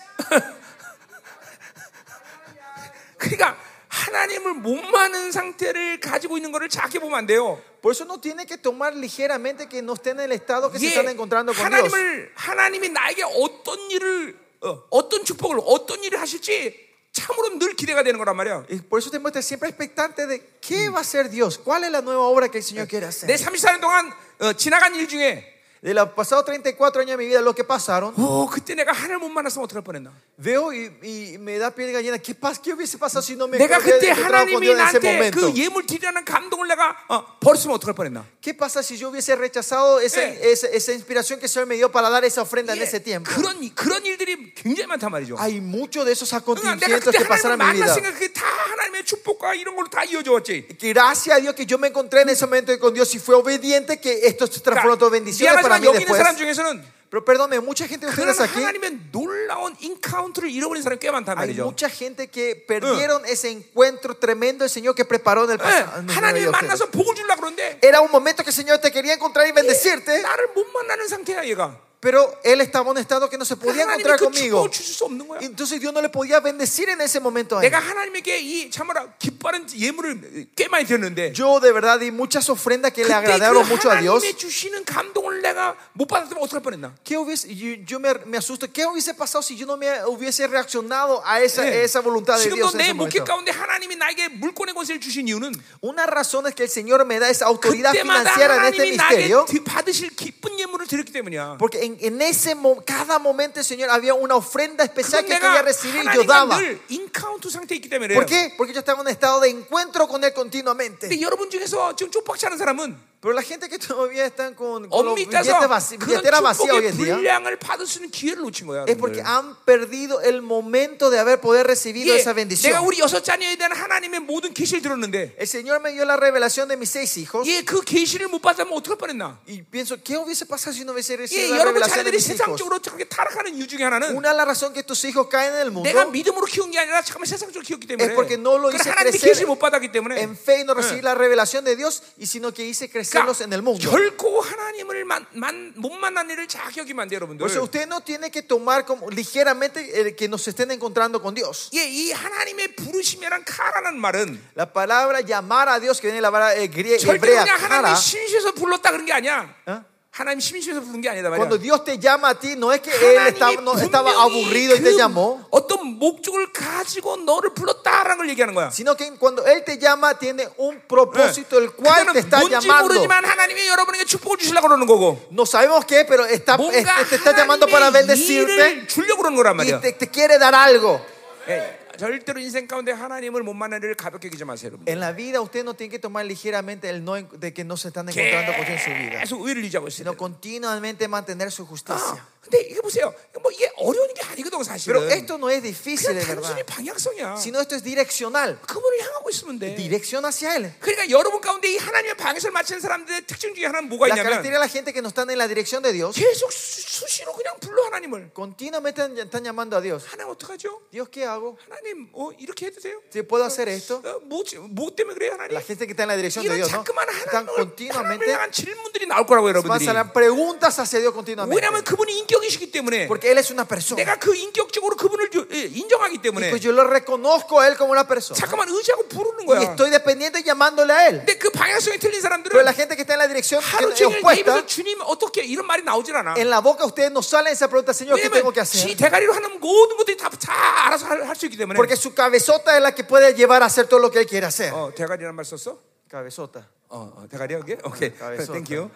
그러니까 하나님을 못 마는 상태를 가지고 있는 것을 작게 보면 안 돼요.
Por eso no tiene que tomar ligeramente que no estén en el estado que se
이게
están encontrando con Dios.
하나님을 하나님이 나에게 어떤 일을 어, 떤 축복을 어떤 일을 하실지 참으로 늘 기대가 되는 거란 말이야.
Y por eso tenemos que estar siempre expectante de qué va a hacer Dios, cuál es la nueva obra que el Señor quiere
내
hacer.
34년 동안 어, 지나간 일 중에
De los pasados 34 años de mi vida, lo que pasaron,
어, 그때 내가 하늘 못 만났으면 어떡할 뻔했나.
veo y, y me da piel gallina. ¿Qué, pas- ¿Qué hubiese pasado si no me
내가
hubiera
그때
encontrado
하나님이
con Dios en ese
나한테 그
momento?
예물 드리라는 감동을 내가 어, 버렸으면 어떡할 뻔했나.
¿Qué pasa si yo hubiese rechazado esa,
Eh.
esa, esa inspiración que el Señor me dio para dar esa ofrenda en
예,
ese tiempo?
그런 이- 그런 일들이 굉장히 많단 말이죠.
Hay muchos de esos
그러니까 내가
acontecimientos
그때
que pasaron en
하나님을
mi vida.
만났으니까 그게 다 하나님의 축복과 이런 걸로 다 이어져 왔지.
Gracias a Dios que yo me encontré en ese momento con Dios y fue obediente que esto se transformó en todo bendiciones
그러니까
para
미안하지만
mí
여기 있는
después.
사람 중에서는
Pero perdónme, mucha gente de
그런
ustedes aquí,
하나님의 놀라운 인카운트를 잃어버린 사람 꽤 많단
hay
말이죠.
mucha gente que perdieron ese encuentro tremendo el Señor que preparó en el
예,
pasado. en el
하나님
medio de ustedes.
만나서 복을 주려고 그러는데
Era un momento que el Señor te quería encontrar y bendecirte,
나를 못 만나는 상태야 얘가.
Pero él estaba honestado que no se podía
하나님이
encontrar
그
conmigo.
축복을 주실 수 없는 거야.
Entonces Dios no le podía bendecir en ese momento a él.
내가 하나님에게 이 참으로 기뻐하는 예물을 꽤 많이 드렸는데
Yo de verdad di muchas ofrendas que le
그때 그
agradaron mucho a Dios.
하나님의 주시는 감동을 내가 못 받았으면 어떡할 뻔했나?
¿Qué hubiese, yo yo me, me asusto. ¿Qué hubiese pasado si yo no me hubiese reaccionado a esa,
예.
esa voluntad de Dios
지금도
en ese
내 목회
momento?
가운데 하나님이 나에게 물권의 권세를 주신 이유는
Una razón es que el Señor me da esa autoridad
그때마다
financiera en este
하나님이 나에게
misterio.
드- 받으실 기쁜 예물을 드렸기 때문이야.
Porque en, en ese mo- cada momento el Señor había una ofrenda especial
그건
que quería
내가
recibir y yo
하나님과
daba.
늘 인카운트 상태에 있기 때문에
¿Por
그래요.
qué? Porque yo estaba en un estado de encuentro con Él continuamente.
근데 여러분 중에서 지금 쪽박치 않은 사람은
Pero la gente que todavía están con, con los
엄밀히 따서
billetes vaci-
그런
billetera vacía
축복의
hoy en día.
분량을 받을 수 있는 기회를 놓친 거야.
Es porque
여러분들.
han perdido el momento de haber poder recibido
이게
esa
내가
bendición.
우리 여섯 자녀에 대한 하나님의 모든 계시를 들었는데
El Señor me dio la revelación de mis seis hijos.
예, 그 계시를 못 받으면 어떡할 뻔했나?
Y pienso, ¿qué hubiese pasado si no hubiese
예,
recibido la
여러분
revelación de
자녀들이
mis hijos?
세상적으로 그렇게 타락하는 이유 중에 하나는
Una de las razones que tus hijos caen en el mundo
내가 믿음으로 키운 게 아니라 잠깐만 세상적으로 키웠기 때문에
Es porque no lo hice
하나님의 계시를
crecer
못 받았기 때문에
en fe y no recibir la revelación de Dios, y sino que hice crecerlos en el mundo.
결코 하나님을 만, 만, 못 만난 일을 자격이면 안돼 여러분들.
Por eso usted no tiene que tomar como, ligeramente el que nos estén encontrando con Dios.
예, 이 하나님의 부르심이란 카라는 말은
La palabra llamar a Dios, que viene de la palabra eh, grie-
절대
hebrea,
그냥 하나님
kara,
심심해서 불렀다 그런 게 아니야.
어?
하나님 심심해서 부른 게 아니다 말이야.
Cuando Dios te llama a ti, no es que Él
하나님이
estaba, no, estaba
분명히
aburrido y
그
te llamó,
어떤 목적을 가지고 너를 불렀다라는 걸 얘기하는 거야.
sino que cuando Él te llama, tiene un propósito el cual te
그거는
está
뭔지
llamando.
모르지만 하나님이 여러분에게 축복을 주시려고 그러는 거고
No sabemos qué, pero está,
뭔가
este, te está llamando para
하나님의 일을
bendecirte
주려고 그러는 거란
y
말이야.
te, te quiere dar algo.
예, 절대로 인생 가운데 하나님을 못 만나는 일을 가볍게 여기지 마세요, 여러분.
En la vida usted no tiene que tomar ligeramente el no en- de que no se están
그러니까
encontrando con Dios en su vida,
계속 의를 유지하고 있어요.
sino continuamente mantener su justicia.
아, 근데 이게 보세요. 뭐 이게 어려운 게 아니거든 사실은.
Pero esto no es difícil
그냥
de
단순히
verdad,
방향성이야.
sino esto es direccional,
그분을 향하고 있으면 돼.
dirección 하cia Él.
그러니까 여러분 가운데 이 하나님의 방향성을 맞추는 사람들의 특징 중에 하나는 뭐가
La
있냐면
característica de la gente que no están en la dirección de Dios,
계속 수, 수시로 그냥 불러 하나님을.
continuamente están- están llamando a Dios.
하나님 어떡하죠?
Dios, ¿qué hago?
하나님 어, 이렇게 해도 돼요?
¿Sí ¿Puedo hacer esto?
어, 뭐, 뭐 때문에 그래요 하나님?
La gente que está en la dirección de
이런
Dios, ¿no?
자꾸만
Están
하나님을 하나님을
continuamente,
향한 질문들이 나올 거라고 여러분들이.
pasan las preguntas hacia Dios continuamente.
왜냐하면 그렇죠. 그분이 인격이시기 때문에
Porque Él es una persona.
내가 그 인격적으로 그분을 유- 예, 인정하기
Y
때문에
pues yo lo reconozco a Él como una persona.
잠깐만 의지하고 부르는
Y
거야.
estoy dependiente y llamándole a Él.
근데 그 방향성이 틀린
Pero
사람들은
la gente que está en la dirección que-
하루 종일 내그 입에서
opuesta,
주님 어떻게 이런 말이 나오질 않아.
en la boca ustedes no salen esa pregunta, Señor, ¿qué tengo
왜냐면
que
지
hacer?
대가리로 하는 모든 것들이 다, 다 알아서 할 수 있기 때문에.
Porque su cabezota es la que puede llevar a hacer todo lo que Él quiere hacer.
어 대가리란 말 썼어?
Cabezota.
어, 어 대가리야 그게? 오케이.
가위소.
땡큐.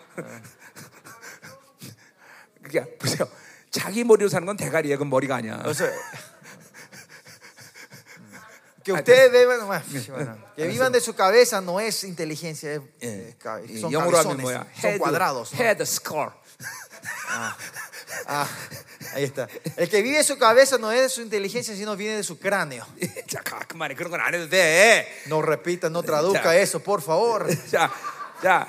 그게 보세요. 자기 머리로 사는 건 대가리야. 그건 머리가 아니야.
O sea, que ustedes deban, bueno, bueno, que vivan de su cabeza no es inteligencia, es- es cabe-
예,
son
영어로 하면
cabezones,
뭐야?
son cuadrados. ¿no?
head scar.
Ah, ahí está. El que vive de su cabeza no es de su inteligencia, sino viene de su cráneo.
자, 가- 그만해. 그런 건 안 해도 돼.
No repita, no traduzca
Ya.
eso, por favor.
자, 자,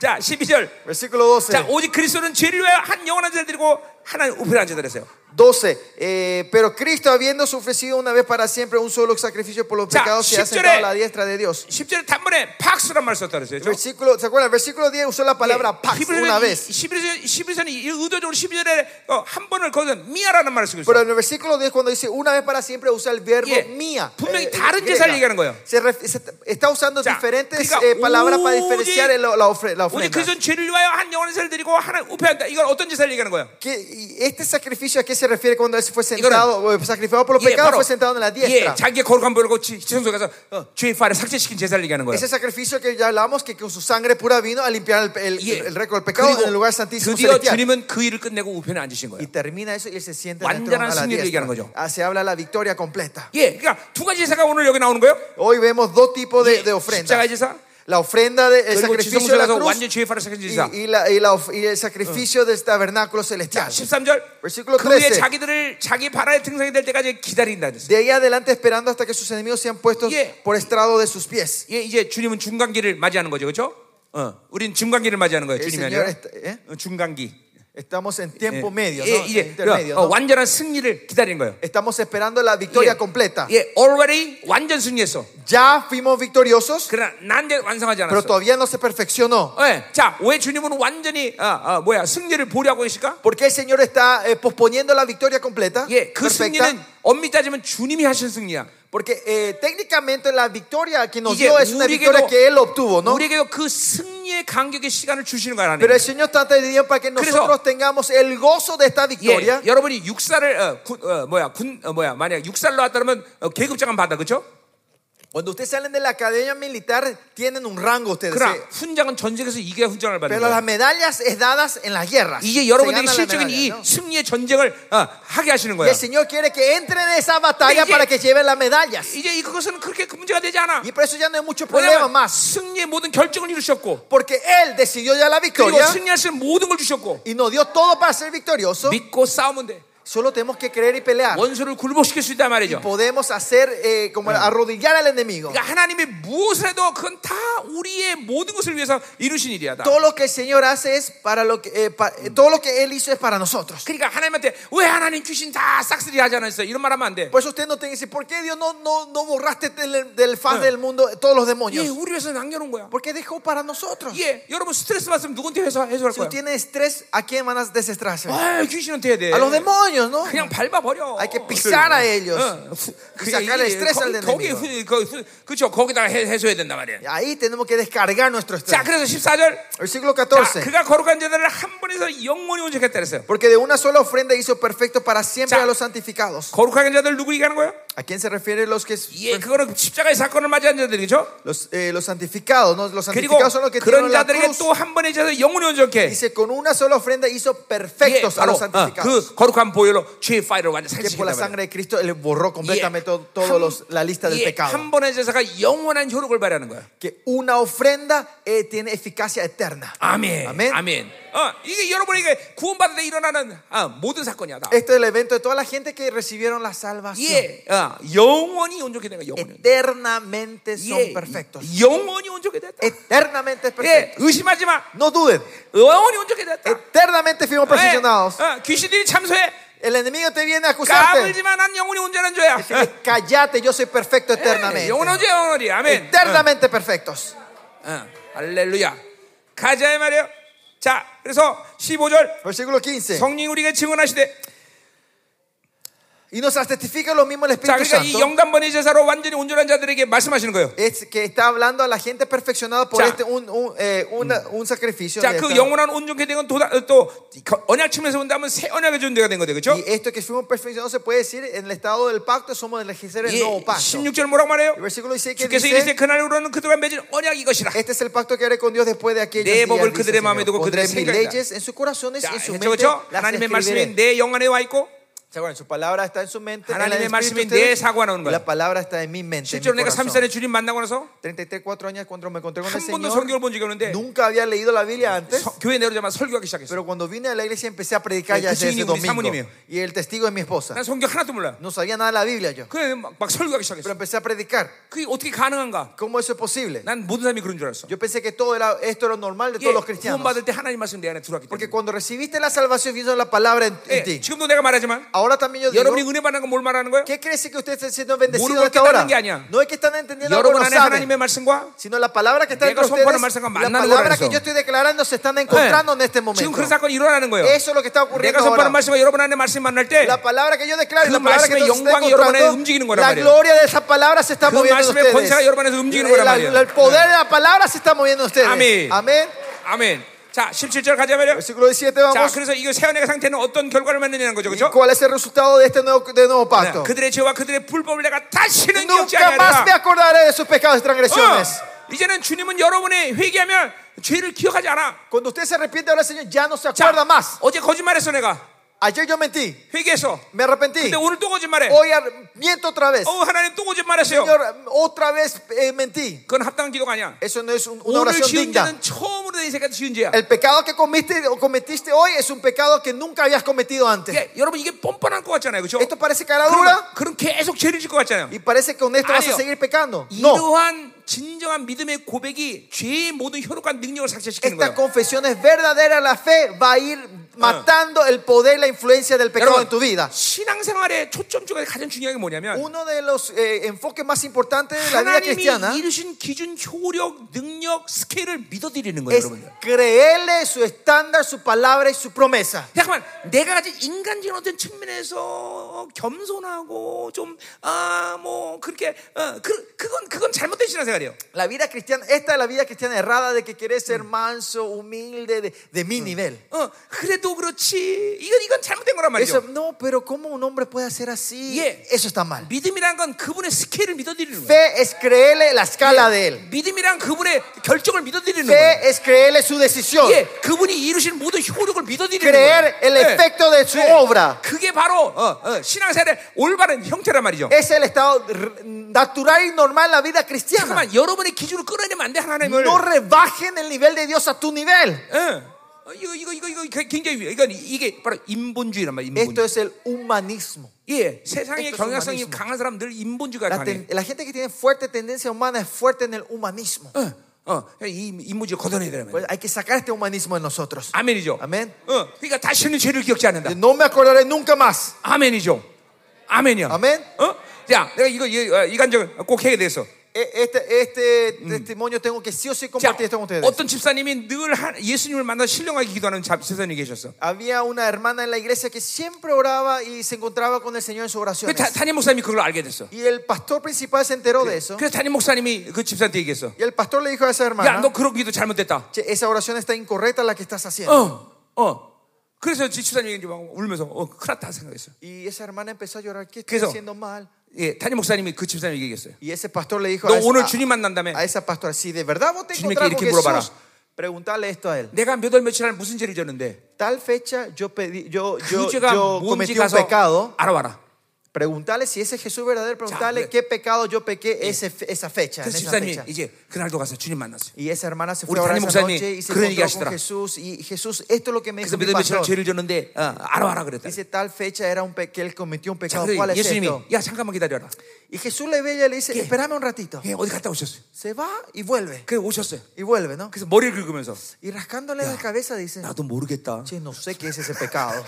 자, 12절.
Versículo 12.
자, 오직 그리스도는 죄를 위하여 한 영원한 죄를 드리고 하나님 우편에 앉아 드렸어요.
12. eh, pero Cristo, habiéndose ofrecido una vez para siempre un solo sacrificio por los
Ya,
pecados, se ha
10
sentado a
절에-
la diestra de Dios.
10절에 단번에 박수란 말 썼다 그랬어요. 그렇죠? 그죠? 네.
Versículo, ¿Se acuerdan? Versículo 10 usó la palabra pax una vez.
11절, 11절은 의도적으로 12절에 어, 한 번을 거기서 미아라는 말을 쓰고
Pero
있어요.
en el versículo 10 cuando dice una vez para siempre usa el verbo
Yeah.
mía.
분명히
eh,
다른
griega.
제사를 얘기하는 거예요.
Se ref- se está- está usando
자,
diferentes
그러니까
eh, palabras para
오직-
diferenciar el- la, ofre- la
오직
ofrenda.
그리스도는 죄를 위하여 한 영원한 죄를 드리고 하나님 우편에 앉다. 이건 어떤 제사를 얘기하는 거예요?
¿Qué- y este sacrificio a qué se refiere cuando él fue sentado, eh, sacrificado por los
예,
pecados,
바로,
fue sentado en la diestra?
예, 자기의 거룩한 벌고 지성소에 가서 어, 죄의 파를 삭제시킨 제사를 얘기하는 거예요.
Ese sacrificio que ya hablamos, que con su sangre pura vino a limpiar el, el,
예.
el récord del pecado en el lugar santísimo
드디어
celestial.
주님은 그 일을 끝내고 우편에 앉으신 거예요.
Y termina eso y él se sienta en el trono
완전한
a la
승리를 얘기하는
diestra.
거죠.
Ah, se habla de la victoria completa.
예, 그러니까 두 가지 제사가 오늘 여기 나오는 거예요.
Hoy vemos dos tipos de,
예,
de
십자가
ofrendas.
제사
La ofrenda del
그리고
sacrificio de la
지성소에서
cruz
완전 죄의 파를 삭제시킨 제사.
y, y la- y la of- y el sacrificio del tabernáculo celestial.
13절
Versículo
그 후에
13.
자기들을 자기 발아의 등상이 될 때까지 기다린다 그랬어요.
De ahí adelante esperando hasta que sus enemigos sean puestos
Yeah.
por estrado de sus pies.
예, 이제 주님은 중간기를 맞이하는 거죠, 그렇죠? 어, 우린 중간기를 맞이하는 거예요,
El
주님이
Señor
아니라
está- ¿eh?
어, 중간기.
Estamos en tiempo medio,
예,
¿no?
이제
intermedio.
어,
¿no?
완전한 승리를 기다리는 거예요.
Estamos esperando la victoria completa.
예, already 완전 승리했어.
Ya fuimos victoriosos,
그러나 난 이제 완성하지
pero
않았어.
todavía no se perfeccionó.
예, 자, 왜 주님은 완전히 아, 아, 뭐야 승리를 보려고 하실까?
¿Por qué el Señor está eh, posponiendo la victoria completa?
예, 그 승리는
Perfecta.
엄밀히 따지면 주님이 하신 승리야.
Porque eh, técnicamente la victoria que nos
이게
dio es una victoria
우리에게도-
que Él obtuvo, ¿no?
우리에게도 그 승리의 간격의 시간을 주시는 거야 하나님.
Pero el Señor trata de Dios para que nosotros tengamos el gozo de esta
예,
victoria.
여러분이 육사를 어, 군, 어, 뭐야 군 어, 뭐야 만약 육살로 왔다면 어, 계급장관 받아 그렇죠?
Cuando ustedes salen de la academia militar, tienen un rango ustedes.
그러나
se-
훈장은 전쟁에서 이겨야 훈장을 받는
Pero las
거야.
medallas es dadas en las guerras.
이게
Se
여러분에게
ganan las
실적인 이
medallas, ¿no?
승리의 전쟁을 어, 하게 하시는
Y
거야.
el Señor quiere que entren en esa batalla
이게-
para que lleven las medallas.
이제 이- 그것은 그렇게 그 문제가 되지 않아.
Y por eso ya no hay mucho problema
왜냐면
más.
승리의 모든 결정을 이루셨고
Porque Él decidió ya la
그리고
victoria
승리할 수 있는 모든 걸 주셨고
y nos dio todo para ser victorioso.
믿고 싸우면 돼.
Solo tenemos que creer y pelear.
원수를 굴복시킬 수 있단 말이죠. 뭐.
Podemos hacer eh, como arrodillar al enemigo.
그러니까 하나님이 무엇을 해도 그건 다 우리의 모든 것을 위해서 이루신 일이야. 다.
Todo lo que el Señor hace es para lo que eh, pa- eh, todo lo que Él hizo es para nosotros.
그러니까 하나님한테 왜 하나님 귀신 다 싹쓸이 하지 않았어요? 이런 말 하면 안 돼.
Por eso Pues usted no tiene que decir, ¿por qué Dios no, no, no borraste del, del faz
Eh.
del mundo todos los
예,
demonios?
우리 회사 남겨놓은 거야.
Porque dejó para nosotros.
예, 여러분 스트레스 받으면 누구한테 해서 해소할
Si
거야?
usted tiene estrés, ¿a quién van a desestresarse?
아, 귀신한테 해야 돼.
A los demonios, ¿no? Ah.
그냥 뭐? 밟아 그 버려. 그러니까
Hay que pisar a ellos. Y sacar el estrés al
거기
enemigo.
후- 거- 후- 그쵸 거기다가 해- 해소해야 된단 말이야.
Ahí tenemos que descargar nuestro
자,
estrés.
그래서 14절.
Versículo
자,
14.
그가 거룩한 자들을 한 번에서 영원히 온전했다 그랬어요.
Porque de una sola ofrenda hizo perfecto para siempre
Ya.
a los santificados.
거룩한 자들 누구 얘기하는 거예요?
¿A quién se refiere los que
예, 그거는 십자가의 사건을 맞이한 자들이죠.
los, eh, los santificados? ¿no? Los
그리고
santificados son los que
그런
tienen la
자들에게
cruz.
또 한 번에 자서 영원히 온전케.
Dice con una sola ofrenda hizo
예,
perfectos a
바로
los
어,
santificados.
그 거룩한 보혈로 죄의 파일을 완전
que por la
상실했다
sangre de Cristo él borró completamente to- todos los- la lista del
한
pecado.
번의 제사가 영원한 효력을 발휘하는 거야.
Que una ofrenda eh, tiene eficacia eterna.
아멘.
아멘.
어, 이게 여러분에게 구원받을 때 일어나는 아, 모든 사건이야. 다.
Este es el evento de toda la gente que recibieron la salvación.
예, 어, 영원히 온전히 되는 거야. 영원히.
Eternamente son
예,
perfectos.
영원히 온전히 됐다.
Eternamente
예,
perfectos.
의심하지 마.
No duden.
영원히 온전히 됐다.
Eternamente fuimos
예,
perfeccionados.
어, 귀신들이 참소해.
El enemigo te viene a acusarte.
까불지만 난 영원히 온전한 죄야.
Así que Cállate, yo soy perfecto
예,
eternamente.
영원한 죄, 영원히. 아멘.
Eternamente perfectos.
어, 할렐루야. 가자 이 말이에요. 자, 그래서 15절
Versículo 15.
성령 우리에게 증언하시되
Y nos certifica lo mismo el
자,
Espíritu
그러니까 이
Santo.
영단번의 제사로 완전히 온전한 자들에게 말씀하시는 거예요.
Es que está hablando a la gente perfeccionada por
Ya.
este un, un, eh, una- un sacrificio.
자,
de
그
esta-
영원한 온전케 된건 어, 또 언약 측면에서 본다면 새 언약의 존재가 된 거죠. 그렇죠?
y esto que fuimos perfeccionados se puede decir en el estado del pacto, somos el ejército del nuevo pacto.
16절 뭐라고 말해요?
El versículo 16 que
주께서 이르시되
dice:
그날로는 그들과 맺은 언약이 것이라.
Este es el pacto que haré con Dios después de aquellos
내
días.
법을
dice
그들의
el
마음에
Señor.
두고
Pondré
그들의
mis
생각이다.
leyes en sus corazones
자,
y en sus
그렇죠,
mentes
그렇죠?
las
하나님의
escribiré.
말씀이 내 영안에 와 있고
자, bueno, su palabra está en su mente. En la,
하나님의
del Espíritu
말씀이
ustedes,
내 사고 안에 오는
y
거예요.
la palabra está en mi mente. En mi
실제로 내가
corazón.
30살에 주님 만나고 나서
33, 4 años cuando me encontré con el
한 번도
Señor.
성경을 본 적이 없는데
Nunca había leído la Biblia antes.
서- 교회 내려오자마자 설교하기 시작했어.
Pero cuando vine a la iglesia empecé a predicar
예,
ya
그 증인이
desde ese
우리
domingo.
사모님이에요.
Y el testigo es mi esposa.
난 성경 하나도 몰라요.
No sabía nada de la Biblia yo.
그래 막, 막 설교하기
Pero
시작했어.
empecé a predicar.
그게 어떻게 가능한가?
¿Cómo eso es posible?
난 모든 사람이 그런 줄 알았어.
Yo pensé que todo era, esto era normal de
예,
todos los cristianos.
구원받을 때 하나님 말씀 내 안에 들어왔기 때문에.
Porque cuando recibiste la salvación vino la palabra en,
예,
en ti.
지금도 내가 말하지만
Ahora también Eh, yo
여러분이
digo,
은혜 받는 건 뭘 말하는 거예요?
¿qué crees que usted está siendo
모르고
bendecido hasta
깨닫는
ahora?
게 아니야.
No es que están entendiendo algo,
여러분
no
안에
saben.
하나님의 말씀과
sino la palabra que está
내가
entre ustedes,
선포하는 말씀과
la
만나는 거라면서.
palabra que yo estoy declarando se están encontrando en este
지금 그런
momento.
사건이 일어나는 거예요.
Eso es lo que está
내가
ocurriendo
선포하는
ahora.
말씀과 여러분 안에 말씀 만날 때
La
그
palabra que yo declaro,
그
y la palabra que
말씀의
todos están
영광이 여러분 안에 움직이는
encontrando,
거란
la
말이에요.
gloria de esa palabra se está
그
moviendo en
말씀의
ustedes.
권세가 여러분 안에서 움직이는
La-
거란
la-
말이에요.
el poder de la palabra se está moviendo en ustedes.
아멘.
Amén.
아멘. 자, 17절 가자 말이요.
Versículo 17
자,
vamos.
그래서 이거 세안의 상태는 어떤 결과를 만드냐는 거죠.
¿Y
그렇죠?
¿Cuál es el resultado de este nuevo, de nuevo pacto?
그들의 죄와 그들의 불법을 내가 다시는 기억지
Nunca más me
않으리라.
acordaré de sus pecados y transgresiones.
어, 이제는 주님은 여러분의 회개하면 죄를 기억하지 않아.
Cuando usted se arrepiente ahora, Señor, ya no se
자,
acuerda más.
어제 거짓말했어 내가.
Ayer yo mentí,
회개했어.
me arrepentí.
근데 오늘 또 거짓말해.
Hoy ar- miento otra vez.
어, 하나님 또 거짓말했어요.
Señor, otra vez eh, mentí.
그건 합당한 기도가 아니야.
Eso no es un- una
오늘 네.
oración
지은
digna.
죄는 처음으로 내 인생에서 지은 죄야.
El pecado que comiste o cometiste hoy es un pecado que nunca habías cometido antes.
이게, 여러분 이게 뻔뻔한 것 같잖아요, 그렇죠?
Esto parece cara dura
그럼, 그럼 계속 죄를 질것 같잖아요.
y parece que con esto vas a
Año.
seguir pecando. No.
이러한 진정한 믿음의 고백이 죄의 모든 효력과 능력을 삭제시키는
Esta
거예요.
confesión es verdadera, la fe va a ir matando el poder, la influencia del pecado
여러분,
en tu vida.
신앙생활의 초점 중에 가장 중요한 게 뭐냐면
Uno de los eh, enfoques más importantes de la vida
하나님이
cristiana
이루신 기준, 효력, 능력, 스케일을 믿어드리는 거예요,
es
여러분들.
creerle su estándar, su palabra y su promesa.
잠깐만, 내가 가진 인간적인 어떤 측면에서 겸손하고 좀 아 뭐 그렇게 어, 그 그건 그건 잘못된 신앙생활이에요.
La vida cristiana, esta es la vida cristiana errada de que querés ser manso, humilde, de, de mi nivel.
어 그래도 그렇지 이건 이건 잘못된 거란 말이죠.
Eso, no, pero ¿cómo un hombre puede hacer así?
Yeah.
Eso está mal.
믿음이란 건 그분의 스케일을 믿어드리는 거예요.
Fe es creerle la escala de él.
믿음이란 그분의 결정을 믿어드리는 거예요.
Fe es creerle su decisión.
예, 그분이 이루신 모든 효력을 믿어드리는
Creer el
거예요. 예.
efecto de su
예.
obra.
그게 바로 어, 어, 신앙생활의 올바른 형태란 말이죠.
Es el estado r- natural y normal de la vida cristiana.
잠깐만 여러분의 기준을 끌어내면 안 돼 하나님을.
No rebajen el nivel de Dios a tu nivel.
예. 어, 이거 이거 이거 이거 그- 굉장히 이건 이게 바로 인본주의란 말이에요.
Esto
인본주의.
es el humanismo.
예, 세상의
esto es
경향성이
humanismo.
강한 사람 늘 인본주의가
La,
강해.
ten- la gente que tiene fuerte tendencia humana es fuerte en el humanismo.
어, 어, 이 인본주의 걷어내야 되는
Pues
거예요.
hay que sacar este humanismo de nosotros.
뭐, 아멘이죠. 예.
아멘.
어, 그러니까 다시는 죄를 기억지 않는다.
No me acordaré nunca más.
아멘이죠. 아멘이야.
아멘.
어? 야, 내가 이거 이- 어, 이간증 꼭 해야 돼서.
E- Este, este
Mm.
testimonio tengo que sí o sí
자,
compartir esto con ustedes.
어떤 집사님이 늘 하- 예수님을 만나 신령하게 기도하는 잡- 집사님이 계셨어.
Había una hermana en la iglesia que siempre oraba y se encontraba con el Señor en sus
그 다-
oraciones.
담임 목사님이 그걸 알게 됐어.
Y el pastor principal se enteró de eso.
그래서 담임 목사님이 그 집사한테 얘기했어.
Y el pastor le dijo a esa
야,
hermana,
너 그런 기도 잘못됐다.
"Che, esa oración está incorrecta la que estás haciendo.
어, 어. 그래서 지- 집사님이 이제 막 울면서 어, 큰일 났다 생각했어.
Y esa hermana empezó a llorar, ¿qué
¿Qué
estoy
hizo?
haciendo mal?
예, 담임 목사님이 그 집사님에게 얘기했어요.
Y ese pastor le dijo
너
a,
오늘
esa,
주님 만난다며.
a esa pastora, si de verdad vos te
주님에게
encontrás con
이렇게 물어봐라.
Jesús, preguntale esto a él.
내가 몇 월 며칠 날 무슨 죄를 졌는데
Tal fecha yo, pedí, yo,
그
yo,
죄가
yo
뭔지
cometí un
가서 어?
pecado.
알아와라.
Preguntarle si ese es Jesús verdadero, preguntarle
Ya,
qué pecado yo pequé ese, esa fecha. en
그래서
esa
집사님이
fecha.
이제 그날도 가서 주님 만났어요.
Y esa hermana se
Uy,
fue a orar
Dani
esa
Muksa님이
noche y se
그런
encontró
얘기하시더라.
con Jesús. Y Jesús, esto es lo que me
그래서
dijo
몇월 며칠
mi
날
pastor.
죄를 졌는데 어, 알아와라 그랬다.
Dice, tal fecha era un pe- que él cometió un
자,
pecado. ¿Cuál
그래서
es
예수님이
esto?
야 잠깐만 기다려라.
Y Jesús le ve y le dice, espérame un ratito.
예, 어디 갔다 오셨어요?
Se va y vuelve.
그래 오셨어요.
Y vuelve, ¿no?
그래서 머리를 긁으면서
Y rascándole la cabeza dice,
나도 모르겠다.
che, no sé qué es ese pecado.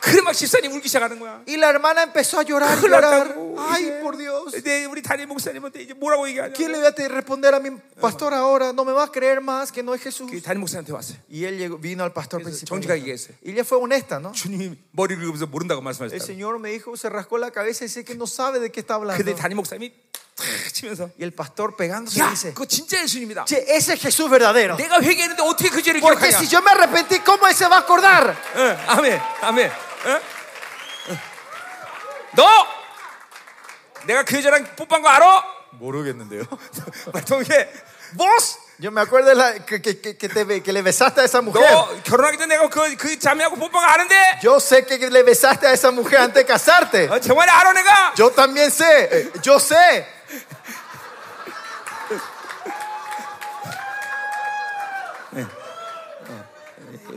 그래 막 집사님 울기 시작하는 거야.
Y la hermana empezó a llorar,
큰일
llorar.
났다고.
Ay,
이제
por Dios.
내 우리 담임 목사님한테 이제 뭐라고 얘기하냐?
¿Quién le voy a te- responder a mi pastor ahora? No me va a creer más que no es Jesús.
그 담임 목사한테 왔어요.
Y él llegó- vino al pastor
Entonces,
principal.
정직하게 얘기했어요.
Y ella fue honesta, ¿no?
주님이 머리를 긁으면서 모른다고
El
말씀하셨다.
Señor me dijo, se rascó la cabeza y dice que no sabe de qué está hablando.
근데 담임 목사님이 탁 치면서
Y el pastor pegándose
야,
dice,
그거 진짜 예수님이다.
che, ese es Jesús verdadero.
내가 회개했는데 어떻게 그 죄를
Porque
기억하냐?
si yo me arrepentí, ¿cómo él se va a acordar?
응, 아멘, 아멘. 응? 응. 너 내가 그 여자랑 뽀뽀한 거 알아?
모르겠는데요.
말통해. 보스,
Yo me acuerdo de la- que, que- que- que te be- que le besaste a esa mujer.
너 결혼하기 전에 내가 그, 그 자매하고 뽀뽀한 거 아는데?
Yo sé que le besaste a esa mujer antes de casarte.
어, 정말 알아 내가?
Yo también sé, eh, yo sé.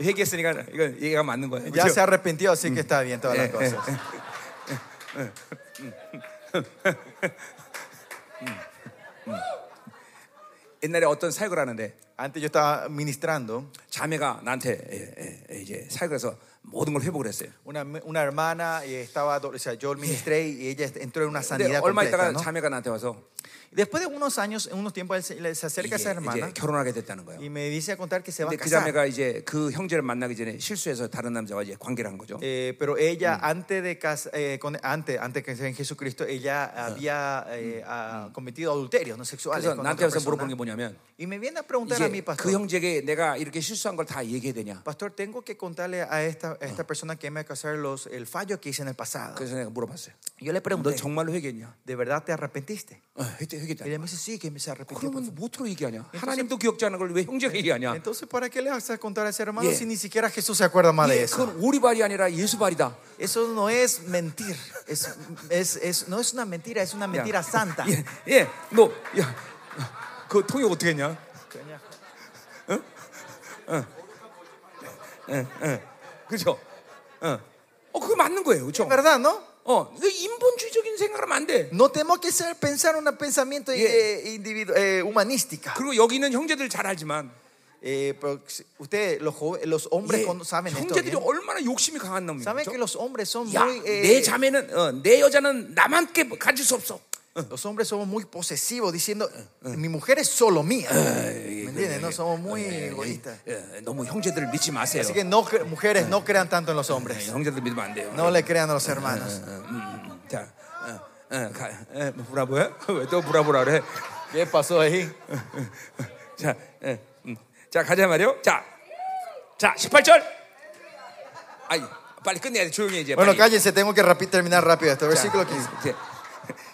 회개했으니까 이건 얘기가 맞는 거야.
Ya
그죠?
se arrepintió, así que está bien todas las cosas.
옛날에 어떤 사역을 하는데
Antes yo estaba ministrando.
자매가 나한테 예, 예, 예, 이제 사역에서 모든 걸 회복을 했어요.
Una, una hermana eh, estaba, do- o sea, yo ministré y ella entró en una
근데
sanidad
얼마
completa,
있다가
¿no?
자매가 나한테 와서
Después de unos años, unos tiempos, él se, le-
이게
se acerca a esa hermana
이제 결혼하게 됐다는 거예요.
eh, y me dice a contar que se va a
근데 그
casar.
자매가 이제 그 형제를 만나기 전에 실수해서 다른 남자와 이제 관계를 한 거죠.
Eh, pero ella, antes de cas- eh, con- antes, antes que sea en Jesucristo, ella había eh, ah, cometido adulterios no sexuales.
그래서
con
나한테
otra
와서 물어보는 게
persona.
뭐냐면
Y me viene a preguntar a mi
이제 아. 그
pastor:
형제에게 내가 이렇게 실수한 걸 다 얘기해야 되냐?
Pastor, tengo que contarle a esta, a esta persona que me va a casar los, el fallo Ah. que hice en el pasado.
그래서 내가 물어봤어요.
Yo le
너
pregunté:
정말로 회개했냐?
¿de verdad te arrepentiste?
어, 회개, 회개했다.
Y ella me dice: Sí, que me se arrepintió. por favor".
그러면 뭐로 얘기하냐? 하나님도 기억지 않은 걸 왜 형제가 얘기하냐?
Entonces, ¿para qué le vas a contar a ese hermano
Ah. Yeah.
si ni siquiera Jesús se acuerda más de
예,
eso?
그건 오리발이 아니라 예수발이다.
Eso no es mentir, es, es- es- no es una mentira, es una mentira santa.
예, 예, 너, 야, 그 통역 어떻게 했냐? 어? 예, 그죠? 어, 어, 그거 맞는 거예요, 그죠?
¿Verdad, no?
어, 이거 인본주의적인 생각하면 안 돼.
No tenemos que ser, pensar un pensamiento
Yeah.
eh, individu- eh, humanística.
그리고 여기 있는 형제들 잘 알지만
eh, pero ustedes, los, joven- los hombres
이게
cuando saben esto.
예, 형제들이
bien.
얼마나 욕심이 강한 놈이죠.
Saben que los hombres son
야,
muy. eh,
내 자매는 어, 내 여자는 나만께 가질 수 없어.
Los hombres somos muy posesivos diciendo,
Eh,
mi mujer es solo mía. ¿Me entiendes? No somos
eh,
muy egoístas.
예, 너무 형제들을 믿지 마세요.
Así que no, cre- mujeres, no crean tanto en los
예,
hombres.
형제들 믿으면 안 돼요.
No le crean a los hermanos.
어, 음, 음, 자, 어, 어, 가, 어, 브라보야? 왜또 브라보라 그래?
¿Qué pasó ahí?
자, 예, 음. 자 가자 말이요. 자, 자 18절. 아이, 빨리 끝내야 돼. 조용히 해, 이제.
Bueno,
빨리.
cállense, tengo que rapi- terminar rápido esto.
자,
Versículo 15.
이제.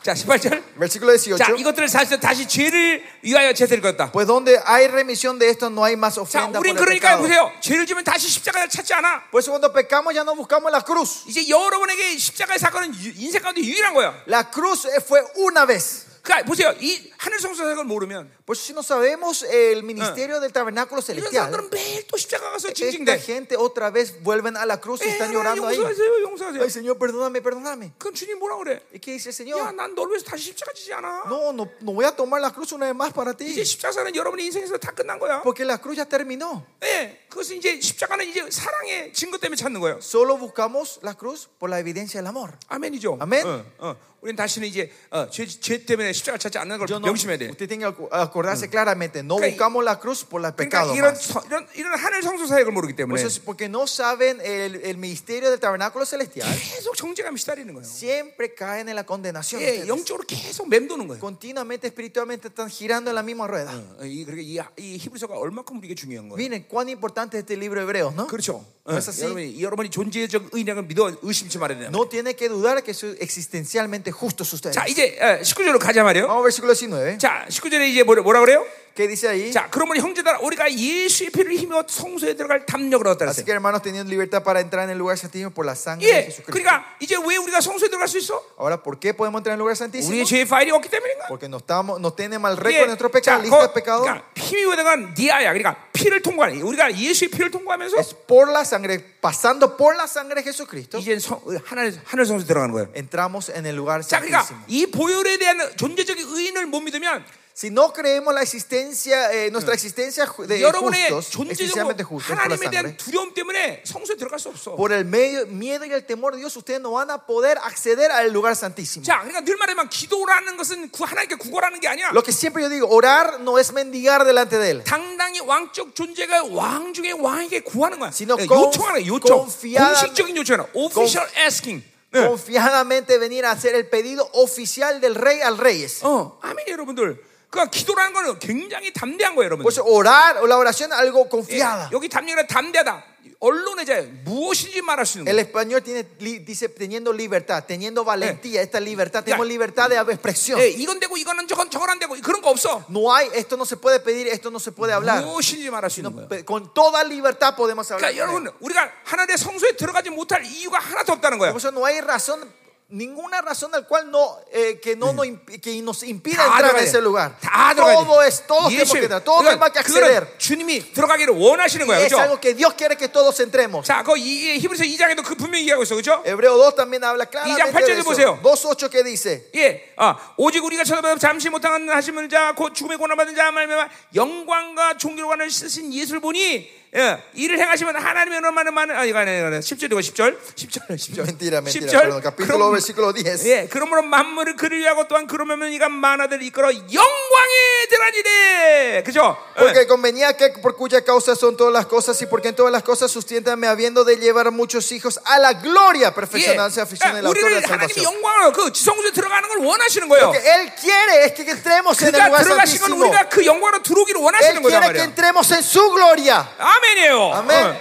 자, 18절.
Versículo
자,
18.
이것들을 사실 다시 죄를 위하여 제대를 걷다.
Pues donde hay remisión de esto, no hay más
자,
ofrenda. Por,
우린
el
그러니까
pecado.
보세요. 죄를 지면 다시 십자가를 찾지 않아.
Por eso cuando pecamos ya no buscamos la cruz.
이제 여러분에게 십자가의 사건은 유- 인생 가운데 유일한 거야.
La cruz eh, fue una vez.
그러니까 보세요. 이 하늘 성소 사건을 모르면
Por eso si no sabemos el ministerio del tabernáculo
이런
celestial,
사람들은 매일 또 십자가 가서
esta
징징대.
gente otra vez vuelven a la cruz y
에이,
están
하나님
llorando ahí.
용서하세요, 용서하세요.
Ay, Señor, perdóname, perdóname.
그럼 주님 뭐라 그래?
¿Y qué dice el
야,
Señor?
난 널 위해서 다시 십자가 지지 않아.
No, no, no voy a tomar la cruz una vez más para ti.
이제 뭐 십자가는 여러분의 인생에서 다 끝난 거야.
Porque la cruz ya terminó.
예, 그것은 이제 십자가는 이제 사랑의 증거 때문에 찾는 거예요.
Solo buscamos la cruz por la evidencia del amor.
아멘이죠.
아멘.
어, 어. 우리는 다시는 이제 어, 죄, 죄 때문에 십자가 찾지 않는 걸
Yo no-
명심해야 돼.
usted tiene que acu- acordarse claramente, no
그러니까 이-
buscamos la cruz por el
그러니까
pecado.
이런
más.
서- 이런 이런 하늘 성소 사역을 모르기 때문에
Por eso es porque no saben el, el ministerio del tabernáculo celestial,
계속 정죄감이 시달리는 거예요.
siempre caen en la condenación.
예,
ustedes.
영적으로 계속 맴도는 거예요.
Continuamente, espiritualmente están girando en la misma rueda.
어, 이 그러니까 이, 하- 이 히브리서가 얼마큼 우리에게 중요한 거예요.
Miren cuán importante es este libro hebreo, ¿no?
그렇죠. 어,
그래서 씨-
여러분이 여러분이 존재적 의량을 믿어 의심치 말아야 돼요.
No tiene que dudar que son existencialmente justos ustedes.
자, 이제 예, 19절로 가자 말이에요.
Vamos al versículo 19.
자, 19절에 이제 뭐라, 뭐라 그래요?
¿Qué dice ahí?
자, 그러므로 형제들 우리가 예수의 피를 힘입어 성소에 들어갈 담력을 얻었다
Así
그랬어요.
que hermanos, teniendo libertad para entrar en el lugar santísimo por la sangre de
예.
Jesucristo.
그러니까 이제 왜 우리가 성소에 들어갈 수 있어?
Ahora, ¿por qué podemos entrar en el lugar santísimo?
우리의 죄의 파일이 없기 때문인가?
Porque no, estamos, no tenemos al récord
예.
de nuestro pecado, lista de
거-
pecado.
그러니까 힘입어 들어간 니아야. 그러니까 피를 통과하는 우리가 예수의 피를 통과하면서
Es por la sangre, pasando por la sangre de Jesucristo,
이제 성, 어, 하늘 하늘 성소에 들어가는 거예요.
entramos en el lugar
자, 그러니까
santísimo.
이 보혈에 대한 존재적인 의인을 못 믿으면
Si no creemos la existencia, eh, nuestra existencia ju-
네,
de
여러분의
justos,
존재적으로
esencialmente justos por
그
la
하나님에 대한
sangre,
두려움 때문에 성소에 들어갈 수 없어.
por el medio, miedo y el temor de Dios, ustedes no van a poder acceder al lugar santísimo.
자, 그러니까 늘 말하지만 기도라는 것은 구- 하나님께 구걸하는 게 아니야.
Lo que siempre yo digo, orar no es mendigar delante de Él,
당당히 왕적 존재가 왕 중에 왕에게 구하는 거야.
Sino
예,
con-
요청하는 거야, 요청.
confiada-
공식적인 요청이야. official asking. 예.
confiadamente venir a hacer el pedido oficial del rey al reyes.
어, 아멘 여러분들. 그러니까 기도라는 거는 굉장히 담대한 거예요, 여러분.
Por eso orar o la oración algo
예,
confiada.
여기 담대가 담대하다. 언론의 자유. 무엇인지 말할 수 있는
El
거야.
español tiene, li- dice teniendo libertad, teniendo valentía, esta libertad,
Ya.
tenemos libertad de expresión.
예, 이건 되고 이거는 저건 저건 안 되고 그런 거 없어.
No hay, esto no se puede pedir, esto no se puede hablar.
무엇인지 말할 수 있는 거야.
Pe- Con toda libertad podemos hablar.
그러니까 여러분
Por
우리가 하나님의 성소에 들어가지 못할 이유가 하나도 없다는 거예요.
eso Eh. no hay razón, ninguna razón al cual no, eh, que, no nos, imp- que nos impida
다
entrar
들어가야
en ese
돼.
lugar.
다 들어가야
Todo
돼.
es, todos tenemos que
예수의-
entrar, todos
그건-
tenemos que acceder.
그거는 주님이 들어가기를 원하시는 거예요.
Es
그렇죠?
algo que Dios quiere que todos entremos.
자, 그 이- 이 히브리서 2장에도 그 분명히 얘기하고 있어. 그렇죠?
Hebreo 2 también habla claramente de
팔절도
eso.
보세요.
2.8 que dice.
예. 아, 오직 우리가 쳐다보다 잠시 못한 하시는 자, 곧 죽음의 고난 받은 자 말미암아 영광과 존귀로관을 쓰신 예수를 보니 예, 이를 행하시면 하나님의 은혜만은 많은 아니 아니 아니 10절이고 10절. 10절. 10절.
Mentira, mentira.
10절.
Perdón, capítulo,
음, 그럼-
versículo 10.
예, 그러므로 만물을 그를 위하고 또한 그러면 이가 만화들 이끌어 영광에 들어가니래. 그죠? 예.
Porque convenía que por cuya causa son todas las cosas y porque en todas las cosas sustiéntame habiendo de llevar muchos hijos a la gloria,
예,
perfeccionarse,
Eh,
afición del autor de la
우리를 하나님이
salvación.
영광을 그 지성소에 들어가는 걸 원하시는 거예요.
Lo que Él quiere es que entremos en el
그가
lugar
들어가신 건
santísimo.
우리가 그 영광으로 들어오기를 원하시는
Él
거란
quiere que
말이야.
entremos en su gloria.
예, 아멘이에요.
아멘.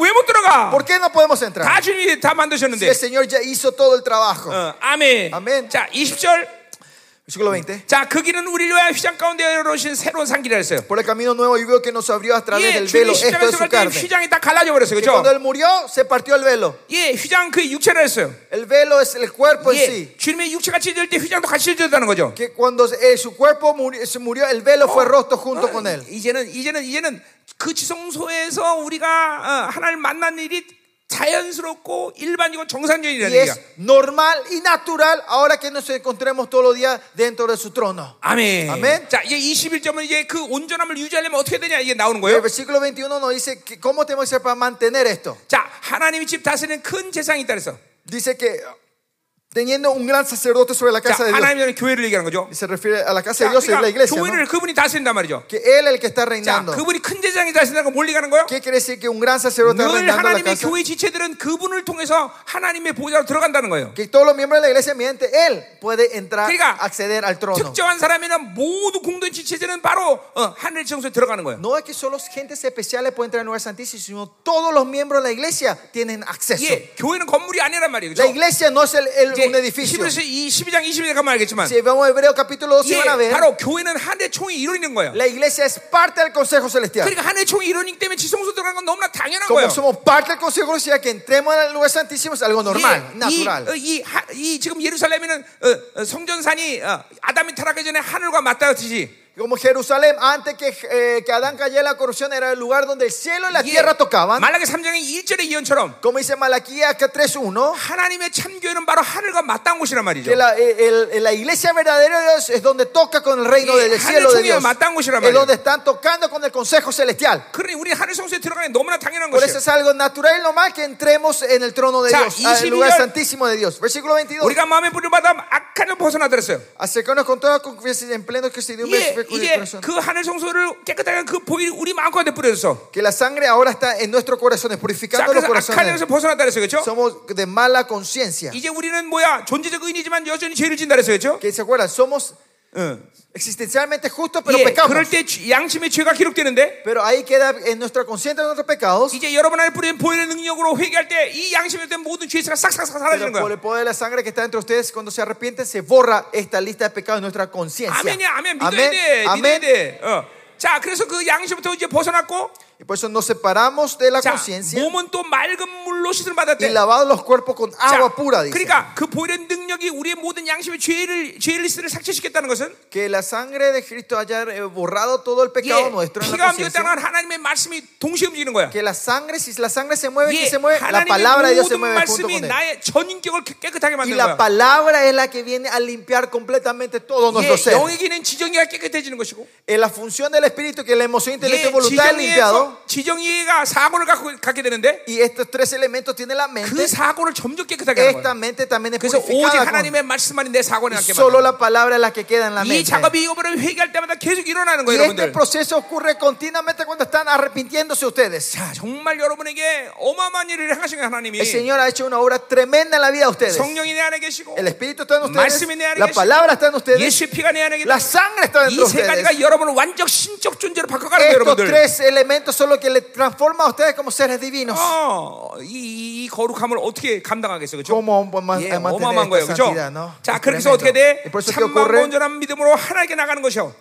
왜 못 들어가?
¿Por qué no podemos entrar?
다 주님이 다 만드셨는데.
El Señor ya hizo todo el trabajo.
어, 아멘.
아멘.
자, 20절.
Versículo 20.
자, 그 길은 우리를 위하여 휘장 가운데 열어오신 새로운 상기라 했어요.
Por el camino nuevo y vivo que nos abrió a través
예,
del
주님이
velo. Esto
십자가에
es su
들어갈 때
carne.
휘장이 다 갈라져 버렸어요.
Que cuando
그렇죠?
Él murió, se partió el velo.
예, 휘장 그 육체라 했어요.
El velo es el cuerpo en
예,
sí.
주님의 육체가 찢어질 때 휘장도 같이 찢어졌다는 거죠.
Que cuando eh, su cuerpo murió, se murió, el velo fue
Oh.
roto junto
어,
con Él.
이제는 이제는 이제는 그 지성소에서 우리가 어, 하나님 만난 일이 자연스럽고 일반적이고 정상적이라는
Y
얘기야.
es normal y natural ahora que nos encontremos todos los días dentro de su trono.
아멘.
아멘.
자, 이제 21점은 이제 그 온전함을 유지하려면 어떻게 되냐 이게 나오는
Y el
거예요.
versículo 21 nos dice que cómo tenemos que hacer para mantener esto.
자, 하나님이 집 다스리는 큰 재상이 있다 그랬어.
Dice que teniendo un gran sacerdote sobre la
자,
casa de Dios,
하나님이 교회를 얘기하는 거죠.
se refiere a la casa
자,
de Dios y la
그러니까
iglesia. ¿no?
교회를 네, 그분이 다스린단 말이죠.
Que Él es el que está
자,
reinando.
그분이 큰 재상이 다스린다고 몰리 가는 거예요?
¿Qué quiere decir que un gran sacerdote está
늘
reinando la
하나님의
casa?
교회 지체들은 그분을 통해서 하나님의 보좌로 들어간다는 거예요.
Que todos los miembros de la iglesia, mediante Él, puede entrar,
그러니까
acceder al trono.
특정한 사람이나 모두 공동 지체들은 바로 어, 하늘 청소에 들어가는 거예요.
No es que solo gentes especiales pueden entrar en el lugar santísimo, sino todos los miembros de la iglesia tienen acceso.
예, 교회는 건물이 아니란 말이에요.
La
그렇죠?
iglesia no es el- el-
이제
un edificio.
히브리서 이 12장 20절에 가면 알겠지만
Si vemos Hebreo capítulo 2, van a
예,
ver,
바로 교회는 하늘의 총이 이론인 거예요.
la iglesia es parte del Consejo Celestial.
그러니까 하늘의 총이 이론이기 때문에 지성소 들어가는 건 너무나 당연한
Como
거예요.
somos parte del Consejo Celestial, que entremos al lugar santísimo es algo normal,
예, 이,
natural.
어, 이, 하, 이 지금 예루살렘에는 어, 어, 성전산이 어, 아담이 타락하기 전에 하늘과 맞닿았듯이
Como Jerusalén, antes que, eh, que Adán cayera en la corrupción, era el lugar donde el cielo y la
예,
tierra tocaban.
말라기 3장의 1절의 예언처럼
Como dice Malaquías 3.1,
하나님의 참교회는 바로 하늘과 맞닿은 곳이란 말이죠.
que la, eh, el- el- la iglesia verdadera de Dios es donde toca con el reino
예,
del
하늘
cielo de
총회와
Dios.
맞닿은 곳이란
Es
말이에요.
donde están tocando con el consejo celestial.
그러니 우리 하늘 성소에 들어가는 게 너무나 당연한
Por
것이에요.
eso es algo natural y normal que entremos en el trono de
자,
Dios, al lugar
22
santísimo de Dios. Versículo 22.
우리가 마음의 뿌림받아 악한을 벗어나들었어요.
Acercarnos con toda confianza y en pleno cristianismo
예, 이제
corazón.
그 그 하늘 성소를 깨끗하게 그 보일 우리 마음껏 내뿌려졌어.
Que la sangre ahora está en nuestros corazones,
자,
purificando los
그래서 악한 영에서
corazones.
벗어났다 그랬어요, 그렇죠?
Somos de mala conciencia.
이제 우리는 뭐야 존재적 의인이지만 여전히 죄를 진다 그랬어요, 그렇죠?
Que se acuerdan, somos
응.
existencialmente justos, pero
예,
pecamos.
그럴 때 죄- 양심의 죄가 기록되는데
Pero ahí queda en nuestra conciencia nuestros pecados.
이제 여러분 안에 뿌리는 보혈의 능력으로 회개할 때 이 양심에 대한 모든 죄가 싹싹싹 사라지는
Pero por
거야.
el poder de la sangre que está entre ustedes, cuando se arrepienten, se borra esta lista de pecados de nuestra conciencia.
아멘이야, 아멘. 믿어야
Amén.
돼, 믿어야
Amén.
돼. 어. 자, 그래서 그 양심부터 이제 벗어났고,
Y por eso nos separamos de la
자,
conciencia
몸은 또 맑은 물로 씻을
y
받았대.
lavados los cuerpos con
자,
agua pura. Dice
그러니까 그 보혈의 능력이 우리의 모든 양심의 죄를 죄 리스트를 삭제시켰다는 것은
que la sangre de Cristo haya eh, borrado todo el
예,
pecado nuestro en la
피가 움직였다는
conciencia.
건 하나님의 말씀이 동시에 움직이는 거야.
Que la sangre, si la sangre se mueve,
예,
que se mueve, la palabra de
하나님의
Dios se
모든
mueve junto
말씀이
con él.
나의 전 인격을 깨- 깨끗하게
Y
만드는
la
거야.
palabra es la que viene a limpiar completamente todo nuestro
예,
ser.
영에게는 지정이가 깨끗해지는 것이고,
En la función del espíritu, que la emoción, intelecto y
예,
voluntad es
지정이에서-
limpiado.
지정이가 사고를 갖고, 갖게 되는데
Y estos tres elementos tiene la
그
mente.
사고를 점점 깨끗하게 하는
Esta
거야.
mente también es
그래서 오직
purificada. con-
하나님의 말씀만이 내 사고를
Y
갖게
solo
만드는
la palabra es la que queda en la
이
mente.
작업이 여러분을 회개할 때마다 계속 일어나는
Y
거예요,
este
여러분들.
proceso ocurre continuamente cuando están arrepintiéndose ustedes.
자, 정말 여러분에게 어마어마한 일을 행하신 거예요, 하나님이.
El Señor ha hecho una obra tremenda en la vida de ustedes.
성령이 내 안에 계시고
El Espíritu está en ustedes.
말씀이 내 안에
La
계시고,
palabra está en ustedes.
예수의 피가 내 안에
La
계시고
sangre está dentro de
이세
ustedes.
가지가 여러분을 완전 신적 존재로 바꿔가는 거예요
Estos
여러분들
tres elementos son los que le transforma a ustedes como seres divinos.
Oh. 어, 이, 이- 이 거룩함을 어떻게 감당하겠어 그죠?
Cómo man-
예,
mantener
어마어마한 거예요
esta
그죠?
santidad, ¿no?
자
Es
그렇게 해서 어떻게
tremendo.
돼?
Y por eso que
참만고
ocurre
온전한 믿음으로 하나님께 나가는 것이요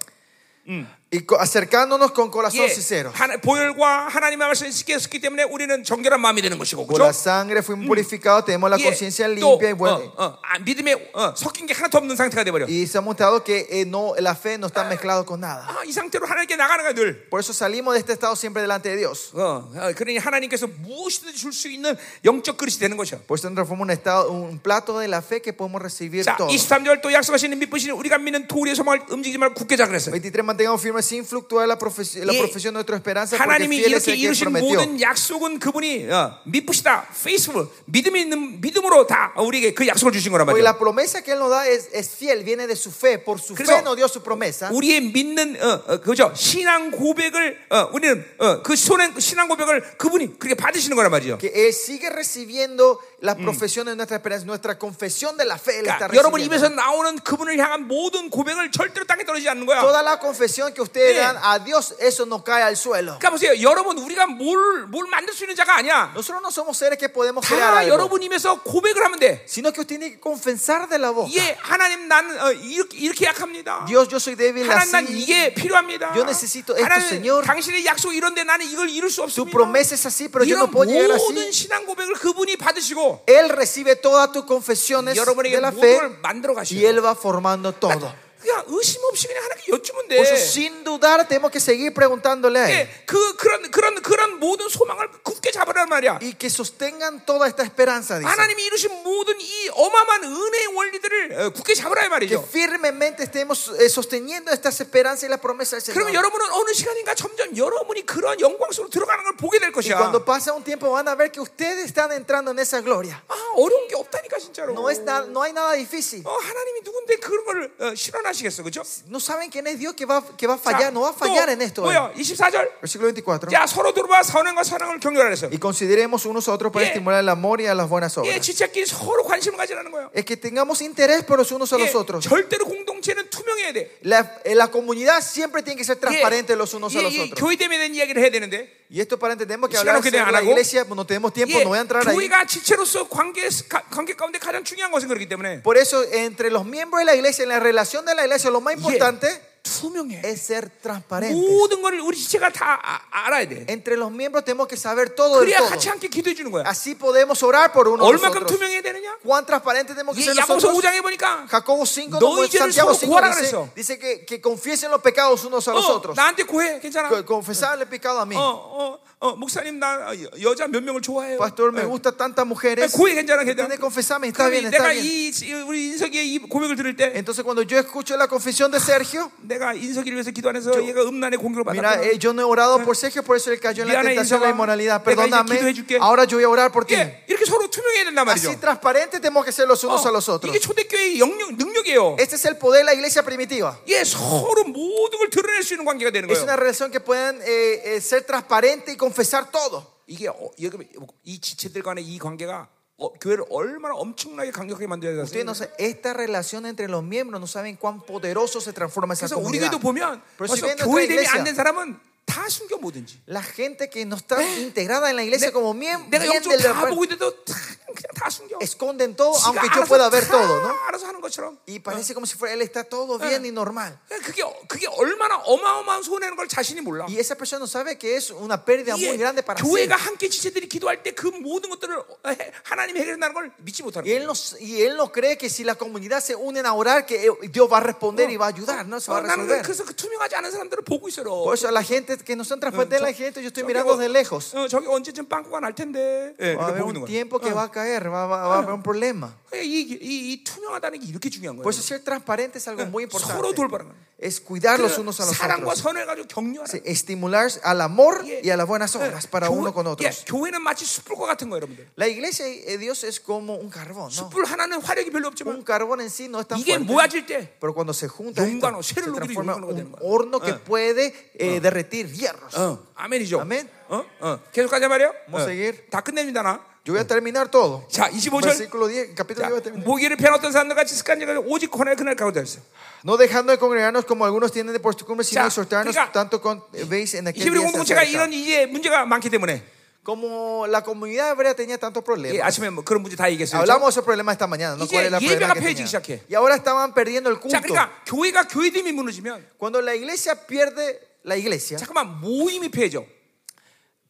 y co- acercándonos con corazón
예,
sincero.
하나, 보혈과 하나님의 말씀을 씻겼기 때문에 우리는 정결한 마음이 되는 것이고
Por
그죠?
la sangre fuimos purificados, tenemos la
예,
conciencia
또
limpia y buena.
어, 어, 아, 믿음에 어, 섞인 게 하나도 없는 상태가 돼버려
Y se ha mostrado que eh, no, la fe no está mezclada con nada.
아, 이 상태로 하나님께 나가는 거야 늘
Por eso salimos de este estado siempre delante de Dios.
어, 어, 그러니 하나님께서 무엇이든지 줄 수 있는 영적 그릇이 되는 것이야.
Por eso transformamos un, estado, un plato de la fe que podemos recibir
자,
todo.
23절 또 약속하시는 믿으시는 우리가 믿는 도리의 소망을 움직이지 말고 굳게 자 그랬어요.
23. Mantengamos firmes sin fluctuar la, profe- la
예.
profesión de nuestra esperanza. Porque
하나님이
fiel es
이렇게
el que
이루신
prometió.
모든 약속은 그분이 어, 믿으시다, faithful, 믿음이 있는 믿음으로 다 우리에게 그 약속을 주신 거란
Porque
말이에요.
la promesa que Él nos da es, es fiel, viene de su fe. Por su
그래서
fe nos dio su promesa.
우리의 믿는 어, 어, 그죠 신앙 고백을 어, 우리는 어, 그 신앙, 신앙 고백을 그분이 그렇게 받으시는 거란 말이죠.
Que Él sigue recibiendo la profesión de nuestra esperanza. Nuestra confesión de la fe Él está
그러니까 여러분
recibiendo.
입에서 나오는 그분을 향한 모든 고백을 절대로 땅에 떨어지지 않는 거야.
Toda la confesión que ustedes
예.
dan a Dios, eso no cae al suelo.
그러니까 보세요. 여러분 우리가 뭘, 뭘 만들 수 있는 자가 아니야.
Nosotros no somos seres que podemos crear
다
algo,
여러분 입에서 고백을 하면 돼.
sino que usted tiene que confesar de la boca.
예, 하나님 나는 어, 이렇게, 이렇게 약합니다.
Dios, yo soy débil
하나님 난
así.
이게 필요합니다.
Yo necesito esto,
하나님
Señor.
당신의 약속 이런데 나는 이걸 이룰 수
Tu
없습니다.
promesa es así, pero yo
이런
no puedo llegar
모든
así.
신앙 고백을 그분이 받으시고
Él recibe todas tus confesiones
여러분에게
de la
모든 걸
fe
만들어
y
가시고
Él va formando todo.
그냥 의심 없이 그냥 하나님께 여쭈면
Por
돼.
eso, sin dudar, tenemos que seguir preguntándole a Él.
예, 그 그런 그런 그런 모든 소망을 굳게 잡으란 말이야.
Y que sostengan toda esta esperanza, dice.
하나님이 이루신 모든 이 어마어마한 은혜의 원리들을 어, 굳게 잡으라 이
Que
말이죠.
firmemente estemos eh, sosteniendo estas esperanzas y las promesas del
그러면
Señor.
여러분은 어느 시간인가 점점 여러분이 그런 영광 속으로 들어가는 걸 보게 될
Y
것이야.
cuando pasa un tiempo van a ver que ustedes están entrando en esa gloria.
아, 어려운 게 없다니까 진짜로.
No, es na- no hay nada difícil.
어, 하나님이 누군데 그런 걸 어, 실현하시겠어, 그죠?
No saben quién es Dios que va, que va a fallar, no va a fallar en esto. ¿eh?
뭐야? 24절.
Versículo 24.
자, 서로 들어봐 선행과 선행을 경멸하라 했어.
Y consideremos unos a otros para
Yeah.
estimular el amor y a las buenas
예,
obras.
지체끼리 서로 관심을 가지라는 거예요.
Es que tengamos interés por los unos a
예,
los otros.
절대로 공동체는 투명해야 돼.
La, eh, la comunidad siempre tiene que ser
예,
transparente los unos a
예,
los
예,
otros.
교회 때문에 대한 이야기를 해야 되는데.
Y esto para entendemos que
시간
hablar
없기 때문에 안
acerca de la
하고.
iglesia, pues, no tenemos tiempo,
예,
no voy a entrar ahí.
교회가 지체로서 관계 관계 가운데 가장 중요한 것은 그렇기 때문에
Por eso, entre los miembros de la iglesia, en la relación de la iglesia, lo más importante
투명해.
es ser transparente.
모든 것을 우리 지체가 다 아- 알아야 돼.
Entre los miembros tenemos que saber todo del
그래야
todo.
같이 함께 기도해 주는 거야.
Así podemos orar por uno de los
얼마큼
otros.
투명해야 되느냐?
¿Cuán transparente tenemos que
예,
ser
야고보서
nosotros?
5장에 보니까
Jacobo 5,
너희
como
죄를
Santiago
서로
5
구하라
dice,
그랬어.
dice que, que confiesen los pecados unos a los
어,
otros.
나한테 고해. 괜찮아.
Que Confesarle el pecado a mí.
어, 어, 어, 목사님 나 어, 여- 여자 몇 네, 명을 좋아해요.
Pastor, me
어.
gusta tantas mujeres.
고해 괜찮아.
Tiene
괜찮아.
que confesarme, está
그럼
bien, está
내가
bien.
이 이- 우리 인석이의 이 고백을 들을 때
Entonces cuando yo escucho la confesión de Sergio,
내가 인석이를 위해서 기도 안 해서 얘가 음란의 공격을
mira,
받았구나.
eh, yo no he orado por Sergio, por eso él cayó en la
Mira,
tentación de
Insoba,
la inmoralidad.
venga, yo
Perdóname,
기도해줄게.
ahora yo voy a orar por ti.
예, 이렇게 서로 투명해야 된단 말이죠.
Así transparente tenemos que ser los unos a los
아, 어,
otros.
이게 초대교회의 영역 능력이에요.
Este es el poder de la iglesia primitiva.
예, 서로 모든 걸 드러낼 수 있는 관계가 되는
Es
거예요.
una relación que pueden eh, eh, ser transparente y confesar todo.
이게 어, 여기 이 지체들 간의 이 관계가 어, 교회를 얼마나 엄청나게 강력하게 만들어야
Ustedes
되는
no
거예요.
saben, esta relación entre los miembros no saben cuán poderoso se transforma esa
그래서 우리
comunidad.
교회도 보면
Pero si
벌써
ven
교회
nuestra
됨이 안
iglesia,
된 사람은 다 숨겨 뭐든지.
la gente que no está
¿Eh?
integrada en la iglesia como miembro
내가 영적으로 다 보고 있는데도 다, 그냥 다 숨겨.
esconden todo,
지가
aunque yo
알아서
pueda ver
다
todo, ¿no?
알아서 하는 것처럼. 예,
Y parece como si fuera él está todo bien y normal.
그게 그게 얼마나 어마어마한 손해는 걸 자신이 몰라.
Y esa persona no sabe que es una pérdida
이게
muy grande para sí.
교회가 함께 지체들이 기도할 때 그 모든 것들을 해- 하나님이 해결한다는 걸 믿지 못하는
Y
거예요.
él, no, y él no cree que si la comunidad se unen a orar, que eh, Dios va a responder y va a ayudar, ¿no? Se va
어,
a
나는
resolver.
그래서 그 투명하지 않은 사람들을 보고 있어요.
Por eso a la gente que no son transparentes, la gente, yo estoy
저기
mirando
어-
de lejos.
어, 저기 언제쯤 빵꾸가 날 텐데. 예,
Va a
이렇게
haber
보고 있는
un
거예요.
tiempo que va a caer, va, va- va a haber un problema.
예, 이, 이, 이 투명하다는 게 이렇게 중요한 거예요.
Por eso ser transparente es algo muy
서로
importante.
돌보라는 거예요.
Es cuidar los
그
unos a los
사랑과
otros.
선을 가지고 격려하라.
Sí, Estimular al amor
예.
y a las buenas obras para
교회-
uno con
예,
otros.
교회는 어. 마치 숯불과 같은 거예요, 여러분들.
La iglesia de Dios es como un carbón, ¿no?
숯불 하나는 화력이 별로
Un
없지만
carbón en sí no es tan
이게
fuerte.
모아질 때
Pero cuando se junta, esto,
용광로,
se
쇠를 녹이는
transforma en
용광로가 되는
un
거야.
horno que puede eh, derretir hierros.
Ah. 어. 아멘이죠.
아멘.
어? 어. 계속 가자 말이요.
뭐 seguir?
다 끝냅니다 나.
Yo voy a terminar todo.
자, 25절.
Versículo 10, capítulo 10 voy a terminar.
모기를 패놨던 사람들 같이 습관적으로 오직 권하여 그날 가고자 했어.
No dejando de congregarnos como algunos tienen de costumbre, sino
자,
exhortarnos
그러니까
tanto con, eh, veis en aquel
히브리
día se
공동체가
acerca.
이런 이제 문제가 많기 때문에
Como la comunidad hebrea tenía tantos
예,
problemas.
아침에 뭐 그런 문제 다 얘기했어요. 그렇죠?
Hablamos de esos problemas esta mañana, ¿no?
이제
¿Cuál es la problema
예배가
que
폐해지기
tenían?
시작해.
Y ahora estaban perdiendo el culto.
자, 그러니까 교회가 교회됨이 무너지면
Cuando la iglesia pierde la iglesia,
잠깐만 모임이 폐해져.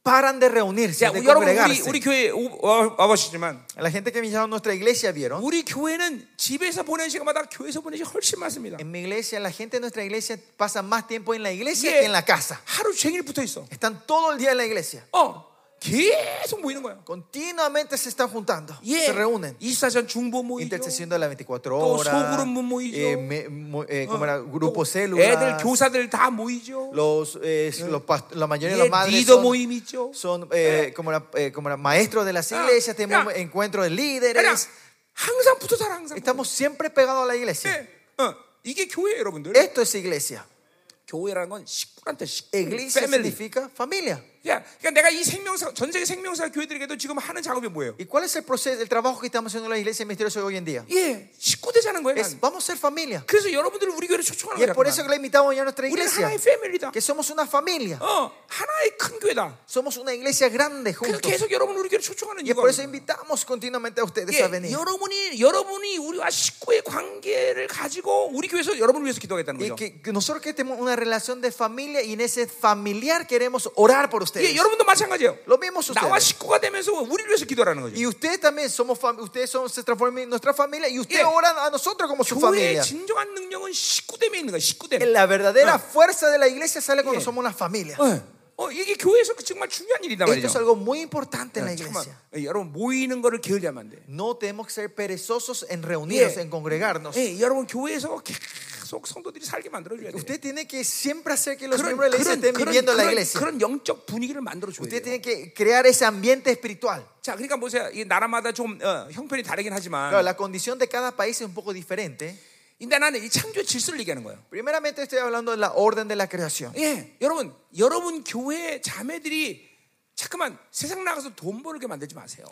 paran de reunirse,
자,
de
여러분 우리
congregarse.
우리 교회 오- 어, 와- 와보시지만
La gente que vinieron a nuestra iglesia vieron.
우리 교회는 집에서 보낸 시간마다 교회에서 보낸 시간 훨씬 많습니다.
En mi iglesia, la gente de nuestra iglesia pasa más tiempo en la iglesia
Yeah.
que en la casa.
하루 종일 붙어 있어.
Están todo el día en la iglesia.
어, 계속 모이는 거야.
Continuamente se están juntando,
예,
se reúnen.
24전 중보 모이죠.
Intercesión de las 24
또
horas,
소그룹 모이죠.
eh, me- mo- eh, ¿cómo era?
어. 또
grupo
애들
células,
교사들 다 모이죠.
los, eh, los past- la mayoría de
예,
las madres
리더
son,
모임 있죠.
son, eh, como, era, eh, como era, maestros de las
Ah,
iglesias, tenemos
yeah.
encuentros de
그냥
líderes.
항상 붙어 살아 항상.
Estamos siempre pegados a la iglesia.
예, 어, 이게 교회 여러분들.
Esto es iglesia.
예? 교회라는 건 식구한테 그 식구.
Iglesia
패밀리.
significa familia.
예, 야, 그러니까 내가 이 생명사 전 세계 생명사 교회들에게도 지금 하는 작업이 뭐예요?
¿Y cuál es el proceso, el trabajo que estamos haciendo en la iglesia misteriosa hoy en día?
예, 식구 되자는 거예요.
Es,
난.
vamos a ser familia.
그래서 여러분들을 우리 교회를 초청하는
Y es
거예요.
por eso que le invitamos ya a nuestra
우리는
iglesia.
하나의 패밀리다.
Que somos una familia.
어, 하나의 큰 교회다.
Somos una iglesia grande
그래서
juntos.
그러니까 계속 여러분 우리 교회를 초청하는
Y es
이유가
por eso
뭐예요?
invitamos continuamente a ustedes
예,
a venir.
여러분이 여러분이 우리와 식구의 관계를 가지고 우리 교회에서 여러분을 위해서 기도하겠다는
Y
거죠.
que, que nosotros que tenemos una relación de familia y en ese familiar queremos orar por ustedes.
예, 여러분도 마찬가지예요.
Lo mismo sucede.
나와 식구가 되면서 우리를 위해서 기도하라는 거죠.
Y ustedes también somos fam- ustedes son, se transforman en nuestra familia y ustedes
Yeah.
oran a nosotros como su
교회의
familia.
진정한 능력은 식구 때문에 있는 거야. 식구 때문에.
La verdadera
Ah.
fuerza de la iglesia sale cuando
Yeah.
somos una familia.
예. 어, 이게 교회에서 정말 중요한 일이다
Esto
말이죠.
es algo muy importante en la
예, 잠깐만.
iglesia.
예, 여러분 모이는 거를 게을리하면 안 돼.
No tenemos que ser perezosos en reunirnos,
Yeah.
en congregarnos.
예, 여러분 교회에서 계속 성도들이 살게 만들어 줘야 돼.
Usted tiene que siempre hacer que los miembros de la iglesia estén viviendo en la
그런,
iglesia.
그런 영적 분위기를 만들어 줘야 돼.
Usted tiene que crear ese ambiente espiritual.
자, 그러니까 보세요. 이 나라마다 좀 어, 형편이 다르긴 하지만
Claro, la condición de cada país es un poco diferente.
근데 나는 이 창조 질서를 얘기하는 거예요.
Primeramente estoy hablando de la orden de la creación.
예, 여러분, 여러분 교회 자매들이 잠깐만 세상 나가서 돈 벌게 만들지 마세요.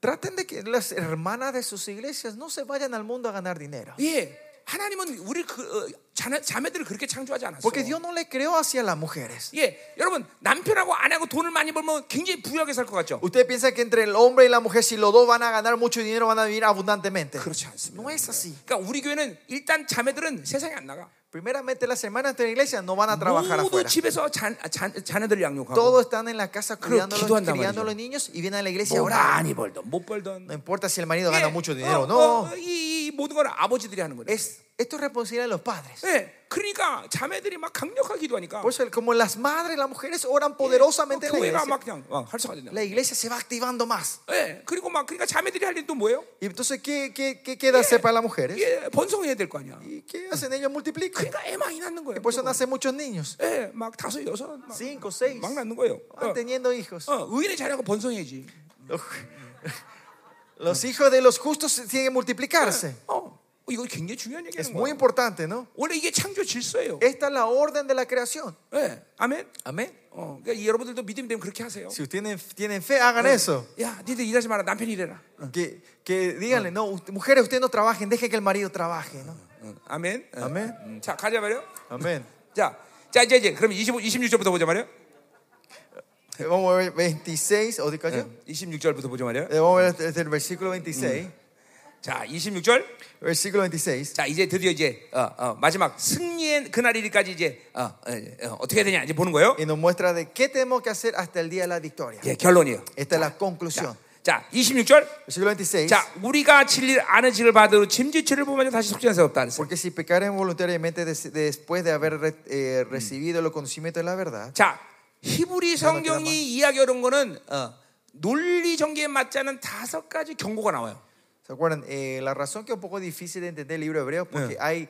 Traten de que las hermanas de sus iglesias no se vayan al mundo a ganar dinero.
예, 하나님은 우리 그 어, 자매, 자매들을 그렇게 창조하지 않았어.
Porque Dios no le creó hacia las mujeres.
예, 여러분 남편하고 아내하고 돈을 많이 벌면 굉장히 부유하게 살 것 같죠?
Usted piensa que entre el hombre y la mujer, si los dos van a ganar mucho dinero, van a vivir abundantemente.
그렇지 않습니다.
No es así.
그러니까 우리 교회는 일단 자매들은 세상에 안 나가.
Primeramente, las hermanas de la iglesia no van a trabajar
모두
afuera.
집에서 잔, 잔, 자녀들 양육하고
Todos están en la casa cuidando, a los-
기도한단
criando a
말이죠.
los niños y vienen a la iglesia
뭐
ahora.
많이 벌던 못 벌던
No importa si el marido gana
예,
mucho
어,
dinero o
어,
no.
어, 이, 이 모든 건 아버지들이 하는 거예요.
Es, esto es responsabilidad de los padres.
예, 그러니까 자매들이 막 강력하게 기도하니까
Por eso, como las madres, las mujeres oran poderosamente en la
교회가
iglesia,
막 그냥 어, 활성화된다.
la iglesia se va activando más.
예, 그리고 막 그러니까 자매들이 할 일은 또 뭐예요?
Y entonces, ¿qué, qué, qué queda hacer para las mujeres?
예, 번성해야 될 거 아니야.
¿Y qué hacen? Ellos multiplican.
그러니까 애 많이 낳는 거예요.
Y por eso nacen muchos niños.
예, 막 다섯 여섯 막,
Cinco, seis.
막 낳는 거예요.
Van Ah.
어,
teniendo hijos.
어, 의인의 자녀가 번성해야지.
Los, los hijos de los justos tienen que multiplicarse.
어, 이거 굉장히 중요한
Es
얘기예요.
muy importante, ¿no?
원래 이게 창조 질서예요.
Esta es la orden de la creación.
예, 아멘.
Amén.
어, 그러니까 여러분들도 믿음이 되면 그렇게 하세요.
Si tienen, tienen fe, hagan eso.
야, 니들 일하지 마라. 남편이 일해라.
Que, que díganle, no, usted- mujeres, ustedes no trabajen, dejen que el marido trabaje. ¿no?
응, 아멘. 응,
아멘.
응. 자, 가자 말이요.
Amén.
자, 자 이제 이제 그럼 25, 26절부터 보자 말이요.
Eh, Vamos a ver 26, ¿o digo yo?
26절부터 보자 말이요.
Eh, Mm. Vamos a ver desde el versículo 26.
자, 26절.
Versículo 26.
자, 이제 드디어 이제 어, 어, 마지막 승리의 그날이기까지 이제 어, 어, 떻게 되냐 이제 보는 거예요.
Y nos muestra de qué tenemos que hacer hasta el día de la victoria.
예, 결론이에요.
Esta es la conclusión.
자, 26절.
Versículo 26.
자, 우리가 진리를 아는 지를 받으로 짐짓치를 보면 다시 속지 않을 수 없다 그랬어요.
Porque si pecaren voluntariamente des- después de haber re- eh, recibido el conocimiento de la verdad,
자, 히브리 성경이 이야기하는 거는 어, 논리 전개에 맞지 않은 다섯 가지 경고가 나와요.
¿se acuerdan? Eh, la razón que es un poco difícil de entender el libro de Hebreos porque hay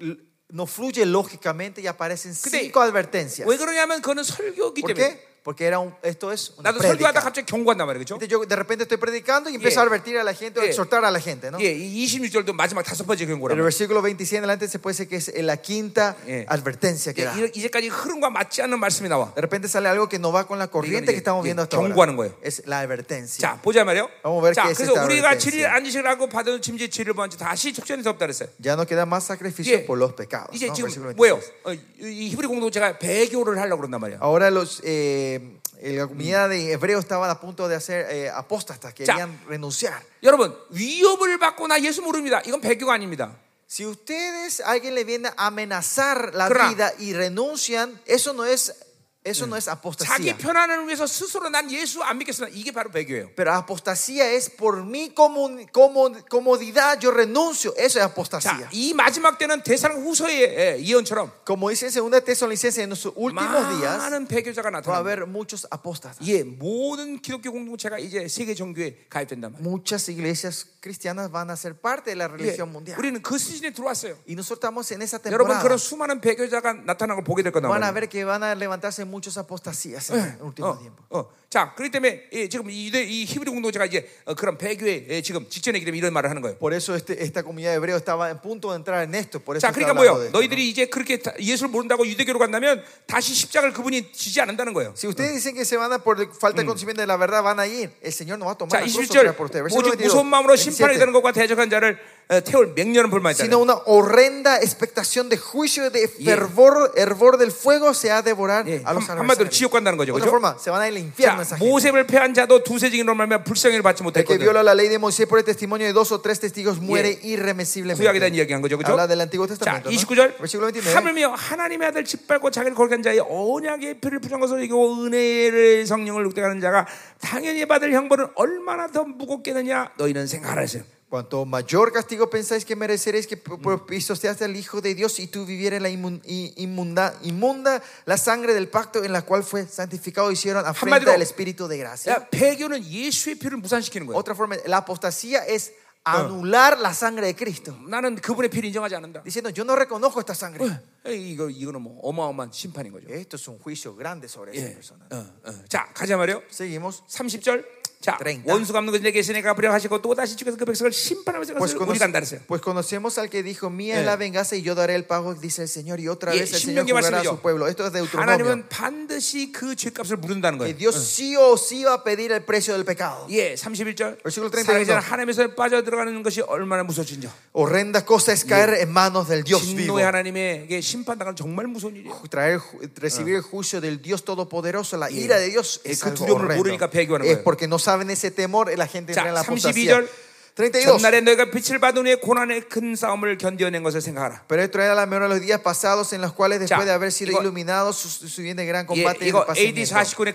l- no fluye lógicamente y aparecen
근데
cinco advertencias.
왜 그러냐면 그거는 설교기
¿Por
때문에.
qué? Porque era un- esto es una
어, 나도 설교하다
prédica.
갑자기 경고한단 말이에요. 그렇죠?
Viste, Yo de repente estoy predicando y empiezo
Yeah.
a advertir a la gente o
Yeah.
exhortar a la gente, ¿no?
예, 이 26절도 마지막 다섯 번째 경고라.
El versículo 27 en adelante se puede decir que es la quinta
Yeah.
advertencia que da.
예, 이제까지 흐름과 맞지 않는 말씀이 나와.
De repente sale algo que no va con la corriente que estamos viendo hasta
경고하는
ahora.
거예요.
Es la advertencia.
자, 보자 말이요.
한번 어, 왜 이렇게
자, 그래서
했을까,
우리가
그랬지.
진리를 안지시라고 받은 짐짓 진리를 먼지 다시 족전이 없다 그랬어요.
Ya no queda más sacrificio
Yeah.
por los pecados.
이제
¿no? Versículo
지금
26.
뭐예요? 어, 이 히브리 공동체가 배교를 하려고 그런단 말이야.
Ahora los, eh, la comunidad de hebreos estaban a punto de hacer eh, apóstatas, querían renunciar.
여러분, 위협을 받거나 예수 모릅니다. 이건 배교가 아닙니다.
Si ustedes, alguien le viene a amenazar la
Claro.
vida y renuncian, eso no es, eso no es
자기
apostasía.
편안을 위해서 스스로 난 예수 안 믿겠으나 이게 바로 배교예요.
Pero apostasía es por mi comun- comun- comodidad, yo renuncio. Eso
자,
es apostasía.
이 마지막 때는 대사랑 후서의 예, 예언처럼
Como dice en 2 Tesalonicenses, en los últimos días
많은 배교자가
va a
나타나.
haber muchos apóstatas.
예, 모든 기독교 공동체가 이제 세계 정교에 가입된단 말이야.
Muchas iglesias cristianas van a ser parte de la
예,
religión mundial.
우리는 그 수준에 들어왔어요.
Y nosotros estamos en esa
여러분
temporada.
그런 수많은 배교자가 나타나는 걸 보게 될 거다
Van a
말이에요.
ver que van a levantarse muchas apostasías en el
oh.
último tiempo.
어, 어. 자, 그렇기 때문에 예, 지금 이, 유대- 이 히브리 공동체가 이제 어, 그런 배교에 예, 지금 직전이기 때문에 이런 말을 하는 거예요.
Por eso este- esta comunidad hebrea estaba en punto de entrar en esto. Por eso
자,
está
그러니까
hablando de
뭐요?
esto, ¿no?
너희들이 이제 그렇게 다- 예수를 모른다고 유대교로 간다면 다시 십자가를 그분이 지지 않는다는 거예요.
Si ustedes dicen que se van a por falta de conocimiento de la verdad, van a ir. El Señor no va a tomar
자,
la cruz otra
27절
vez por ustedes.
오직
Versículo
무서운 마음으로
27.
심판에 대는 것과 대적한 자를 어, 태울 맹렬한 불만 있다.
sino una horrenda expectación de juicio y de fervor, hervor del fuego se ha devorar
예, 한-
a los
한마디로
adversarios.
지옥 간다는
De
거죠. 그렇죠?
otra forma, se van al infierno
자,
esa gente.
모세를 패한 자도 두세징이로 말하면 불쌍히를 받지
El que
못했거든.
viola la ley de Moisés por el testimonio de dos o tres testigos muere
구약에 대한
irremesiblemente.
이야기한 거죠. 그죠?
Habla del Antiguo
자,
Testamento. ¿no? 29.
29절. 하물며 하나님의 아들 짓밟고 자기를 거룩한 자의 언약의 피를 부정한 것으로 이기고 은혜를 성령을 룩대하는 자가 당연히 받을 형벌은 얼마나 더 무겁겠느냐 너희는 생각하라 했어요.
Cuanto mayor castigo pensáis que mereceréis que p- p- pisoteaste al Hijo de Dios y tú vivieras la inmun- i- inmunda, inmunda la sangre del pacto en la cual fue santificado hicieron afrenta
Hammadero.
del Espíritu de gracia.
야, 배교는 예수의 피를 무산시키는 거예요.
Otra forma, la apostasía es anular la sangre de Cristo.
나는 그분의 피를 인정하지 않는다. 어,
Diciendo, yo no reconozco esta sangre.
에이, 이거 이거는 뭐 어마어마한 심판인 거죠.
Esto es un juicio grande sobre esa
예.
persona.
어, 어. 자, 가자 말이요.
Seguimos.
30절. 자,
드랭이다.
원수 갚는 것에 계시니까 불행하시고 또 다시 죽여서 그 백성을 심판하면서
Pues,
우리
conoce-
간다 했어요.
pues conocemos al que dijo, mía
Eh.
es la venganza y yo daré el pago, dice el Señor, y otra
Yeah,
vez el Señor
신명기
juzgará a Ah,
말씀이죠.
su pueblo. Esto es Deuteronomio.
하나님은 반드시 그 죄값을 물은다는
Que
거예요.
Dios sí o sí va a pedir el precio del pecado.
예, 31절.
Versículo 31.
사회자 하나님에서 빠져 들어가는 것이 얼마나 무서운지.
Horrenda cosa es caer en manos del Dios vivo.
진노의 하나님에게 심판당하는 정말 무서운 일이에요.
Traer, ju- recibir el juicio del Dios Todopoderoso, la ira de Dios,
예,
es
그
algo
두려움을
horrendo.
모르니까 배교하는
Es
거예요.
porque no saben ese temor, la gente
자,
entra en
32절.
la apostasía. 32.
전날에 너희가 빛을 받은 후에 고난의 큰 싸움을 견뎌낸 것을 생각하라.
Pero él trae a la memoria los días pasados en los cuales después
Ya,
de haber sido
이거-
iluminados su- su bien de gran
예,
combate y
이거 AD
pasamiento.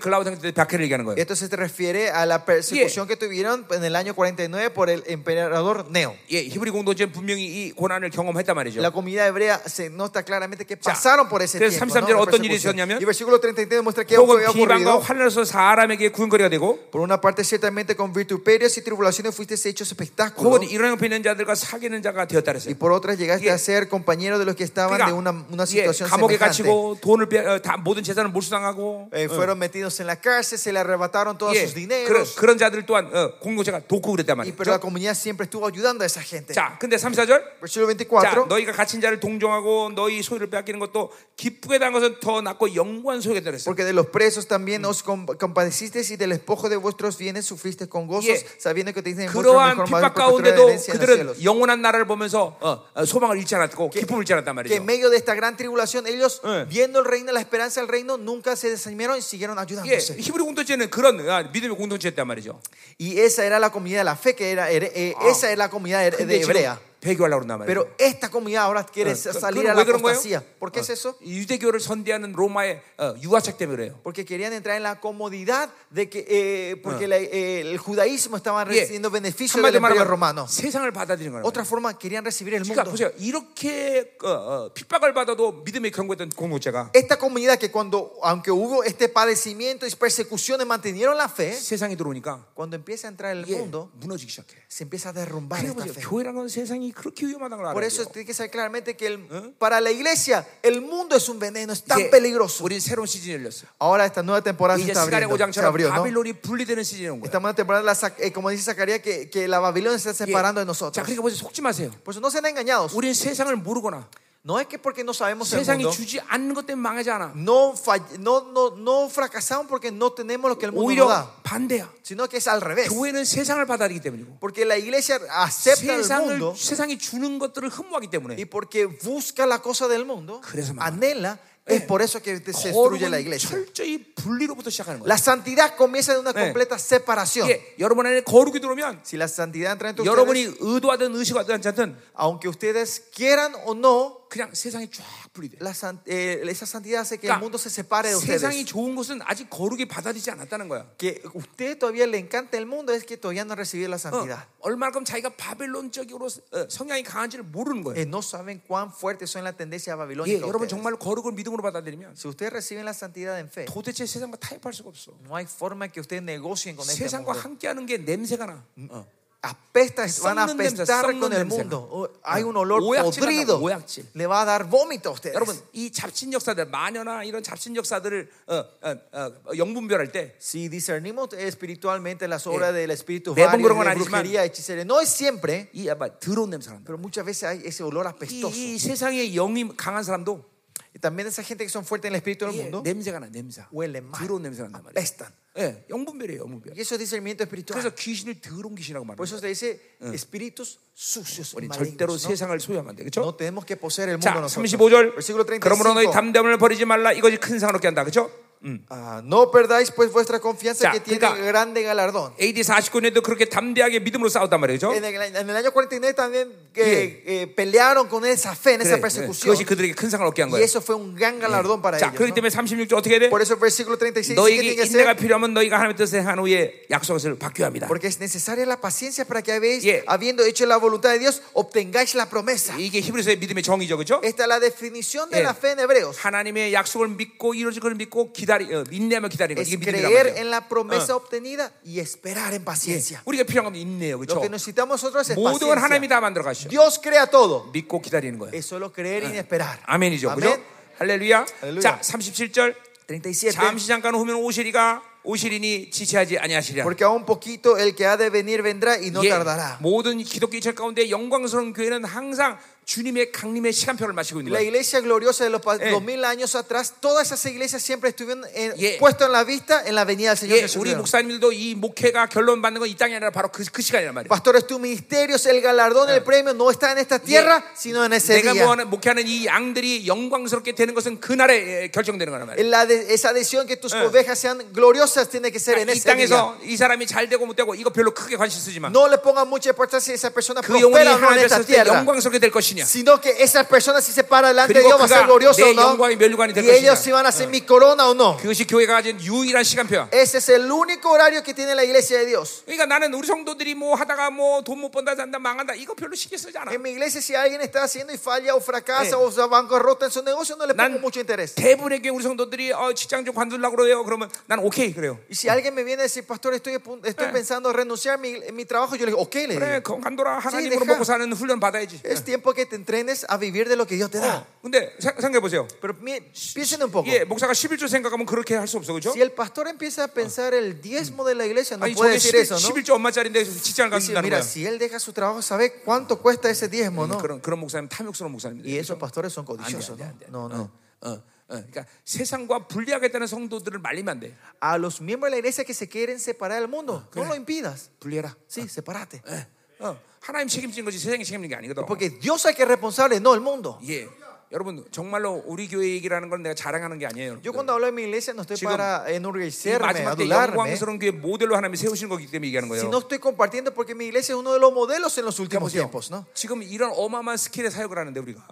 49의 글라우드 상태 때 박해를 얘기하는 거예요.
Esto se refiere a la persecución que tuvieron en el año 49 por el emperador Neo.
예, 히브리 공동체는 분명히 이 고난을 경험했단 말이죠.
La comunidad hebrea se nota claramente que
자,
pasaron por ese
그래서
tiempo.
33
¿no?
절
de
어떤 일이
persecución.
있었냐면,
y versículo 33 demuestra que había
혹은 비방과
ocurrido.
환란으로서 사람에게 구원거리가 되고
Por una parte, ciertamente con vituperios y tribulaciones fuiste hecho espectáculo.
혹은 이런 형편 있는 자들과 사귀는 자가 되었다 그랬어요.
Y por otra, llegaste
예.
a ser compañero de los que estaban de una, una
예,
situación
감옥에
semejante.
갇히고 돈을 빼, 어, 다 모든 재산을 몰수당하고 어,
Eh, fueron metidos en la cárcel, se le arrebataron todos
예,
sus
그런,
dineros.
그런 자들 또한 어, 공동체가 돕고 그랬단 말이에요.
Y pero la comunidad siempre estuvo ayudando a esa gente.
자, 근데 34절
Versículo
자,
24.
너희가 갇힌 자를 동정하고 너희 소유를 빼앗기는 것도 기쁘게 당한 것은 더 낫고 영구한 소유겠다 그랬어요.
Porque de los presos también
Mm.
os com- compadecisteis y del espojo de vuestros bienes sufriste con gozos,
Yeah.
sabiendo que tenéis en vuestro
그러한
mejor
핍박
madre perpetua la
가운데도
herencia en los cielos.
그들은 영원한 나라를 보면서 어, 어, 소망을 잃지 않았고 기쁨을 잃지 않았단
Que
말이죠.
en medio de esta gran tribulación, ellos,
Eh.
viendo el reino, la esperanza del reino, nunca se desanimaron y siguieron
예,
ayudándose.
히브리 공동체는 그런 아, 믿음의 공동체였단 말이죠.
Y esa era la comunidad de la fe, que era, here- eh, esa es la comunidad de, de
근데 지금
hebrea.
배교하려고 그런단 말이죠.
Pero esta comunidad ahora quiere
그-
salir
그건
a la
왜 그런 거예요? 어.
apostasía. ¿Por
Ah.
qué es eso?
유대교를 선대하는 로마의 어, 유화책 때문에 그래요.
Porque querían entrar en la comodidad de que, eh, porque
Ah.
la- eh, el judaísmo estaba
예,
recibiendo beneficios
한마디로
del imperio
말하면
romano.
세상을 받아들이는 거예요.
Otra forma, querían recibir el
그러니까
mundo.
보세요. 이렇게 어, 어, 핍박을 받아도 믿음의 경고했던 공동체가
Esta comunidad que cuando, aunque hubo este padecimiento y persecuciones, mantuvieron la fe,
세상에 들어오니까
cuando empieza a entrar el
예,
mundo,
무너지기 시작해.
se empieza a derrumbar
그래
esta
보세요.
fe.
교회라는 건 세상이 그렇게 위험하다는 걸
Por
알아요.
eso tiene que saber claramente que el- para la iglesia el mundo es un veneno, es tan
이제
peligroso.
우리 새로운 시즌이 열렸어.
Ahora esta nueva temporada se
이제
está
시간의
abriendo. Se abrió,
오장처럼
¿no?
바빌론이 분리되는 시즌이 온
Esta
거야.
nueva temporada, la sac- eh, como dice Zacarías, que, que la Babilonia se está
예.
separando de
자,
nosotros.
그러니까 보세요. 속지 마세요.
Por eso no sean engañados.
우리는 세상을 모르거나
No es que porque no sabemos el
세상이
mundo.
주지 않는 것 때문에 망하지 않아.
No, fall- no, no, no fracasamos porque no tenemos lo que el
뭐
mundo nos da,
오히려 반대야.
sino que es al revés.
교회는 세상을 받아들이기 때문이고
Porque la iglesia acepta el
세상을
mundo
세상이 주는 것들을 흠모하기 때문에
y porque busca la cosa del mundo,
그래서 망하는
anhela, es por eso que se destruye la
거룩은
iglesia.
철저히 분리로부터 시작하는 거예요.
La santidad comienza de una
네.
completa separación.
이게 여러분 안에 거룩이 들어오면
Si la santidad entra en tu ustedes,
여러분이 의도하든 의식하든 않든
aunque ustedes quieran o no,
그냥 세상이 쫙 분리돼.
la san- eh, esa santidad hace que el
그러니까
mundo se separe de
세상이
ustedes.
좋은 것은 아직 거룩이 받아들이지 않았다는 거야.
Que usted todavía le encanta el mundo es que todavía no ha recibido la
어,
santidad.
얼마큼 자기가 바벨론적으로 어, 성향이 강한지를 모르는 거예요.
Eh, no saben cuán fuertes son la tendencia
예,
babilónica.
여러분
ustedes.
정말 거룩을 믿음으로 받아들이면
Si ustedes reciben la santidad en fe,
도대체 세상과 타협할 수가 없어.
no hay forma que ustedes negocien con este
세상과
mundo.
함께하는 게 냄새가 나. 어.
apesta, van a
썩는 냄새,
apestar con
썩는
el
냄새가.
mundo. Oh, Hay un olor
오약질
podrido.
난다고, 오약질.
Le va a pues, dar vómito a ustedes.
여러분 이 잡신 역사들 마녀나 이런 잡신 역사들을 어, 어, 어, 영분별할 때
Si discernimos espiritualmente las obras
예.
del espíritu
매번
vario,
그런 건
Eh, de
아니지만-
brujería, hechicería, no es siempre,
이 아마 더러운 냄새가 난다.
pero muchas veces hay ese olor
이,
apestoso.
이 세상의 영이 강한 사람도
Y también esa gente que son fuertes en el espíritu del
이
mundo
냄새가 나 냄새.
huele mal,
더러운 냄새가 난단 말이야.
apestan.
예, 영분별이에요, 영분별.
Y eso es discernimiento espiritual.
그래서 귀신을 더러운 귀신이라고
Por
말합니다.
eso se dice espíritus sucios.
우리 절대로
malignos, ¿no?
세상을 소유하면 안 돼, 그렇죠?
No tenemos que poseer el mundo
자,
nosotros.
35절.
Versículo
그러므로 너희
35.
담대함을 버리지 말라. 이것이 큰 상을 얻게 한다. 그렇죠? 음.
Ah, no perdáis pues vuestra confianza
Ya,
que tiene
그러니까-
grande galardón.
AD 49년도 그렇게 담대하게 믿음으로 싸웠단 말이죠.
En el, en el año 49 también eh, eh, pelearon con esa fe, en esa
그래,
persecución.
그것이 그들에게 큰 상을 얻게 한
Y
거예요.
eso fue un gran galardón para
자,
ellos.
그렇기
¿no?
때문에 36절 어떻게 해야 돼?
Por eso el versículo 36 dice que
너에게
tiene que
인내가
ser
필요하면 너희가 하나님의 뜻에 한 후에 약속을 받겨야 합니다.
porque es necesaria la paciencia para que habéis,
Yeah.
habiendo hecho la voluntad de Dios, obtengáis la promesa.
이게 히브리서의 믿음의 정의죠, 그렇죠?
Esta es la definición de
Yeah.
la fe en hebreos.
하나님의 약속을 믿고 이루어질 걸 믿고 기다리, 어, 인내하면 기다리는 거
Es
이게 믿음이란
creer
말이에요.
en la promesa obtenida y esperar en
예,
paciencia.
우리가 필요한 건 인내예요,
Lo
그렇죠?
que necesitamos nosotros es
모든 건 하나님이
paciencia.
다 만들어 가시죠.
Dios crea todo.
믿고 기다리는 거예요.
Es solo creer y esperar.
아멘이죠, 그렇죠?
Ah. Amén.
할렐루야.
할렐루야.
자, 37절.
37.
잠시 잠깐 후면 오시리가 오시리니 지체하지 아니하시리라.
Porque a un poquito el que ha de venir vendrá y no
예,
tardará.
모든 기독교 이철 가운데 영광스러운 교회는 항상 주님의 강림의 시간표를 마치고 있는
La
거예요.
iglesia gloriosa de los pa-
Eh.
dos mil años atrás, todas esas iglesias siempre estuvieron eh,
Yeah.
puestas en la vista en la venida del Señor
예, 우리
Jesucristo.
목사님들도 이 목회가 결론 받는 건 이 땅이 아니라 바로 그, 그 시간이란 말이에요.
Pastores, tu ministerio, el galardón, el premio no está en esta tierra,
예,
sino en ese
내가
día.
모아는, 목회하는 이 양들이 영광스럽게 되는 것은 그날에 예, 결정되는 거란 말이에요.
La de- esa adhesión que tus
Eh.
ovejas sean gloriosas tiene que ser en
그러니까 이
ese día.
땅에서 이 사람이 잘 되고 못 되고 이거 별로 크게 관심 쓰지 마.
No le pongan mucha importancia si esa persona
그 영혼이
prospera o no en
하나님
esta
앞에 때
tierra.
영광스럽게 될 것이냐.
sino que esas personas si se para delante de
그리고
Dios va a ser
그가
glorioso
내
o no
영광의 면류관이 될
y ellos
것이냐.
si van a ser mi corona o no
그것이 교회가 가진 유일한 시간표야.
ese es el único horario que tiene la iglesia de Dios
그러니까 나는 우리 성도들이 뭐 하다가 뭐 돈 못 번다 산다 망한다 이거 별로 신경 쓰지 않아.
en mi iglesia si alguien está haciendo y falla o fracasa o se bancarrota en su negocio no le
난
pongo mucho interés
대부분의 경우 우리 성도들이 어, 직장 좀 관둘라고 그래요. 그러면 난 오케이 그래요.
y si alguien me viene a decir pastor estoy, a pun- estoy pensando renunciar a mi, en mi trabajo yo le digo ok le
그래
digo
그럼 관둬라 하나님으로
내가-
먹고 사는 훈련 받아야지.
es tiempo que te entrenes a vivir de lo que Dios te da
근데 생각해 보세요.
pero mi- piensen un poco
예, 목사가 11조 생각하면 그렇게 할 수 없어 그죠?
si el pastor empieza a pensar el diezmo de la iglesia no
아니
puede
저게
decir
11,
eso ¿no?
11조 엄마짜리인데 직장을
Dice,
간다는 거야.
mira,
그러니까
si él deja su trabajo, ¿sabe cuánto cuesta ese diezmo, no?
그런 그런 목사님 탐욕스러운 목사님들.
Y esos pastores
안
son
돼, 안
codiciosos,
돼, 안 돼.
¿no? No, no.
어, 어, 그러니까 세상과 분리하겠다는 성도들을 말리면 안 돼.
A los miembros de la iglesia que se quieren separar del mundo, no lo impidas.
분리해라.
Sí, sepárate.
예, 어, 하나님 책임지는 거지 세상이 책임지는 게 아니거든.
Porque Dios es el que es responsable, no el mundo.
예, 여러분 정말로 우리 교회 얘기라는 건 내가 자랑하는 게 아니에요.
Yo cuando hablo de mi iglesia no estoy
지금
para
이
enorgullecerme,
마지막 때
adularme.
영광스러운 교회 모델로 하나님이 세우시는 거기 때문에 얘기하는 거예요.
Sino estoy compartiendo porque mi iglesia es uno de los modelos en los últimos
보세요.
tiempos, ¿no?
지금 이런 어마어마한 스킬의 사역을 하는데 우리가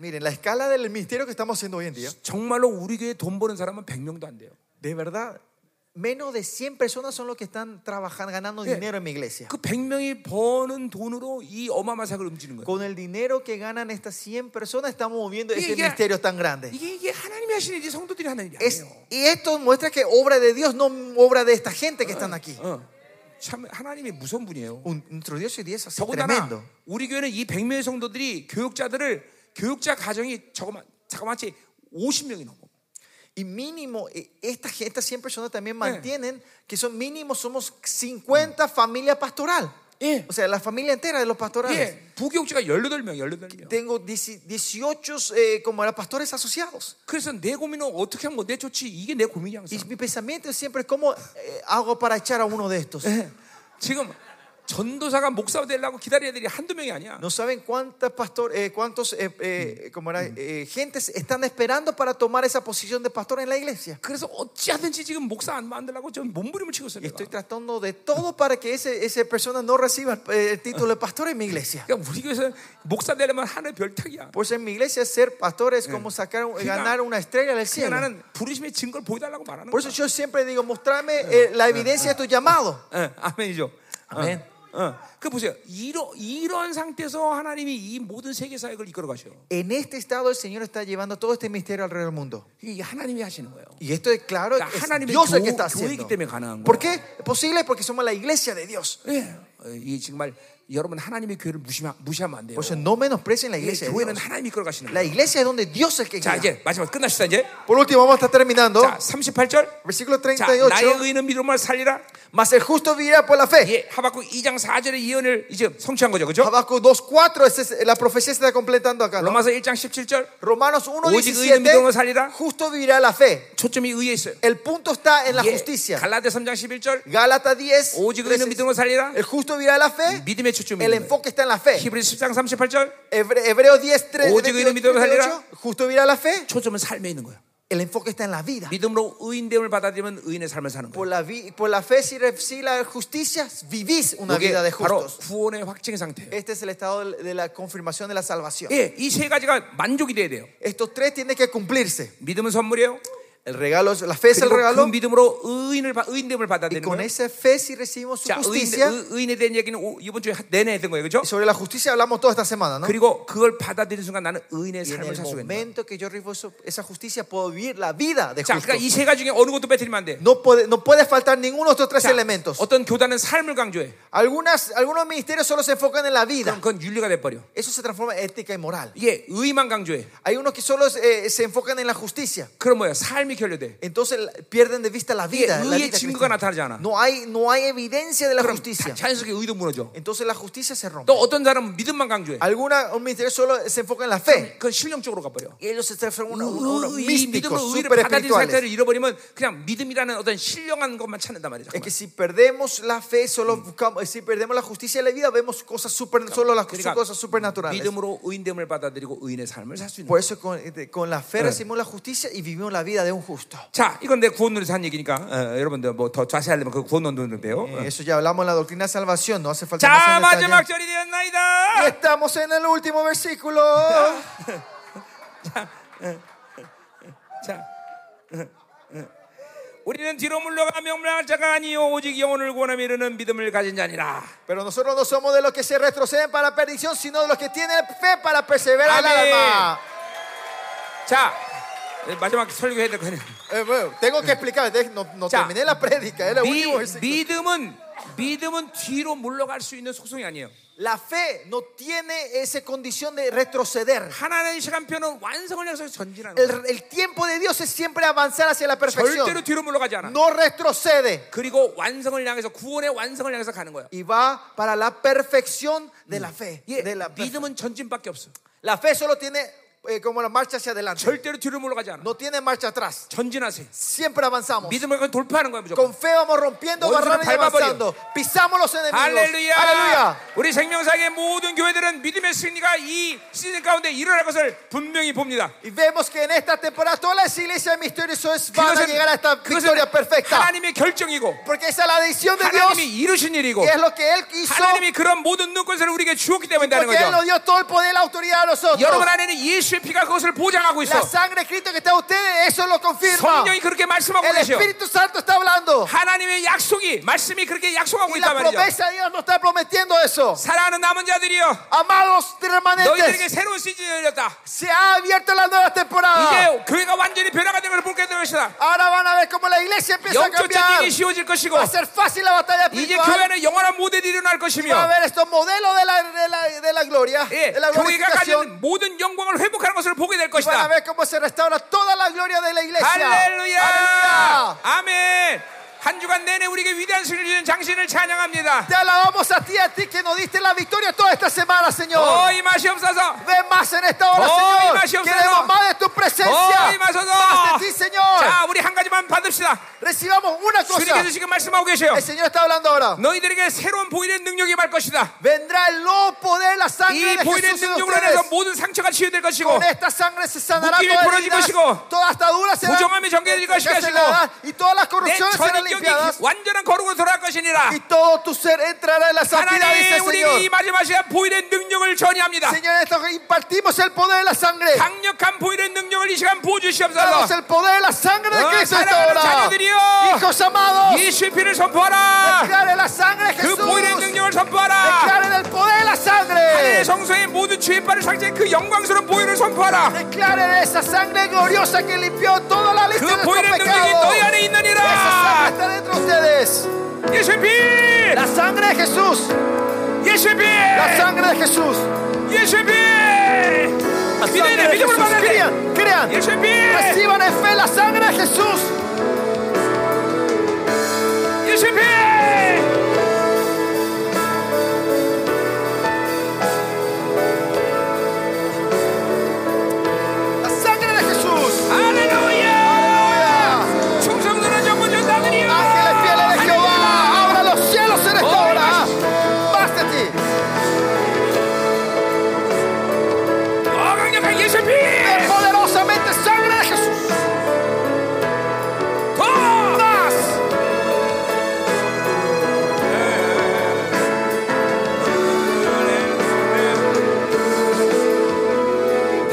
Miren, la escala del ministerio que estamos haciendo hoy en día,
정말로 우리 교회 돈 버는 사람은 100명도 안 돼요.
de verdad, menos de 100 personas son los que están trabajando, ganando dinero en mi iglesia.
그 100명이 버는 돈으로 이 어마어마한 사역을 움직이는 거예요.
Con el dinero que ganan estas 100 personas estamos moviendo este
이게-
ministerio tan grande.
이게 이게 하나님이 하시는 일이 성도들이 하는 일이
Es-
아니에요.
y esto muestra que obra de Dios, no obra de esta gente que están aquí.
어, 참 하나님이 무서운 분이에요.
Un- Nuestro Dios y Dios es así
더군다나
tremendo.
우리 교회는 이 100명의 성도들이 교육자들을 교육자 가정이 저거만 자그마치 50명이 넘어.
Y mínimo, eh, esta gente, estas 100 personas también mantienen que son mínimo, somos 50 familias pastoral.
예.
O sea, la familia entera de los pastorales.
예. 부교육자가 18명, 18명.
Tengo 10 18 eh, como era pastores asociados.
그래서 내 고민은 어떻게 하면 내 좋지? 이게 내 고민이
Y
항상.
mi pensamiento es siempre, ¿cómo eh, hago para echar a uno de estos?
예. 지금 전도사가 목사 되려고 기다려야 될 일이 한두 명이 아니야.
No saben cuántas pastor, eh, cuántos eh, eh, como era, eh, gentes están esperando para tomar esa posición de pastor en la iglesia.
그래서 어찌하든지 지금 목사 안 만들라고 전 몸부림을 치고 있어요.
Estoy
내가.
tratando de todo para que ese, ese persona no reciba eh, el título de pastor en mi iglesia.
그러니까 우리 교회에서 목사 되려면 하늘 별탁이야.
Pues en mi iglesia ser pastor es como sacar, un- eh, ganar una estrella del
그냥
cielo.
그러니까 나는 부르심의 증거를 보여달라고 말하는
Por
거야.
eso yo siempre digo, mostrame eh, la evidencia de tu llamado.
예, 아멘이죠.
아멘.
어, 어. 그 보세요. 이러, 이러한 상태에서 하나님이 이 모든 세계 사역을 이끌어 가셔.
En este estado el Señor está llevando todo este misterio alrededor del mundo.
이게 하나님이 하시는 거예요.
Y esto es claro,
Ya,
es
하나님의
Dios el que
교-
está
교회이기
haciendo.
때문에 가능한
¿Por
거예요.
qué? Posible porque somos la iglesia de Dios.
예. 어, 이 정말 여러분 하나님의 교회를 무시하, 무시하면 안 돼요.
Por eso no menosprecien la
이
iglesia. de
교회는
Dios.
하나님이 이끌어가시는
La
거예요.
iglesia es donde Dios es el que
자 어?
guía.
이제 마지막 끝납시다 이제.
Por último, vamos a estar terminando.
자 38절.
Versículo
자 나의
38.
의는 믿음을 살리라.
Mas el justo vivirá por la fe.
예, 하박국 2장 4절의 예언을 이제 성취한 거죠, 그렇죠?
Habacuc 2.4, esa es- la profecía se está completando acá. ¿no?
로마서 1장 17절.
Romanos
Oye, que viene mi trono salirá.
1.17, justo vivirá la fe.
초점이 의에 있어요.
El punto está en la
예,
justicia.
갈라디아 3장 11절.
Gálata 10,
오직 의는
13.
믿음으로 살리라.
el justo vivirá la fe.
믿음의 초점이
El
있는 거예요.
enfoque está en la fe.
히브리 10장 38절.
Hebre- Hebreos 10, 3,
Oye, que viene mi trono salirá.
justo vivirá la fe.
초점은 삶에 있는 거예요.
El enfoque está en la vida.
믿음으로 의인됨을 받아들이면 의인의 삶을 사는 거예요.
Por la, vi- por la fe, si recibís la justicia, vivís una
이게
vida de
바로
justos.
구원의 확증의 상태예요.
Este es el estado de de la confirmación de la salvación.
예, 이 세 가지가 만족이 돼야 돼요.
Estos tres tienen que cumplirse.
믿음은 선물이에요.
El regalo, es- la fe es el
그리고 그
regalo.
믿음으로 의인을 바- 의인됨을
Y
받아들이는
con
거예요.
esa fe, si recibimos su
자, 의인,
justicia,
의, 의인에 대한 얘기는 오- 이번 주에 내내 했던 거예요. 그렇죠?
Y sobre la justicia hablamos toda esta semana, ¿no?
그리고 그걸 받아들이는 순간 나는 의인의
Y en
삶을
el
살 수가 있는 거예요.
momento que yo recibo eso- esa justicia, puedo vivir la vida de
자,
justo.
그러니까 이 세 가지 중에 어느 것도 빼뜨리면 안 돼.
No puede, no puede faltar ninguno de estos tres
자,
elementos.
어떤 교단은 삶을 강조해.
Algunas, algunos ministerios solo se enfocan en la vida.
그럼 그건 윤리가 돼버려.
Eso se transforma en ética y moral.
이게 의만 강조해.
Hay unos que solo eh, se enfocan en la justicia.
그럼 뭐야? 삶이 결여돼.
Entonces la- pierden de vista la vida.
Oye,
la
의의
vida
증거가
cristiana.
나타나지 않아.
no, hay, no hay evidencia de la
그럼
justicia.
자- 자연스럽게 의도 무너져.
Entonces la justicia se rompe.
또 어떤 사람은 믿음만 강조해.
Alguna, un ministerio solo se enfoca en la fe.
그건 실용적으로 가버려.
Y ellos se transforman en unos- unos
의- 이 믿음으로
místicos,
의를
super
받아들인
espirituales.
상태를 잃어버리면 그냥 믿음이라는 어떤 신령한 것만 찾는단 말이죠.
Es que si perdemos la fe, solo buscamos, si perdemos la justicia de la vida, vemos cosas super, solo las
그러니까
cosas supernaturales.
믿음으로 의인됨을 받아들이고 의인의 삶을 살 수 있는.
Por
거예요.
eso con, eh, con la fe recibimos la justicia y vivimos la vida de un justo.
자, 이건 내 구원론에서 한 얘기니까 어, 여러분들 뭐 더 자세히 하려면 그 구원론을 배워.
Eh, Eso ya hablamos en la doctrina de salvación, no hace falta
자,
más en
마지막
detalle.
절이
Y
되었나이다.
estamos en el último versículo.
자. 응, 응. 우리는 뒤로 물러가 명망할 자가 아니요 오직 영혼을 구원함에 이르는 믿음을 가진 자니라.
Pero nosotros no somos de los que se retroceden para la perdición, sino de los que tienen fe para perseverar al
Amén.
alma.
자, 예, 마지막 설교해야 될 거는
Eh, bueno, tengo que explicar, de- no, no
Ya.
terminé la prédica, era el
미,
último versículo.
믿음은 믿음은 뒤로 물러갈 수 있는 소송이 아니에요.
La fe no tiene esa condición de retroceder.
하나님 시간표는 완성을 향해서 전진하는 거예요.
El, el tiempo de Dios es siempre avanzar hacia la
절대로
perfección.
뒤로 물러가지 않아.
No retrocede
그리고 완성을 향해서 구원의 완성을 향해서 가는 거야.
y va para la perfección de la fe.
예,
de la, fe.
믿음은 전진밖에 없어.
La fe solo tiene eh, como la marcha hacia adelante.
절대로 뒤로 물러가지 않아.
No tiene marcha atrás.
전진하세요.
Siempre avanzamos.
믿음을 갖고 돌파하는 거야 무조건.
Con fe vamos rompiendo
Once
barreras y
밟아버려.
avanzando. Pisamos los enemigos.
할렐루야.
Aleluya.
우리 생명사의 모든 교회들은 믿음의 승리가 이 시즌 가운데 일어날 것을 분명히 봅니다.
Y vemos que en esta temporada todas las iglesias misteriosas van a
그것은,
llegar a esta victoria
그것은
perfecta.
하나님의 결정이고
Porque esa es la decisión de Dios.
하나님이 이루신 일이고
Y es lo que Él hizo.
하나님이 그런 모든 눈꽃을 우리에게 주었기 때문이라는
Porque Él
거죠.
nos dio todo el poder y la autoridad a nosotros.
여러분 안에는 예수의 피가 그것을 보장하고 있어.
La sangre de Cristo que está en ustedes, eso lo confirma.
성령이 그렇게 말씀하고
El
계셔.
Espíritu Santo está hablando.
하나님의 약속이 말씀이 그렇게 약속하고
Y
있단
la
말이죠.
promesa de Dios nos está prometiendo eso.
사랑하는 남은 자들이여
Amados
너희들에게
permanentes,
새로운 시즌이 열렸다.
se ha abierto la nueva temporada.
이제 교회가 완전히 변화가 된 것을 볼게 될 것이다.
Ahora van a ver cómo la iglesia empieza a
영적
cambiar.
전쟁이 쉬워질 것이고
Va a ser fácil la batalla
이제
espiritual.
교회는 영원한 모델이 일어날
Va a
것이며
haber estos modelos de la, de la, de la gloria,
예,
de la
교회가
glorificación.
가진 모든 영광을 회복하는 것을 보게 될
Y van a
것이다.
ver cómo se restaura toda la gloria de la iglesia.
할렐루야!
Aleluya.
아멘! 한 주간 내내 우리에게 위대한 승리를 주신 장신을 찬양합니다.
Te alabamos a ti, a ti que nos diste la victoria toda esta semana, Señor.
더 임하시 없어서
Ve más en esta hora,
Oh, y más,
Señor.
Señor.
Queremos más de tu
더
presencia.
임하소서!
Más de ti, Señor.
자, 우리 한 가지만 받읍시다.
Recibamos una cosa.
주님께서 지금 말씀하고 계세요.
El Señor está hablando ahora.
너희들에게 새로운 보일의 능력이 말 것이다.
Vendrá el nuevo poder, la sangre
이
de
보일의
Jesús en
능력으로 인해서
ustedes.
모든 상처가 치유될 것이고
Con esta sangre se sanará
묶임이
toda
풀어질
herida,
것이고,
toda atadura será
부정함이 정결될
ya
것이고,
será, y todas las
내
corrupciones serán
전인격이
limpiadas
완전한 거룩으로 돌아갈 것이니라.
y todo tu ser entrará en la santidad
하나님
dice el
우리에게 이
Señor
마지막 시간 보일의 능력을 전이합니다.
Señor esto que impartimos el poder de la sangre
강력한 보일의 능력을 이 시간
damos
부어주시옵소서.
el poder de la sangre de
Oh,
Cristo en esta
사랑하는
hora
자녀들이여.
hijos amados
예수의 피를 선포하라.
declare la sangre de
그
Jesús
보일의 능력을 선포하라.
declare el poder de la
하늘의
sangre
성소의 모든 주의파를 상징해 그 영광스러운 보일을 선포하라.
declare esa sangre gloriosa que limpió toda la lista de
그
nuestros
보일의 능력이 너희 안에
pecados Esa sangre
있느니라.
está dentro de ustedes.
예수의 피!
La sangre de Jesús.
예수의 피!
Jesús.
예수의 피!
La sangre
믿음의
de
믿음으로
Jesús.
받아야 돼!
Crean, crean.
예수의 피!
Reciban en fe la sangre de Jesús.
예수의 피!
La sangre de Jesús.
할렐루야! 충성들은 전부 전다들이여!
Ángeles fieles de Jehová, ahora los cielos en esta
Oh,
hora. Más de ti.
어, 강력한 예수의 피!
Poderosamente sangre de Jesús.
더!
Más.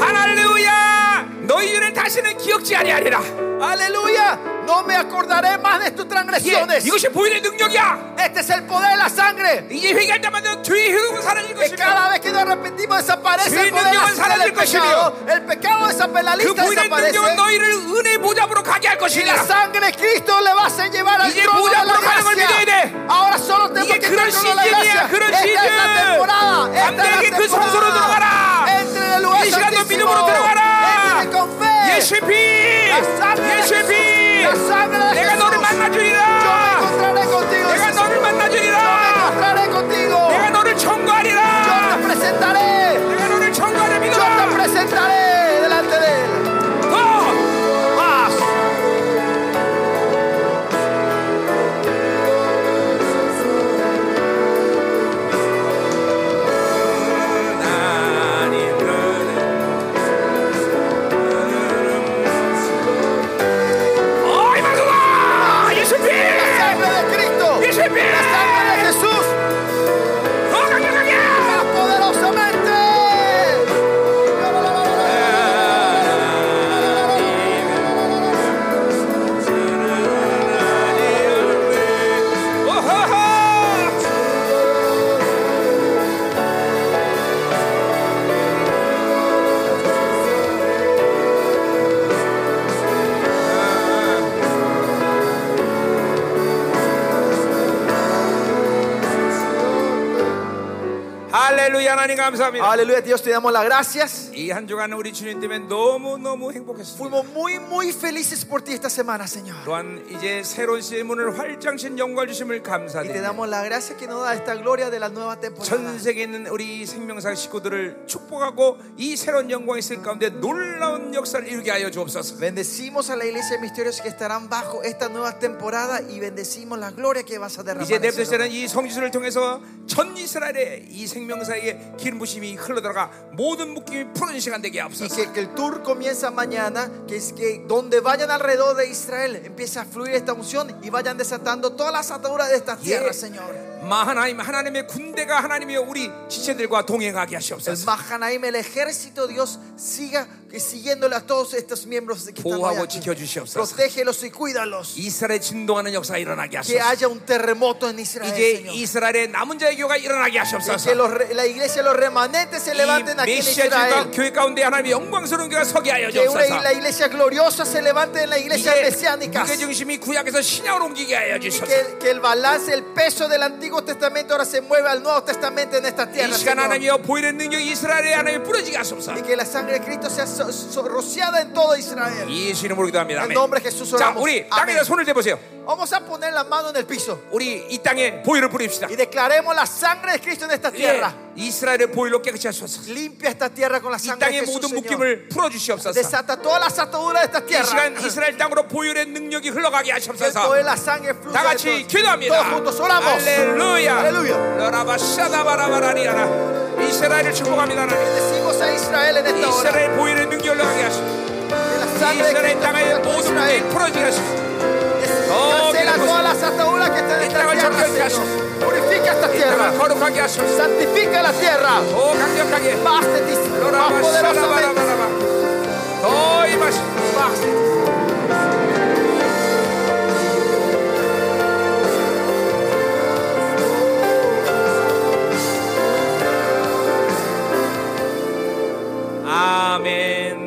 할렐루야! 너희는 다시는 기억지 아니하리라.
Aleluya. No me acordaré más de tus
예,
transgresiones.
이것이 보일의 능력이야.
Este es el poder de la sangre.
이제 회개할 때마다 죄의 흐름은 사라질
Que
것이며
cada vez que nos arrepentimos desaparece
Sí,
el poder de la
Dios,
sangre del
sangre del
pecado. El pecado desaparece, la
그
lista
보일의
desaparece.
능력은 너희를 은혜의 보좌로 가게 할
Y la
것이라.
sangre de Cristo le va a llevar al
이제
trono de
보좌
la
앞으로 가는 걸 믿어야
gracia.
돼.
Ahora solo tenemos
이게
que
그런
entrar en la
시즌이야,
gracia.
그런
Esta es
시즌.
la temporada. Esta es
담대하게
la
그 성소로 들어가라.
temporada. Entre en el lugar
이 시간도
santísimo.
믿음으로 들어가라.
Entre con fe.
예수의 피!
La sangre
예수의
de Jesús. La
피!
sangre de
내가 너를
Jesús. Yo me
만나주리라.
encontraré contigo.
내가
Jesús.
너를
Me
만나주리라.
encontraré contigo.
내가 너를
Yo te
청구하리라.
presentaré.
내가 너를 청구하리
Yo te
믿어라.
presentaré delante de él.
더!
Más.
어이 마누라 예수님
La sangre de Cristo.
예수님
La sangre de Jesús.
더 강력하게
Más poderosamente.
오호호 할렐루야 하나님 감사합니다
Aleluya, Dios, te damos las gracias.
이 한 주간 우리 주님 때문에 너무너무 행복했습니다
Fuimos muy, muy felices por ti esta semana, Señor.
또한 이제 새로운 시의 문을 활짝 신 영광 주심을
Y te
감사드립니다
damos la gracia que nos da esta gloria de la nueva temporada.
전 세계에 있는 우리 생명사 식구들을 축복하고 이 새로운 영광이 있을 가운데 놀라운 역사를 이루게 하여 주옵소서.
Bendecimos a la iglesia de misterios que estarán bajo esta nueva temporada y bendecimos la gloria que vas a derramar.
이제
Señor.
냅세스는 이 성지수를 통해서 전 이스라엘의 이 생명사에게 기름 부심이 흘러들어가 모든 묶임이 푸는 시간 되게
Y
하옵소서.
que, que el tour comienza mañana, que es que donde vayan alrededor de Israel empiece a fluir esta unción y vayan desatando todas las ataduras de esta tierra,
Yeah.
Señor.
마하나임 하나님의 군대가 하나님의 우리 지체들과 동행하게
El
하시옵소서.
Mahanaim, el ejército Dios, siga que siguiéndole a todos estos miembros que están hoy
보호하고
aquí.
지켜주시옵소서.
Protégelos y cuídalos.
이스라엘 진동하는 역사가 일어나게
Que
하시옵소서.
haya un terremoto en Israel,
이제
Señor.
이스라엘의 남은 자의 교가 일어나게
Y que
하시옵소서.
los re- la iglesia, los remanentes se levanten
이
aquí en
메시아주가
Israel.
교회 가운데 하나님의 영광스러운 교회가 서게 하여
Que una,
주옵소서.
la iglesia gloriosa se levante en la iglesia mesiánica.
무게 중심이 구약에서 신약으로 옮기게 하여
Y
주셔서
que, que el balance, el peso del Antiguo Testamento ahora se mueva al Nuevo Testamento en esta
이
tierra.
시간
Señor.
하나님이여 보이는 능력이 이스라엘의 하나님 부러지게 하소서
Y que la sangre de Cristo sea so- so- rociada en todo Israel.
예수 이름으로 기도합니다
En
아멘.
nombre de Jesús
자
oramos.
우리
Amén.
땅에다 손을 대보세요
Vamos a poner la mano en el piso
우리 이 땅에 보혈을 뿌립시다
y declaremos la sangre de Cristo en esta
예,
tierra.
이스라엘의 보혈로 깨끗이 하소서
Limpia esta tierra con la
이
sangre de
땅의
Jesús.
모든
Señor.
묶임을 풀어주시옵소서 이
Desata todas las ataduras de esta tierra.
시간 이스라엘 땅으로 보혈의 능력이 흘러가게
Que el poder
하시옵소서
de la sangre fluya.
다
de
같이
todos.
기도합니다
Todos juntos oramos.
할렐루야
Aleluya.
러라바샤다바라바라리아나 이스라엘을 축복합니다 하나님
Bendecimos a Israel en esta hora.
이스라엘 보혈의 능력을 흘러가게 하시옵소서
Que la sangre de
이스라엘
Cristo
땅의
fluya por
모든
Israel.
문제를 풀어지게 하시고 Oh,
Cancela
mira,
todas las ataduras que están en
Entra
esta
con el
tierra,
chanclazo.
Señor. Purifica esta
이 땅을
tierra.
거룩하게 하시고
Santifica la tierra.
더 강력하게
Más de ti, Señor. más poderosamente.
라바샤라바라바라바 더 임하시
Más.
아멘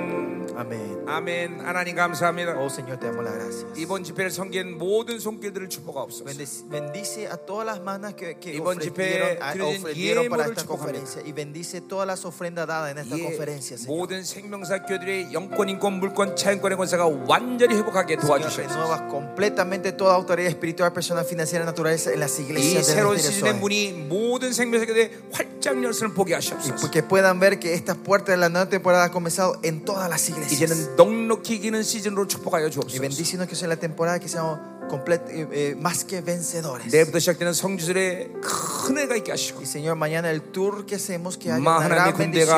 Amén.
아멘. 하나님 감사합니다.
Oh Señor, te damos las gracias.
이번 집회를 섬긴 모든 손길들을 축복하옵소서.
Bendice, bendice a todas las manos que, que
이번
ofrecieron,
집회에
a-
드려진
ofrecieron para
예물을
esta
축복합니다.
conferencia y bendice todas las ofrendas dadas en esta
예,
conferencia, Señor.
모든 생명사 교들의 영권, 인권, 물권, 차용권의 권세가 완전히 회복하게
Señor,
도와주셔서
renuevas completamente toda autoridad espiritual, personal, financiera, naturaleza en las
이
iglesias de
새로운
nuestra
시즌의
iglesia.
문이 모든 생명사 교들의 활짝 열쇠를 보게
Y
하시옵소서.
que puedan ver que esta puerta de la nueva temporada ha comenzado en todas las iglesias.
이제는 넉넉히 이기는 시즌으로 축복하여
Y
주옵소서.
bendícenos que sea la temporada que seamos complet- eh, eh, más que vencedores.
내일부터 시작되는 성지술에 큰 해가 있게 하시고
Y Señor, mañana el tour que hacemos, que haya
마
una
하나님의
gran
군대가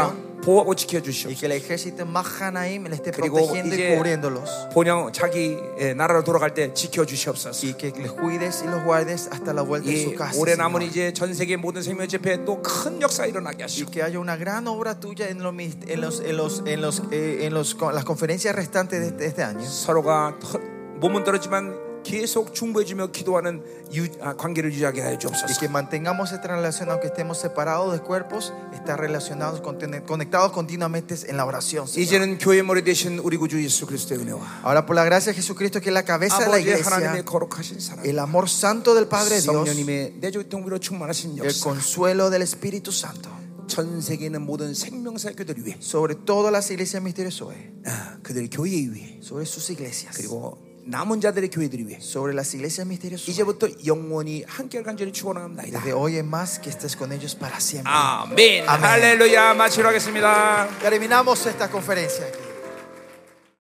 bendición
보호하고
y
지켜주시옵소서.
que el ejército Mahanaim le esté
그리고
protegiendo y
이제
cubriéndolos.
본영 자기 예, 나라로 돌아갈 때 지켜주시옵소서.
Y que les cuides y los guardes hasta la vuelta de
예,
su casa.
올해
Señor.
남은 이제 전 세계 모든 생명 집회 또 큰 역사 일어나게
Y
하시고
que haya una gran obra tuya en, lo mis- en, los, en, los, en, los, eh, en los- con las conferencias restantes de este, este año.
서로가 터- 몸은 떨어지만 계속 중보해주며 기도하는 유- 아, 관계를 유지하게 하여
Y
주옵소서.
que mantengamos esta relación, aunque estemos separados de cuerpos, estar relacionados, conten- conectados continuamente en la oración. Señor.
이제는 교회 머리 대신 우리 구주 예수 그리스도의 은혜와
Ahora, por la gracia de Jesucristo, que es la cabeza de la
아버지
iglesia,
하나님의 거룩하신 사랑,
el amor santo del Padre Dios,
성령님의 내적 동비로 충만하신
el
역사,
consuelo del Espíritu Santo,
전 세계에 있는 모든 생명사 교들 위해,
sobre todas las iglesias misteriosas,
아, 그들 교회 위해,
sobre sus iglesias,
그리고 남은 자들의 교회들 위해,
sobre las iglesias misteriosas.
이제부터 영원히 한결 간절히 축원합니다.
Desde hoy en más, que estés con ellos
Ah.
para siempre.
아멘.
아멘.
할렐루야. 마치러 하겠습니다.
Terminamos esta conferencia aquí.